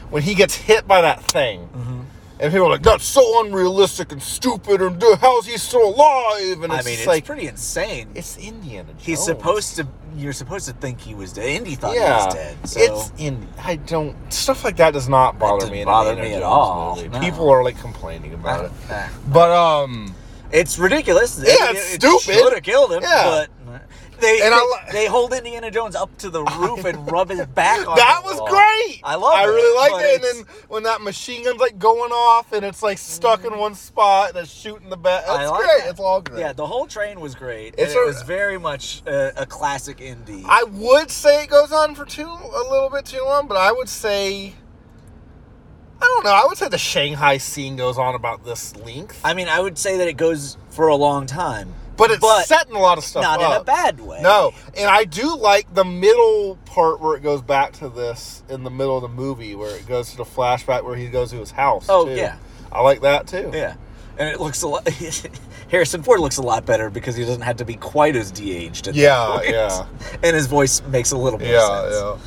when he gets hit by that thing. Mm-hmm. And people are like, that's so unrealistic and stupid, and dude, how's he still alive? And I it's mean, just it's like, Oh. pretty insane. it's Indiana Jones. He's supposed to. You're supposed to think he was dead. Indy thought he was dead. So It's in. I don't. Stuff like that does not bother doesn't me. in an bother Indiana me at Jones all, movie. no. People are like complaining about it, Ah. but um, It's ridiculous. Yeah, it's stupid. Should have killed him. Yeah. But they And they, I li- they hold Indiana Jones up to the roof and rub his back on. that the was wall. great. I love. I it, really but liked it. it's- And then when that machine gun's like going off and it's like stuck in one spot and it's shooting the back. Mm-hmm. I That's like great. that. It's all great. Yeah, the whole train was great. It's and it a- was very much a, a classic indie. I would say it goes on for too a little bit too long, but I would say. I don't know. I would say the Shanghai scene goes on about this length, I mean, I would say that it goes for a long time, but it's but setting a lot of stuff not in a up. bad way. No, and I do like the middle part where it goes back to this in the middle of the movie where it goes to the flashback where he goes to his house. Oh, too. yeah. I like that too. Yeah, and it looks a lot. Harrison Ford looks a lot better because he doesn't have to be quite as de-aged. At that Yeah, point. yeah. And his voice makes a little more yeah, sense.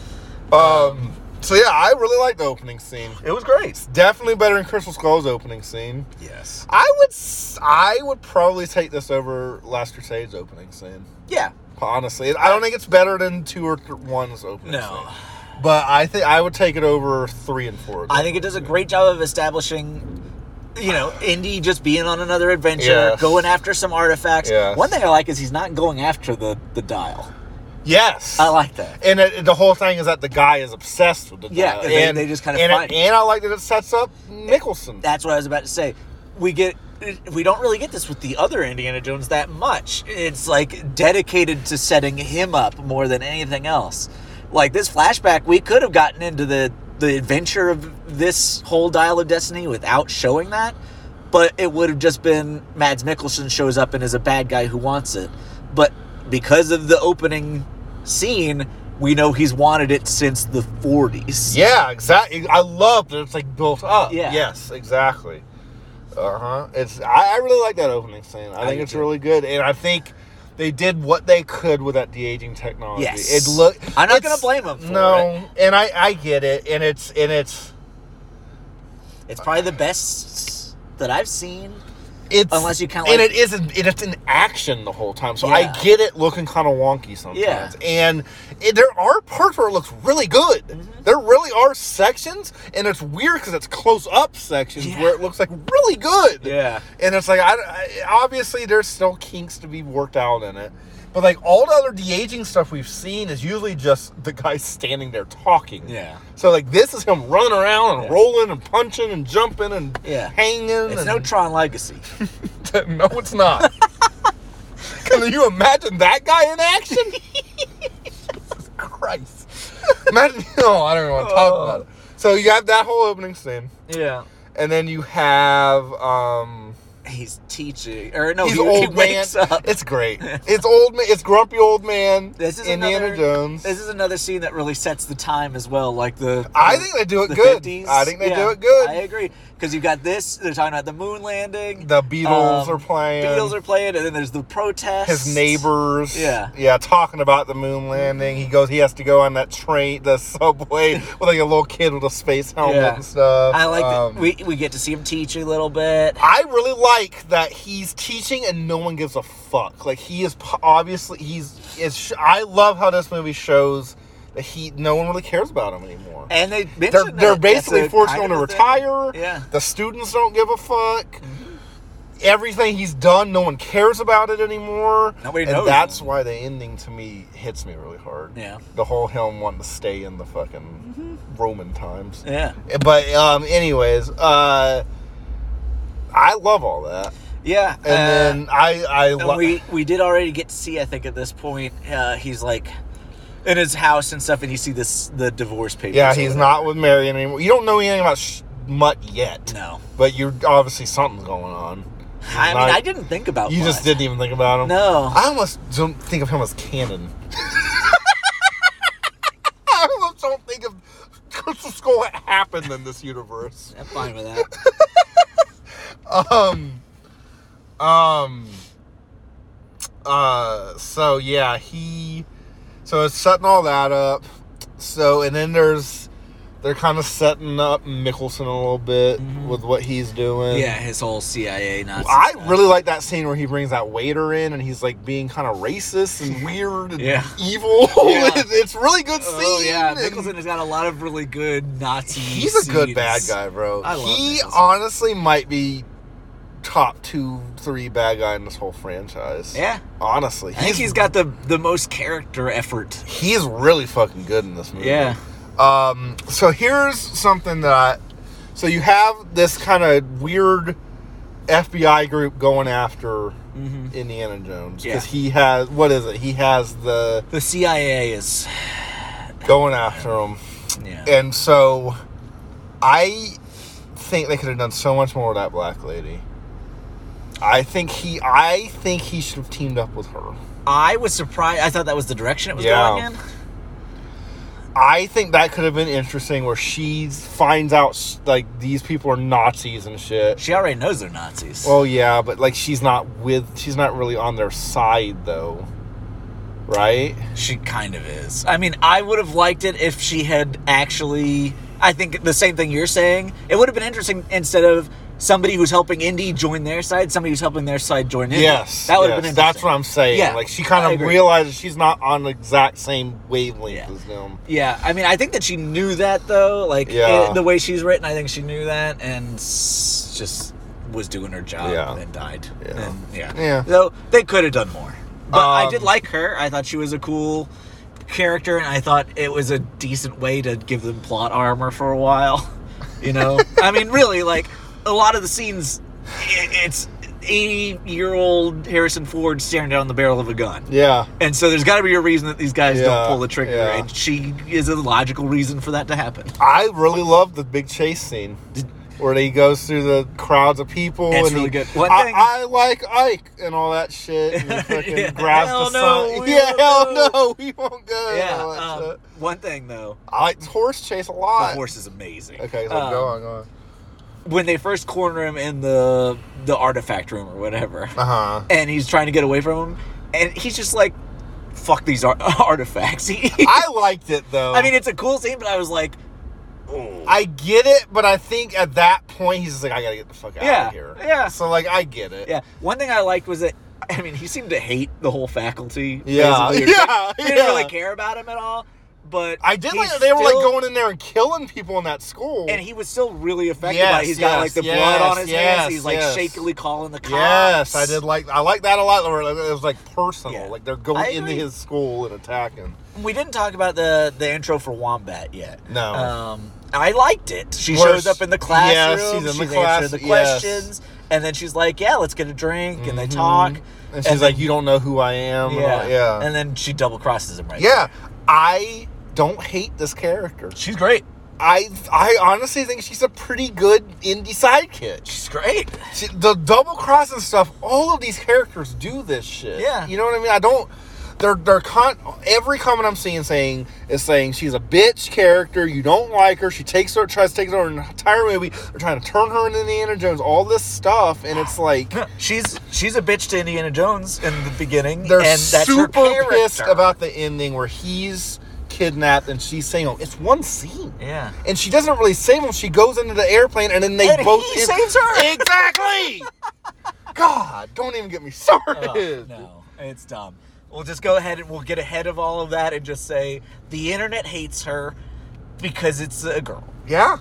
yeah. Um, so yeah, I really like the opening scene. It was great. Definitely better than Crystal Skull's opening scene. Yes. I would, s- I would probably take this over Last Crusade's opening scene. Yeah. Honestly, I don't think it's better than two or th- one's opening. No. scene. but I think I would take it over three and four. I think it does a great job of establishing, you know, Indy just being on another adventure, Yes. going after some artifacts. Yes. One thing I like is he's not going after the, the dial. Yes, I like that. And it, the whole thing is that the guy is obsessed with the Yeah, guy. and they- they just kinda and, fight. and I like that it sets up Nicholson. That's what I was about to say. We get we don't really get this with the other Indiana Jones that much. It's like dedicated to setting him up more than anything else. Like this flashback, we could have gotten into the the adventure of this whole Dial of Destiny without showing that, but it would have just been Mads Mikkelsen shows up and is a bad guy who wants it. But because of the opening scene, we know he's wanted it since the 40s. yeah, exactly. I love that it's like built up. Yeah. Yes, exactly. Uh huh. It's I, I really like that opening scene. I, I think do it's too. really good, and I think they did what they could with that de aging technology. Yes. It look. I'm not it's- gonna blame 'em for no, and I I get it, and it's and it's It's probably the best that I've seen. it's Unless you count, and like- it isn't and it's in action the whole time so Yeah. i get it looking kind of wonky sometimes Yeah. and it, there are parts where it looks really good Mm-hmm. there really are sections and it's weird because it's close up sections Yeah. where it looks like really good Yeah. and it's like I, I- obviously there's still kinks to be worked out in it but like all the other de-aging stuff we've seen is usually just the guy standing there talking Yeah. so like this is him running around and Yeah. rolling and punching and jumping and Yeah. hanging It's and no Tron Legacy. no, it's not. Can you imagine that guy in action? Jesus Christ. Imagine, no, I don't even want to Oh. talk about it. So you have that whole opening scene, yeah. and then you have um, he's teaching or no, He's Oh, he, old he man. wakes up. It's great. It's old man. It's grumpy old man. This is Indiana another, Jones. This is another scene that really sets the time as well. Like the, um, I think they do it the good. 50s. I think they Yeah, do it good. I agree because you've got this. They're talking about the moon landing. the Beatles um, are playing. Beatles are playing, and then there's the protests. his neighbors. Yeah. Yeah, talking about the moon landing. He goes. He has to go on that train, the subway, with like a little kid with a space helmet Yeah. and stuff. I like Um, that. We we get to see him teach a little bit. I really like that he's teaching and no one gives a fuck. Like he is po- obviously he's. It's, I love how this movie shows that he no one really cares about him anymore. And they mention they're that they're it's basically a forcing kind him of to a thing. retire. Yeah. The students don't give a fuck. Everything he's done, no one cares about it anymore. Nobody and knows that's him. why the ending to me hits me really hard. Yeah. Mm-hmm. The whole him wanting to stay in the fucking Roman times. Yeah, But um anyways, uh I love all that. yeah. And then I I Uh, And love we we did already get to see. I think at this point, uh, he's like in his house and stuff, and you see this the divorce papers. Yeah, or he's whatever. not with Marion anymore. You don't know anything about sh- Mutt yet. No, But you're obviously something's going on. I mean Not- I didn't think about. You just Mutt. didn't even think about him. No. I almost don't think of him as canon. I almost don't think of Crystal Skull happened in this universe. I'm fine with that. Um, um, uh, so yeah, he, so it's setting all that up. So, and then there's, they're kind of setting up Mickelson a little bit with what he's doing. yeah, his whole CIA Nazi. I stuff. really like that scene where he brings that waiter in and he's like being kind of racist and weird and Yeah. evil. Yeah. It- it's really good scene. Oh yeah, and Mickelson has got a lot of really good Nazi. He's a good scenes. bad guy, bro. I love he Mickelson. honestly might be top two, three bad guy in this whole franchise. Yeah, Honestly, I think he's got the the most character effort. he's really fucking good in this movie. Yeah. Um, so here's something that I, so you have this kind of weird FBI group going after Indiana Jones Yeah. because he has what is it? He has the The CIA is. going after him, Yeah. and so I think they could have done so much more with that black lady. I think he, I think he should have teamed up with her. I was surprised. I thought that was the direction it was Yeah. going in. I think that could have been interesting, where she finds out like these people are Nazis and shit. She already knows they're Nazis. Well, yeah, but like she's not with, she's not really on their side though, right? She kind of is. I mean, I would have liked it if she had actually. I think the same thing you're saying. It would have been interesting instead of somebody who's helping Indy join their side, somebody who's helping their side join Indy. Yes, that would yes, have been interesting. That's what I'm saying. Yeah, like she I kind of agree. realizes she's not on the exact same wavelength Yeah. as them. Yeah, I mean, I think that she knew that though. Like Yeah. it- the way she's written, I think she knew that and s- just was doing her job Yeah. and died. Yeah. And, yeah. Yeah. So they could have done more, but I did Um, like her. I thought she was a cool character, and I thought it was a decent way to give them plot armor for a while. You know, I mean, really, like a lot of the scenes, i it's eighty-year-old Harrison Ford staring down the barrel of a gun. Yeah, And so there's got to be a reason that these guys Yeah, don't pull the trigger, yeah. and she is a logical reason for that to happen. I really love the big chase scene where he goes through the crowds of people. That's and really he, good. One I, thing- I like Ike and all that shit. And he fucking Yeah. grabs Hell the no, sign. we Yeah, won't hell go. no, we won't go. and yeah. all that Um, shit. one thing though, I like horse chase a the lot. horse is amazing. Okay, so Um, go on, go on. When they first corner him in the the artifact room or whatever, Uh huh. and he's trying to get away from him, and he's just like, "Fuck these ar- artifacts." He- I liked it though. I mean, it's a cool scene, but I was like, "Oh, I get it, but I think at that point he's just like, I gotta get the fuck out Yeah, of here. yeah. So like, I get it. Yeah. One thing I liked was that I mean he seemed to hate the whole faculty. Yeah, basically. yeah, They didn't yeah. really care about him at all. But I did he like that they were like still- going in there and killing people in that school. and he was still really affected by Yes, it. He's got yes, like the blood on yes, his hands. yes, He's like yes. shakily calling the cops. yes, I did like I like that a lot. Where it was like personal, Yeah. like they're I going into agree. his school and attacking. We didn't talk about the the intro for Wombat yet. No. Um, I liked it. She Where shows up in the she- classroom. yes, she's in the she's class- answering the yes. questions, and then she's like, "Yeah, let's get a drink," and they Mhm. talk. And she's like, "You don't know who I am." and all yeah, that. yeah, And then she double crosses him right. yeah. I don't hate this character. She's great. I I honestly think she's a pretty good indie sidekick. She's great. She, the double cross and stuff. All of these characters do this shit. Yeah. you know what I mean. I don't. They're they're con. Every comment I'm seeing saying is saying she's a bitch character. You don't like her. She takes her tries to take her entire movie. They're trying to turn her into Indiana Jones. All this stuff, and it's like. She's she's a bitch to Indiana Jones in the beginning. They're and that's her super character. pissed about the ending where he's kidnapped and she's single. It's one scene. Yeah. And she doesn't really save him. She goes into the airplane and then they And both. he saves her. Exactly! God, don't even get me started. Oh, no, it's dumb. We'll just go ahead and we'll get ahead of all of that and just say the internet hates her because it's a girl. Yeah.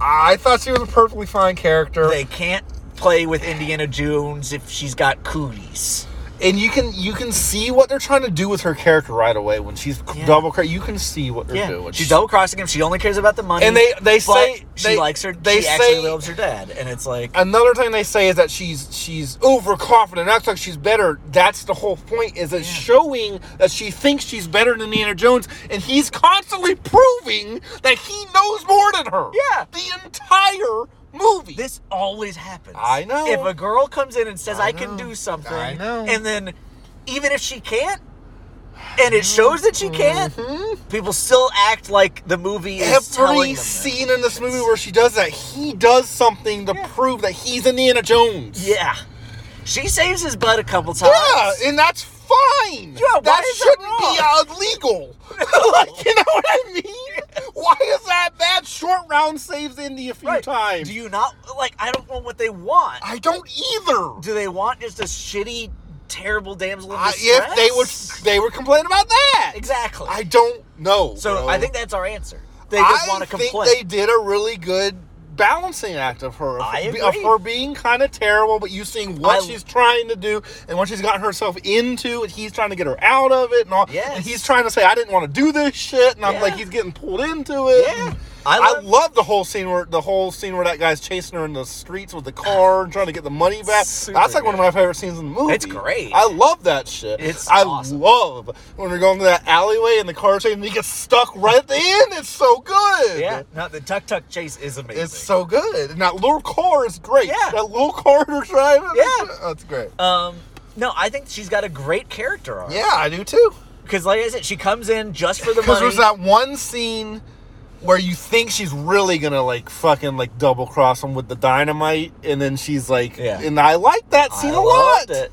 I thought she was a perfectly fine character. They can't play with Indiana Jones if she's got cooties. and you can you can see what they're trying to do with her character right away when she's Yeah. double cra You can see what they're doing. she's double crossing him. She only cares about the money. And they- they but say- she they- likes her. they she actually say- loves her dad, and it's like another thing they say is that she's she's overconfident, acts like she's better. That's the whole point. Is it's showing that she thinks she's better than Indiana Jones, and he's constantly proving that he knows more than her. Yeah. the entire movie. this always happens. I know. If a girl comes in and says, "I, I can know. do something," I know. and then even if she can't, and it shows that she can't, people still act like the movie is telling Mm-hmm. Every them that. scene in this movie where she does that, he does something to prove that he's Indiana Jones. Yeah, she saves his butt a couple times. Yeah, and that's fine. Yeah, why that is that shouldn't be illegal. like, you know what I mean? Why is that bad? Short round saves Indy a few Right. times. Do you not like? I don't know what they want. I don't either. Do they want just a shitty, terrible damsel in I, distress? if they would, they would complain about that. exactly. I don't know. So bro. I think that's our answer. They just I want to think complain. they did a really good balancing act of her of, I her be- agree. of her being kind of terrible but you seeing what I- she's trying to do and what she's gotten herself into and he's trying to get her out of it and all Yes. and he's trying to say i didn't want to do this shit and i'm Yeah. like he's getting pulled into it Yeah. And I, I love- love, the whole scene where the whole scene where that guy's chasing her in the streets with the car and trying to get the money back Super that's like one of good. my favorite scenes in the movie It's great. i love that shit It's i awesome. love when they're going to that alleyway and the car's chasing and he gets stuck right at the end it's so good yeah. No, the tuck tuck chase is amazing. it's so good. And that little car is great. Yeah. That little car they're driving. Yeah. That's great. um, no, I think she's got a great character arc. yeah, I do too. Because like I said, she comes in just for the Because money. there's that one scene where you think she's really gonna like fucking like double cross him with the dynamite, and then she's like, Yeah. and I like that I scene a lot. loved it.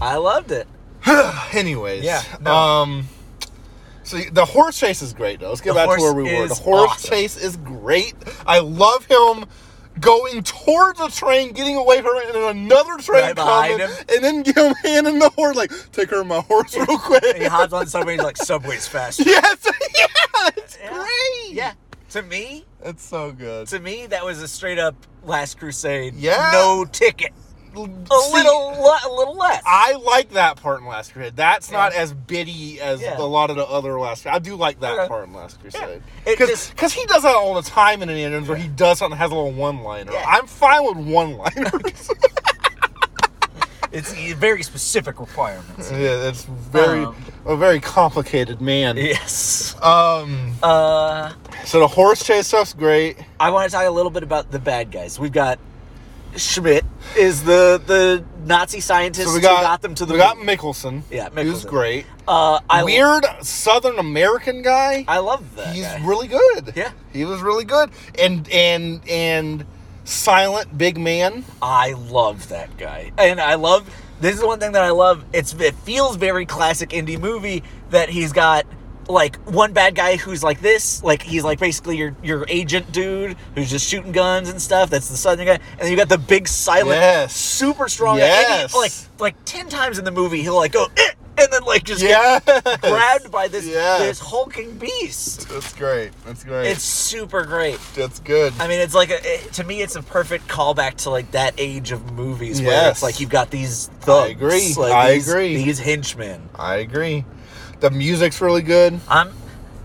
I loved it. Anyways, Yeah, no. Um, so the horse chase is great though. Let's get The back to horse where we were. The is horse awesome. chase is great. I love him going towards the train, getting away from it, and then another train Right behind coming, him. and then give him hand in the horse, like take her my horse real And he quick. hops on subway. He's like, "Subway's fast." yes, yeah, it's Yeah. great. Yeah. To me, it's so good. to me, that was a straight up Last Crusade. Yeah. No ticket. L- A see, little, le- a little less. I like that part in Last Crusade. That's not Yeah. as bitty as Yeah. a lot of the other Last Crusade. I do like that Okay. part in Last Crusade. Yeah. It Because just- he does that all the time in Indiana Jones where he does something that has a little one liner. Yeah. I'm fine with one liners. It's very specific requirements. yeah, it's very Um. a very complicated man. yes. Um Uh. so the horse chase stuff's great. I want to talk a little bit about the bad guys. We've got Schmidt is the the Nazi scientist So we who got, got them to the we got moon. Mickelson. Yeah, Who's Mickelson. great. uh, I Weird Southern American guy. I love that. he's guy. really good. Yeah. he was really good. And and and silent big man. I love that guy, and I love this is one thing that I love. It's it feels very classic indie movie that he's got like one bad guy who's like this, like he's like basically your your agent dude who's just shooting guns and stuff. That's the southern guy, and then you got the big silent, Yes. super strong. guy. And Yes. he, like like ten times in the movie, he'll like go eh, and then like just get Yeah, grabbed by this Yes. this hulking beast. That's great. That's great. It's super great. That's good. I mean, it's like a, it- to me, it's a perfect callback to like that age of movies where Yes. it's like you've got these thugs. I agree. Like, I these, agree. These henchmen. I agree. The music's really good. I'm.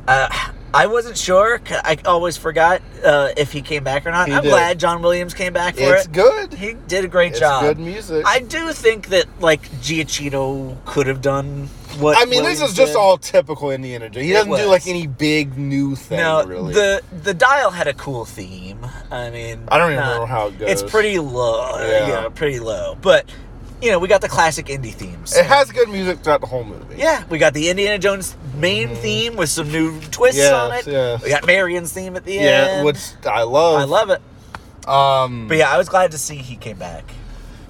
Uh, I wasn't sure. 'cause I always forgot uh, if he came back or not. He I'm did. glad John Williams came back for It's it. good. He did a great It's job. good music. I do think that like Giacchino could have done what. I mean, this Williams is just did. all typical Indiana Jones. He It doesn't was. do like any big new thing, Now really. the the dial had a cool theme. I mean, I don't even not- remember how it goes. It's pretty low. Yeah. Yeah. pretty low. But you know, we got the classic indie themes. It has good music throughout the whole movie. Yeah, we got the Indiana Jones main theme with some new twists Mm-hmm. Yes, on it. yes. We got Marion's theme at the end. yeah, which I love. I love it. Um, But yeah, I was glad to see he came back.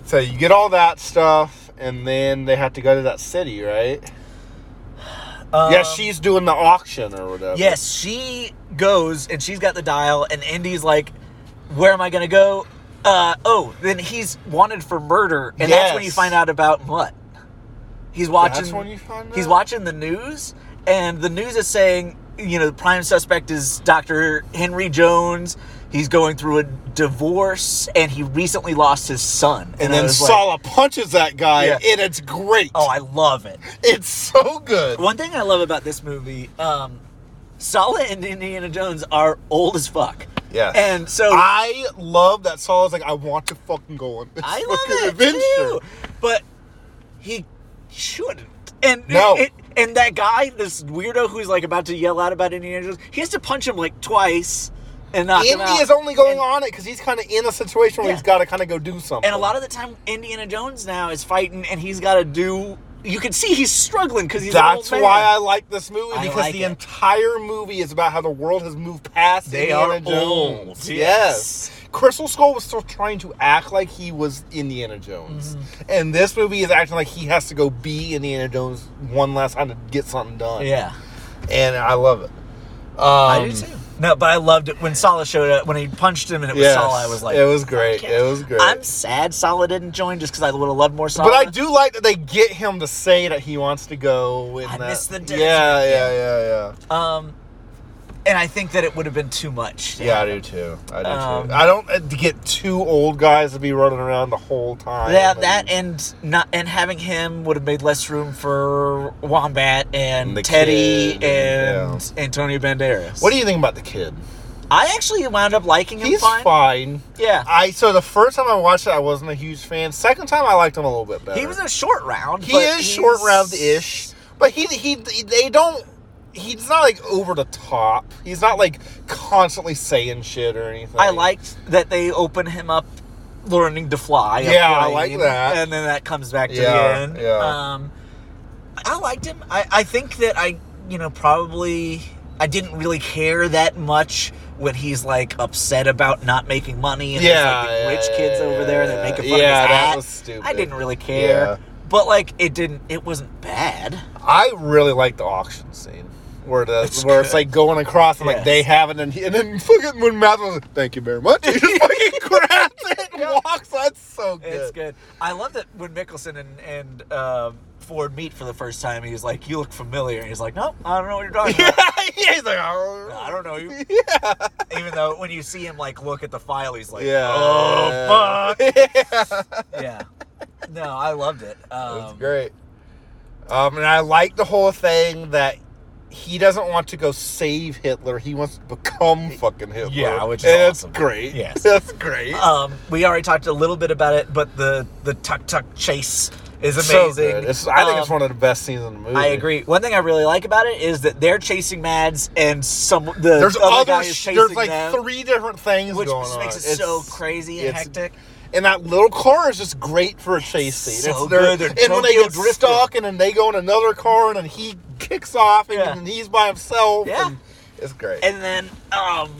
so you get all that stuff, and then they have to go to that city, right? Um, yeah, she's doing the auction or whatever. Yes, she goes and she's got the dial, and Indy's like, "Where am I gonna go?" Uh, oh, then he's wanted for murder, and that's when you Yes. find out about Mutt. He's watching. when you find He's out? watching the news, and the news is saying, you know, the prime suspect is Doctor Henry Jones. He's going through a divorce, and he recently lost his son. And, I then was like, Sala punches that guy, Yeah. and it's great. oh, I love it. it's so good. One thing I love about this movie, um, Sala and Indiana Jones are old as fuck. Yes. Ah, And so I, I love that Sala's like, I want to fucking go on this fucking love it adventure. too. But he shouldn't. And No. it- and that guy, this weirdo who's like about to yell out about Indiana Jones, he has to punch him like twice and knock him Indy out. is only going And- on it because he's kind of in a situation where Yeah. he's got to kind of go do something. And a lot of the time, Indiana Jones now is fighting, and he's got to do. You can see he's struggling because he's. That's an old man. why I like this movie I because like the it. entire movie is about how the world has moved past They Indiana are Jones. old, Yes. yes. Crystal Skull was still trying to act like he was Indiana Jones. Mm-hmm. And this movie is acting like he has to go be Indiana Jones one last time to get something done. Yeah. And I love it. Um, I do too. No, but I loved it when Sala showed up. When he punched him and it was yes. Sala, I was like, it was great. "Fuck yeah." It was great. I'm sad Sala didn't join just because I would have loved more Sala. But I do like that they get him to say that he wants to go. And I that, miss the desert. yeah, yeah, yeah, yeah. Um, and I think that it would have been too much. Yeah, I do too. I do Um, too. I don't uh, get two old guys to be running around the whole time. Yeah, and- that and not and having him would have made less room for Wombat and, And the Teddy kid, and- and Antonio Banderas. What do you think about the kid? I actually wound up liking him. He's fine. fine. Yeah, I so the first time I watched it, I wasn't a huge fan. Second time, I liked him a little bit better. he was in a short round. he but is short he's- round ish, but he, he he they don't. He's not like over the top. He's not like constantly saying shit or anything. I liked that they open him up learning to fly. up Yeah, the I lane, like that. And then that comes back to Yeah, the end. yeah. Um, I liked him. I, I think that I, you know, probably I didn't really care that much when he's like upset about not making money and Yeah, there's like yeah, rich kids yeah, over yeah, there yeah. that make fun Yeah, of his that hat. was stupid. I didn't really care. Yeah. But like it didn't it wasn't bad. I really like the auction scene where the It's where it's good. like going across and like Yes. they have it and he, and then fucking when Matt was like, thank you very much, he just fucking grabs it and walks. That's so good. It's good. I love that when Mickelson and and um Ford meet for the first time, he's like, "You look familiar," and he's like, "Nope, I don't know what you're talking Yeah, about. he's like, "Oh." I don't know you." Yeah. Even though when you see him like look at the file, he's like, Yeah. "Oh fuck." Yeah. yeah. No, I loved it. It Um, was great. Um, and I like the whole thing that he doesn't want to go save Hitler. He wants to become fucking Hitler. Yeah, which is and that's awesome. great. Yes. that's great. Um, we already talked a little bit about it, but the the tuck tuck chase is So amazing. good. It's- I think it's Um, one of the best scenes in the movie. I agree. One thing I really like about it is that they're chasing Mads, and some the There's other guy other. is Sh- chasing there's like them. three different things which going just on. makes it It's- so crazy and it's- hectic. And that little car is just great for a chase scene. so it's their- good. They're And when they Tokyo get drifting. stuck, and then they go in another car, and then he kicks off, and, Yeah. then he's by himself. Yeah. and it's great. And then um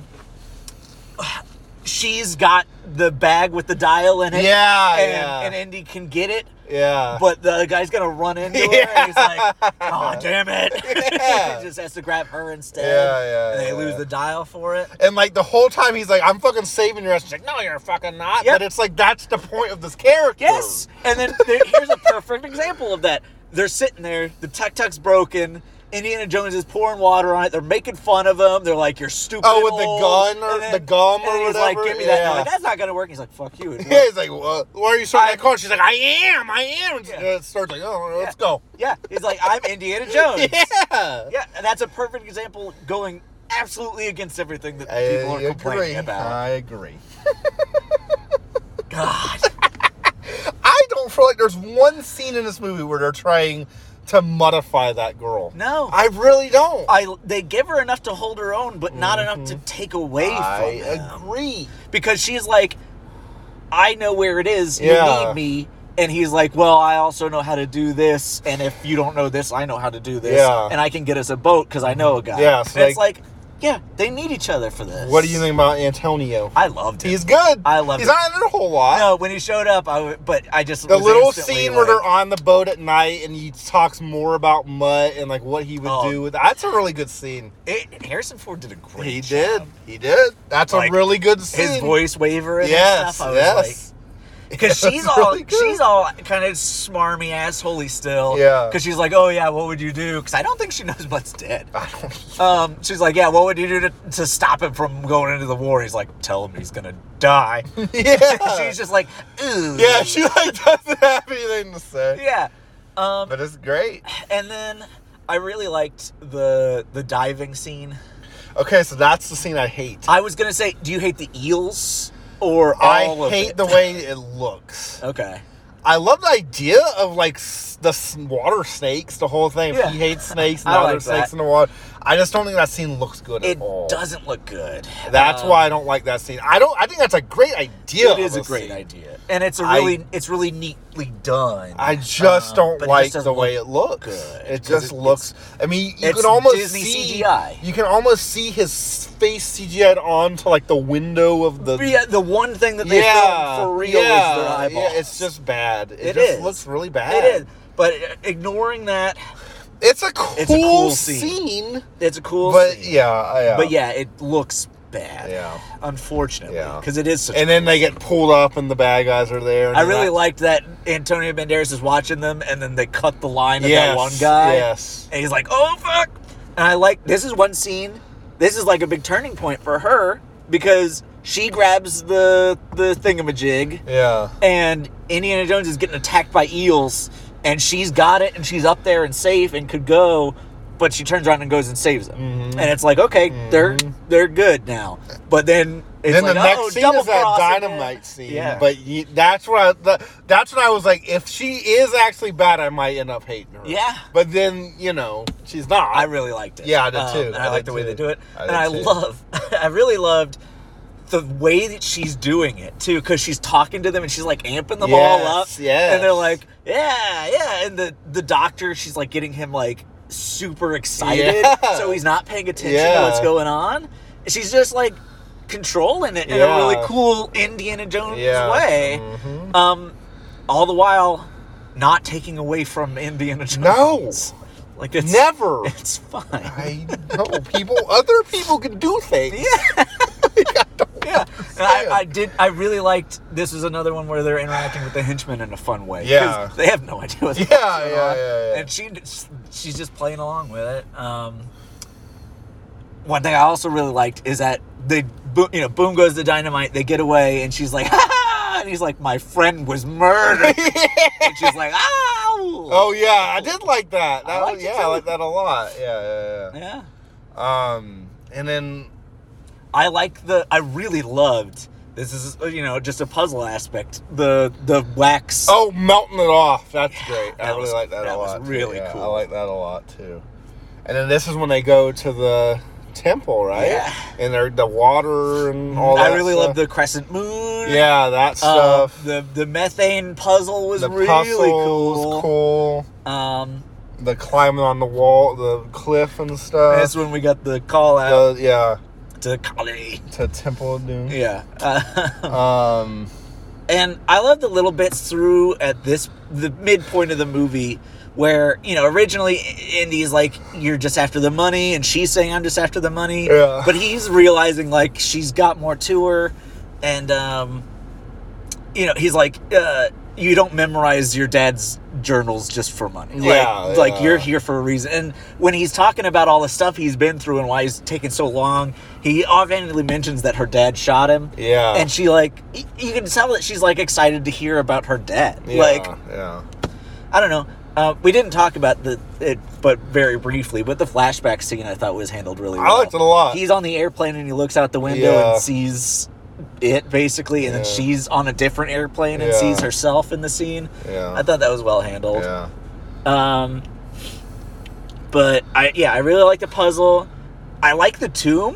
she's got the bag with the dial in it. yeah, And, yeah, and Indy can get it, yeah. but the guy's gonna run into her and he's like, Oh damn it. Yeah. he just has to grab her instead. Yeah, yeah, And they yeah. lose the dial for it. and like the whole time he's like, "I'm fucking saving your ass." She's like, "No, you're fucking not." Yep. But it's like that's the point of this character. Yes. And then there, here's a perfect example of that. They're sitting there, the tuk tuk's broken. Indiana Jones is pouring water on it. They're making fun of him. They're like, "You're stupid." Oh, with and the old." gun or And the gum and then or he's whatever? like, "Give me that." And Yeah. I'm like, That's not gonna work. He's like, "Fuck you." It Yeah, worked. he's like, well, "Why are you starting I- that car?" She's like, "I am, I am." And Yeah. it starts like, "Oh, let's go." Yeah, he's like, I'm Indiana Jones. Yeah. Yeah, and that's a perfect example going absolutely against everything that I people are agree. complaining about. I agree. God, I don't feel like there's one scene in this movie where they're trying to modify that girl. No. I really don't. I they give her enough to hold her own, but not enough to take away Mm-hmm. I from them. agree. because she's like, I know where it is. You Yeah. need me. And he's like, Well, I also know how to do this. And if you don't know this, I know how to do this. Yeah. And I can get us a boat because I know a guy. Yeah, so and it's like- like, yeah, they need each other for this. What do you think about Antonio? I loved him. He's good. I love He's it. not in it a whole lot. no, when he showed up, I w- but I just The was little instantly scene where like, they're on the boat at night and he talks more about Mutt and like what he would Oh. do. With, that's a really good scene. it, Harrison Ford did a great. He job. did. He did. That's Like, a really good scene. His voice wavering. and Yes. stuff. I was like, yes. because Yeah, she's that's all really good. she's all kind of smarmy assholey still. Yeah. Because she's like, oh yeah, what would you do? Because I don't think she knows Mutt's dead. I don't. Um, she's like, yeah, what would you do to, to stop him from going into the war? He's like, tell him he's gonna die. Yeah. she's just like, ooh. yeah. She like doesn't have anything to say. yeah. Um, But it's great. and then I really liked the the diving scene. Okay, so that's the scene I hate. I was gonna say, do you hate the eels or I all of hate it? the way it looks. Okay. I love the idea of like s- the s- water snakes, the whole thing. Yeah. He hates snakes and I other like snakes that. in the water. I just don't think that scene looks good It at all. doesn't look good. That's Um, why I don't like that scene. I don't. I think that's a great idea. it is of a great scene. idea, and it's a I- really it's really neatly done. I just Um, don't but it like just the doesn't way look it looks. good, It 'cause just it- looks. I mean, you it's can almost Disney see CGI. You can almost see his face CGI'd onto like the window of the. yeah, the one thing that they filmed for real is their yeah, eyeballs. yeah, It's just bad. It, It just is. looks really bad. it is. But ignoring that, It's a cool, It's a cool scene, scene. it's a cool. but scene. yeah, uh, yeah, but yeah, it looks bad. Yeah. unfortunately, Yeah. because it is. Such And then they get pulled up, and the bad guys are there. and I really that- liked that Antonio Banderas is watching them, and then they cut the line of that Yes, one guy. Yes. And he's like, oh, fuck. And I like, this is one scene. This is like a big turning point for her because she grabs the, the thingamajig Yeah. and Indiana Jones is getting attacked by eels and she's got it and she's up there and safe and could go, but she turns around and goes and saves him. Mm-hmm. And it's like, okay, they're, they're good now. But then it's then like, oh, the "Uh-oh, next scene is that double-cross again." dynamite scene. Yeah. But ye that's what I, the, that's when I was like, if she is actually bad, I might end up hating her. Yeah. But then you know she's not. I really liked it. Um, Yeah, I did too. and I I, did like the way they too. do it. I and did I too. love, I really loved the way that she's doing it too, because she's talking to them and she's like amping them all up. Yes, yes. And they're like, yeah, yeah. And the, the doctor, she's like getting him like super excited. Yeah. So he's not paying attention Yeah. to what's going on. She's just like controlling it in Yeah. a really cool Indiana Jones Yeah. way. Mhm. Um, all the while not taking away from Indiana No. Jones. Like it's never. it's fine. I know people. Other people can do things. Yeah, and I, I did. I really liked. This is another one where they're interacting with the henchmen in a fun way. 'cause Yeah. they have no idea what's Yeah, going on. yeah, yeah, yeah. And she, she's just playing along with it. Um, one thing I also really liked is that they, bo- you know, boom goes the dynamite. They get away, and she's like, ha ha! and he's like, my friend was murdered. and she's like, ow. Oh yeah, I did like that. that liked it yeah, I too. like that a lot. Yeah, yeah, yeah. yeah. Um, and then I like the. I really loved. This is you know just a puzzle aspect. The the wax. oh, melting it off. That's great. I that really was- like that, that a was lot. too. really Yeah, I cool. like that a lot too. And then this is when they go to the temple, right? Yeah. And they're the water and all that. I really stuff. love the crescent moon. yeah that Uh, stuff. the the methane puzzle was the really puzzle was cool. cool. Um, The climbing on the wall, the cliff and stuff. that's when we got the call out The- yeah, to Kali. to Temple of Doom. Yeah, uh, Um, and I love the little bits through at this the midpoint of the movie where you know originally Indy's like you're just after the money, and she's saying I'm just after the money. Yeah. But he's realizing like she's got more to her, and um, you know he's like uh, you don't memorize your dad's journals just for money. Like, Yeah, like yeah. you're here for a reason. And when he's talking about all the stuff he's been through and why he's taking so long, he offhandedly mentions that her dad shot him. Yeah. And she like y- you can tell that she's like excited to hear about her dad. yeah, Like yeah. I don't know. Uh, we didn't talk about the it, but very briefly. But the flashback scene I thought was handled really I well. liked it a lot. He's on the airplane and he looks out the window Yeah. and sees it basically, and then Yeah. she's on a different airplane and Yeah. sees herself in the scene. Yeah. I thought that was well handled. yeah. Um, but I yeah, I really like the puzzle. I like the tomb.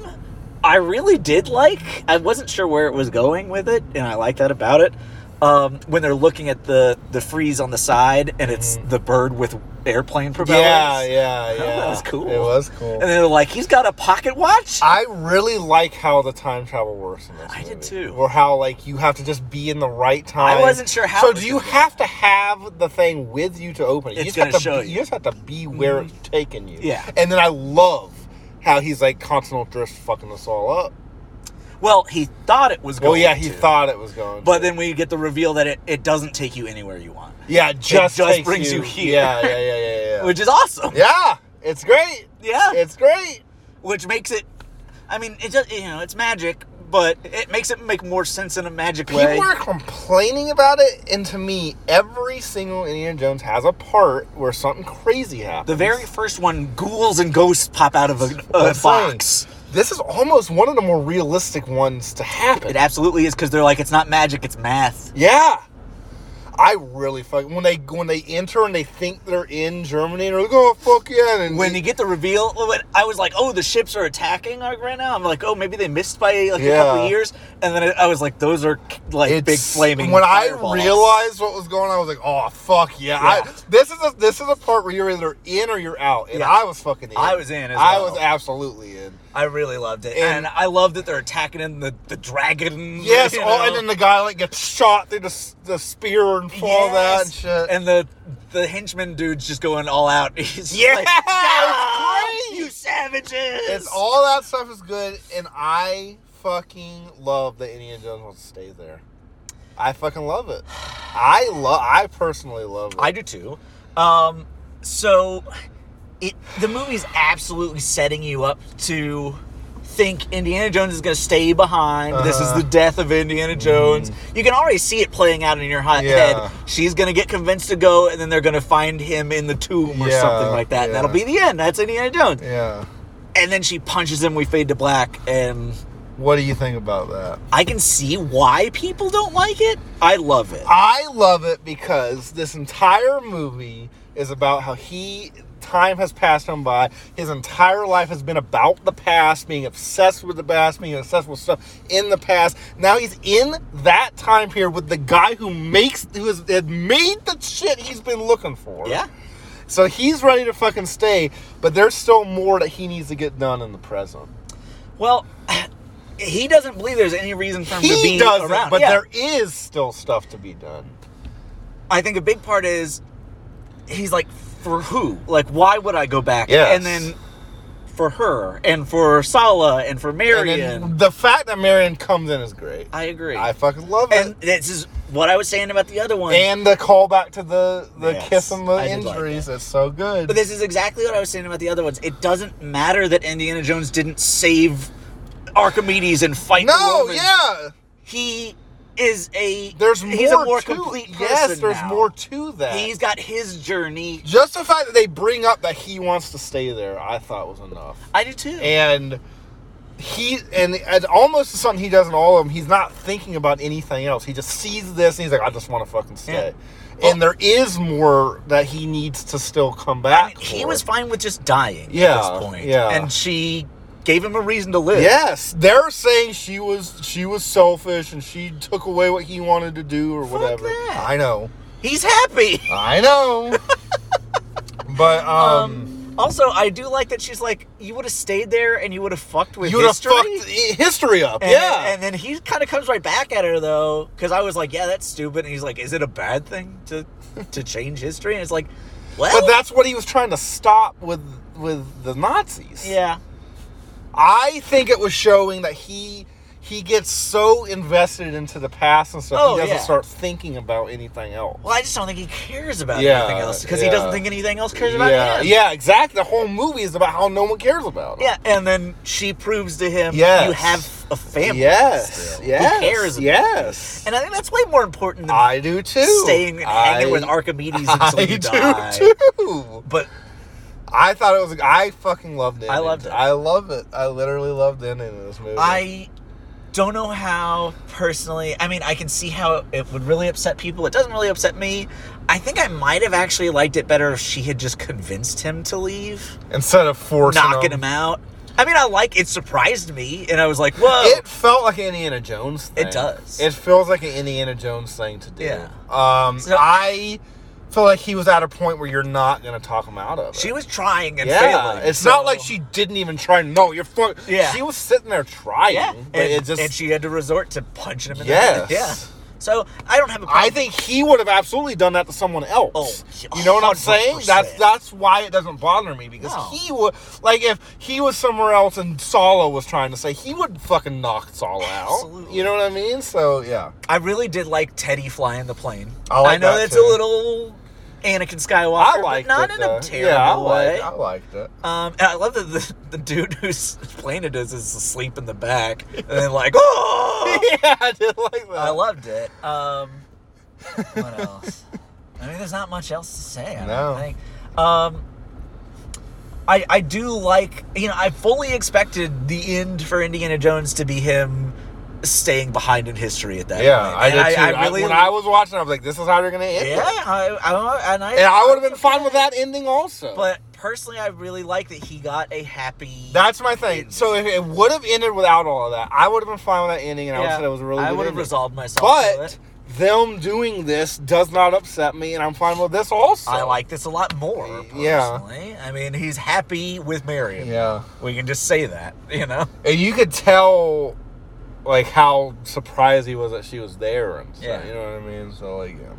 I really did like. I wasn't sure where it was going with it, and I like that about it. Um, when they're looking at the the freeze on the side, and it's the bird with airplane propellers. Mm. Yeah, yeah, yeah. that was cool. It was cool. And they're like, he's got a pocket watch. I really like how the time travel works in this. I did movie. too. Or how like you have to just be in the right time. I wasn't sure how So it was do you gonna have to have the thing with you to open it? It's you just gonna have to show be, you. Mm-hmm. you. just have to be where it's taking you. Yeah. And then I love how he's like continental drift fucking us all up. well, he thought it was going. Well, yeah, he to. thought it was going. But to. then we get the reveal that it, it doesn't take you anywhere you want, yeah, it just just takes brings you here. Yeah, yeah, yeah, yeah, yeah. which is awesome. yeah, it's great. Yeah. It's great. which makes it i mean it just you know it's magic but it makes it make more sense in a magic way People are complaining about it, and to me, every single Indiana Jones has a part where something crazy happens. the very first one ghouls and ghosts pop out of a, a That's fine. box This is almost one of the more realistic ones to happen. it absolutely is because they're like it's not magic it's math yeah. I really fuck when they when they enter and they think they're in Germany and they're like, oh fuck yeah. And when you get the reveal when i was like oh the ships are attacking like, right now i'm like oh maybe they missed by like a couple Yeah. years and then I- i was like those are like It's- big flaming When fireballs. I realized what was going on, I was like, "Oh fuck yeah!" Yeah. I, this is a, this is a part where you're either in or you're out, and Yeah. I was fucking in. I was in as I well. was absolutely in. i really loved it and, And- i love that they're attacking in the, the dragon Yes, you all, and know? then the guy like gets shot through the, s- the spear and all that and Yes. shit. And the the henchman dude's just going all out. He's just Yeah, like, it's "Ah, great!" you savages. it's all that stuff is good, and I fucking love that Indiana Jones wants to stay there. I fucking love it. I love. I personally love it. I do too. Um, so it the movie's absolutely setting you up to think Indiana Jones is going to stay behind. This is Uh-huh. Mm. the death of Indiana Jones. You can already see it playing out in your hi- Yeah. head. She's going to get convinced to go, and then they're going to find him in the tomb or Yeah, something like that. yeah. And that'll be the end. That's Indiana Jones. yeah. And then she punches him. We fade to black, and What do you think about that? I can see why people don't like it. I love it. I love it because this entire movie is about how he time has passed him by. His entire life has been about the past, being obsessed with the past, being obsessed with stuff in the past. Now he's in that time period with the guy who makes who has had made the shit he's been looking for. Yeah. So he's ready to fucking stay, but there's still more that he needs to get done in the present. Well, he doesn't believe there's any reason for him to He be does around. it, but Yeah. there is still stuff to be done. I think a big part is he's like, for who? Like, why would I go back? Yes. And then for her, and for Sala, and for And Marion. then the fact that Marion comes in is great. I agree. I fucking love and it. this is what I was saying about the other one. And the callback to the the Yes, kiss and the I did like injuries is so good. But this is exactly what I was saying about the other ones. It doesn't matter that Indiana Jones didn't save Archimedes and fight the no, Romans. yeah. he is a There's more. he's a more to, complete person Yes, there's now. more to that. he's got his journey just the fact that they bring up that he wants to stay there, I thought was enough. i do too And he and it's almost something he does in all of them. He's not thinking about anything else. He just sees this and he's like, I just want to fucking stay. and there is more that he needs to still come I back. mean, he for. was fine with just dying Yeah, at this point yeah. and she gave him a reason to live Yes, they're saying she was she was selfish and she took away what he wanted to do or whatever. that. I know, he's happy I know. but um, also i do like that she's like you would have stayed there and you would have fucked with you would have history fucked i- history up. and, yeah, and then he kind of comes right back at her though because i was like yeah that's stupid and he's like is it a bad thing to to change history and it's like well but that's what he was trying to stop with with the Nazis. yeah I think it was showing that he he gets so invested into the past and stuff, Oh, he doesn't yeah. start thinking about anything else. Well, I just don't think he cares about Yeah, anything else because yeah. he doesn't think anything else cares about Yeah, him. yeah, exactly. The whole movie is about how no one cares about him. Yeah, and then she proves to him Yes. you have a family. Yes, yes, Who cares? Yes, And I think that's way more important than I do too. staying and hanging I- with Archimedes until I you die. do too. But I thought it was. I fucking loved it. I loved it. I love it. I literally loved the ending of this movie. I don't know how personally. I mean, I can see how it would really upset people. It doesn't really upset me. I think I might have actually liked it better if she had just convinced him to leave, instead of forcing knocking him him out. I mean, I like it surprised me, and I was like, "Whoa!" It felt like an Indiana Jones. Thing. It does. It feels like an Indiana Jones thing to do. Yeah. Um, So- I feel like he was at a point where you're not gonna talk him out of it. she was trying and yeah, failing. it's so- not like she didn't even try. No, you're fuck. Yeah. she was sitting there trying. Yeah, but and, it just. and she had to resort to punching him in Yes. the head. Yeah. So I don't have a problem. I think he would have absolutely done that to someone else. Oh, you know what I'm saying? That's 100%. that's why it doesn't bother me because No. he would like if he was somewhere else and Solo was trying to say he would fucking knock Solo out. Absolutely. You know what I mean? So yeah. I really did like Teddy flying the plane. I like know that, that's too. a little Anakin Skywalker, I like liked but not it. in though. a terrible yeah, I way. Liked, I liked it. Um, and I love that the, the dude who's playing it is is asleep in the back, and then like, oh, yeah, I did like that. I loved it. Um, what else? I mean, there's not much else to say. I No. don't think. Um, I I do like you know I fully expected the end for Indiana Jones to be him staying behind in history at that Yeah, point. I did And too. I- when I was watching, I was like, "This is how they're gonna end." it. yeah, I, I, and I and I would have been fine with that ending also. But personally, I really like that he got a happy. that's my thing. So if it would have ended without all of that, I would have been fine with that ending, and I would have said it was a really. I good would have ending. resolved myself. to But it. them doing this does not upset me, and I'm fine with this also. I like this a lot more. Personally. Yeah. I mean, he's happy with Marion. Yeah, We can just say that, you know? and you could tell, like how surprised he was that she was there, and stuff, Yeah. you know what I mean. So like, yeah.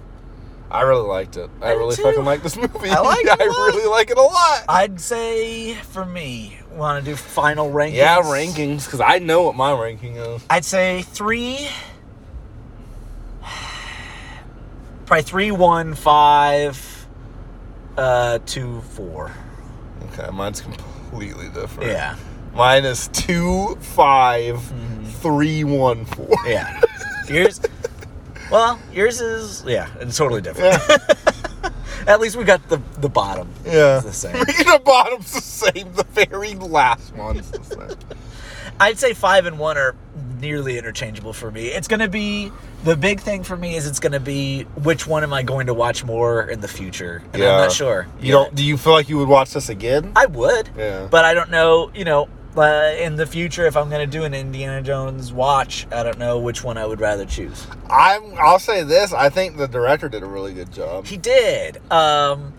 I really liked it. I, I did really too. fucking like this movie. I like it I a lot. really like it a lot. I'd say for me, want to do final rankings? yeah, rankings because I know what my ranking is. I'd say three. Probably three, one, five, uh, two, four. Okay, mine's completely different. Yeah. Mm-hmm. mine is two five three one four. Yeah. Yours. Well, yours is yeah, it's totally different. At least we got the the bottom. Yeah. It's the same. the bottom's the same. The very last one's the same. I'd say five and one are nearly interchangeable for me. It's gonna be the big thing for me is it's gonna be which one am I going to watch more in the future? And I'm not sure. You don't? Do you feel like you would watch this again? I would. Yeah. But I don't know. You know. Uh, in the future, if I'm going to do an Indiana Jones watch, I don't know which one I would rather choose. I'm. I'll say this. I think the director did a really good job. He did. Um,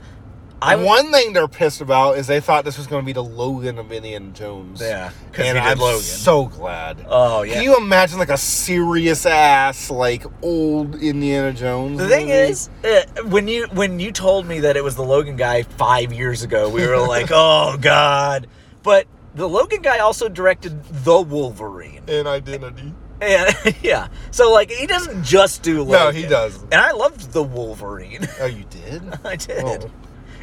I One thing they're pissed about is they thought this was going to be the Logan of Indiana Jones. Yeah, 'cause and he did I'm Logan. so glad. Oh, yeah. Can you imagine like a serious ass like old Indiana Jones? The thing movie? is, uh, when you when you told me that it was the Logan guy five years ago, we were like, "Oh God!" But the Logan guy also directed the Wolverine, in identity. and yeah, so like he doesn't just do Logan. No, he doesn't. And I loved the Wolverine. Oh, you did? I did. Oh.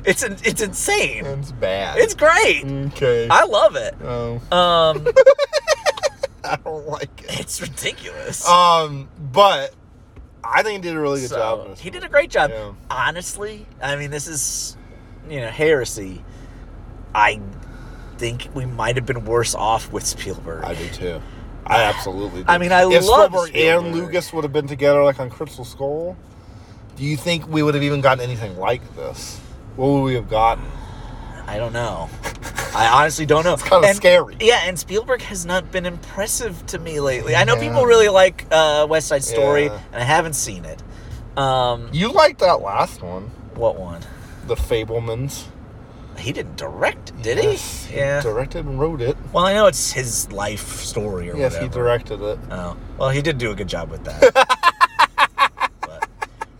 It's in, it's insane. It's bad. It's great. okay. I love it. oh, Um, I don't like it. it's ridiculous. Um, but I think he did a really good So, job. in this he did a movie. great job. Yeah. Honestly, I mean, this is, you know, heresy. I think we might have been worse off with Spielberg. I do too. I absolutely. Do. I mean, I if love Spielberg, and Spielberg. Lucas would have been together like on Crystal Skull. Do you think we would have even gotten anything like this? What would we have gotten? I don't know. I honestly don't know. It's kinda scary. Yeah, and Spielberg has not been impressive to me lately. I know Yeah. people really like uh, West Side Story, Yeah. and I haven't seen it. Um, You liked that last one, what one? The Fablemans. He didn't direct, it, did Yes, he? Yeah. directed and wrote it. well, I know it's his life story or Yes, whatever. he directed it. Oh, well, he did do a good job with that. but,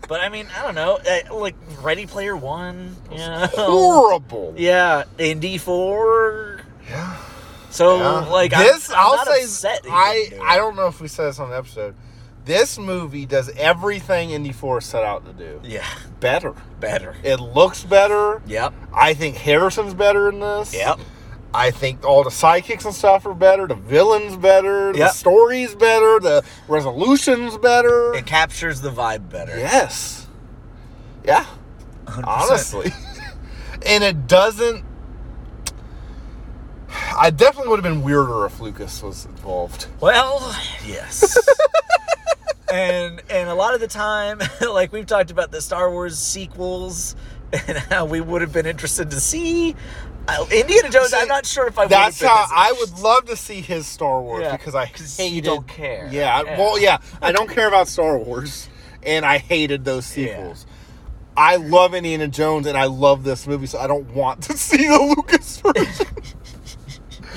but I mean, I don't know, uh, like Ready Player One, you know? Horrible. yeah, Indy Four. Yeah. So Yeah. like this, I'm, I'm will not say upset that he I didn't do it. I don't know if we said this on the episode. This movie does everything Indy Four set out to do yeah better. better. It looks better. Yep. I think Harrison's better in this. Yep. I think all the sidekicks and stuff are better. The villain's better. The Yep. story's better. The resolution's better. It captures the vibe better. yes. Yeah. 100%. Honestly. and it doesn't. I definitely would have been weirder if Lucas was involved. Well, yes. and and a lot of the time, like we've talked about the Star Wars sequels and how we would have been interested to see I, Indiana Jones. See, I'm not sure if I. That's would how have been I would love to see his Star Wars Yeah, because I 'cause you hated. don't care. Yeah, I- Yeah. Well, yeah. I don't care about Star Wars, and I hated those Yeah. sequels. I love Indiana Jones, and I love this movie, so I don't want to see the Lucas version. as-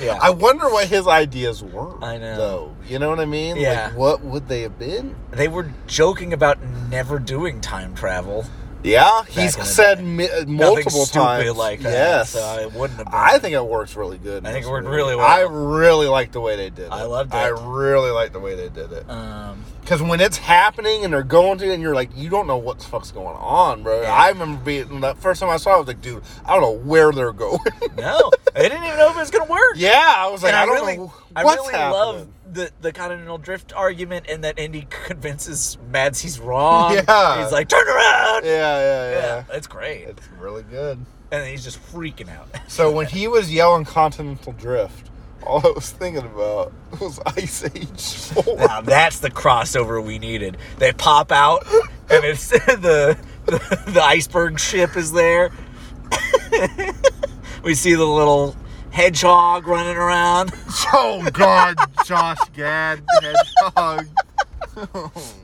yeah. I wonder what his ideas were. I know. Though. You know what I mean? Yeah. Like, what would they have been? they were joking about never doing time travel. Yeah, he's in the said day. mi- Nothing multiple stupid times. like that. Yes. So it wouldn't have been. I think it works really good. in I think this it worked movie. really well. I really like the way they did it. I loved I it. really like the way they did it. Um, Because when it's happening and they're going to it and you're like, you don't know what the fuck's going on, bro. Yeah. I remember being, the first time I saw it, I was like, dude, I don't know where they're going. no, I didn't even know if it was gonna work. yeah, I was like, and I, I, don't really, know I what's really happening. love the the continental drift argument, and that Indy convinces Mads he's wrong. Yeah. he's like, turn around. Yeah, yeah, yeah. Yeah, it's great, and It's really good. then he's just freaking out. So when he was yelling Continental Drift, all I was thinking about was Ice Age 4. Now that's the crossover we needed. They pop out, and it's the the, the iceberg ship is there. we see the little hedgehog running around. Oh, God, Josh Gad, Hedgehog.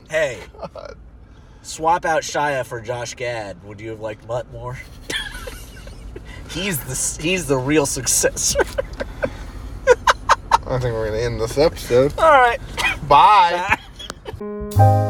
Hey, swap out Shia for Josh Gad. Would you have liked Mutt more? he's the he's the real successor. I think we're going to end this episode. All right. Bye.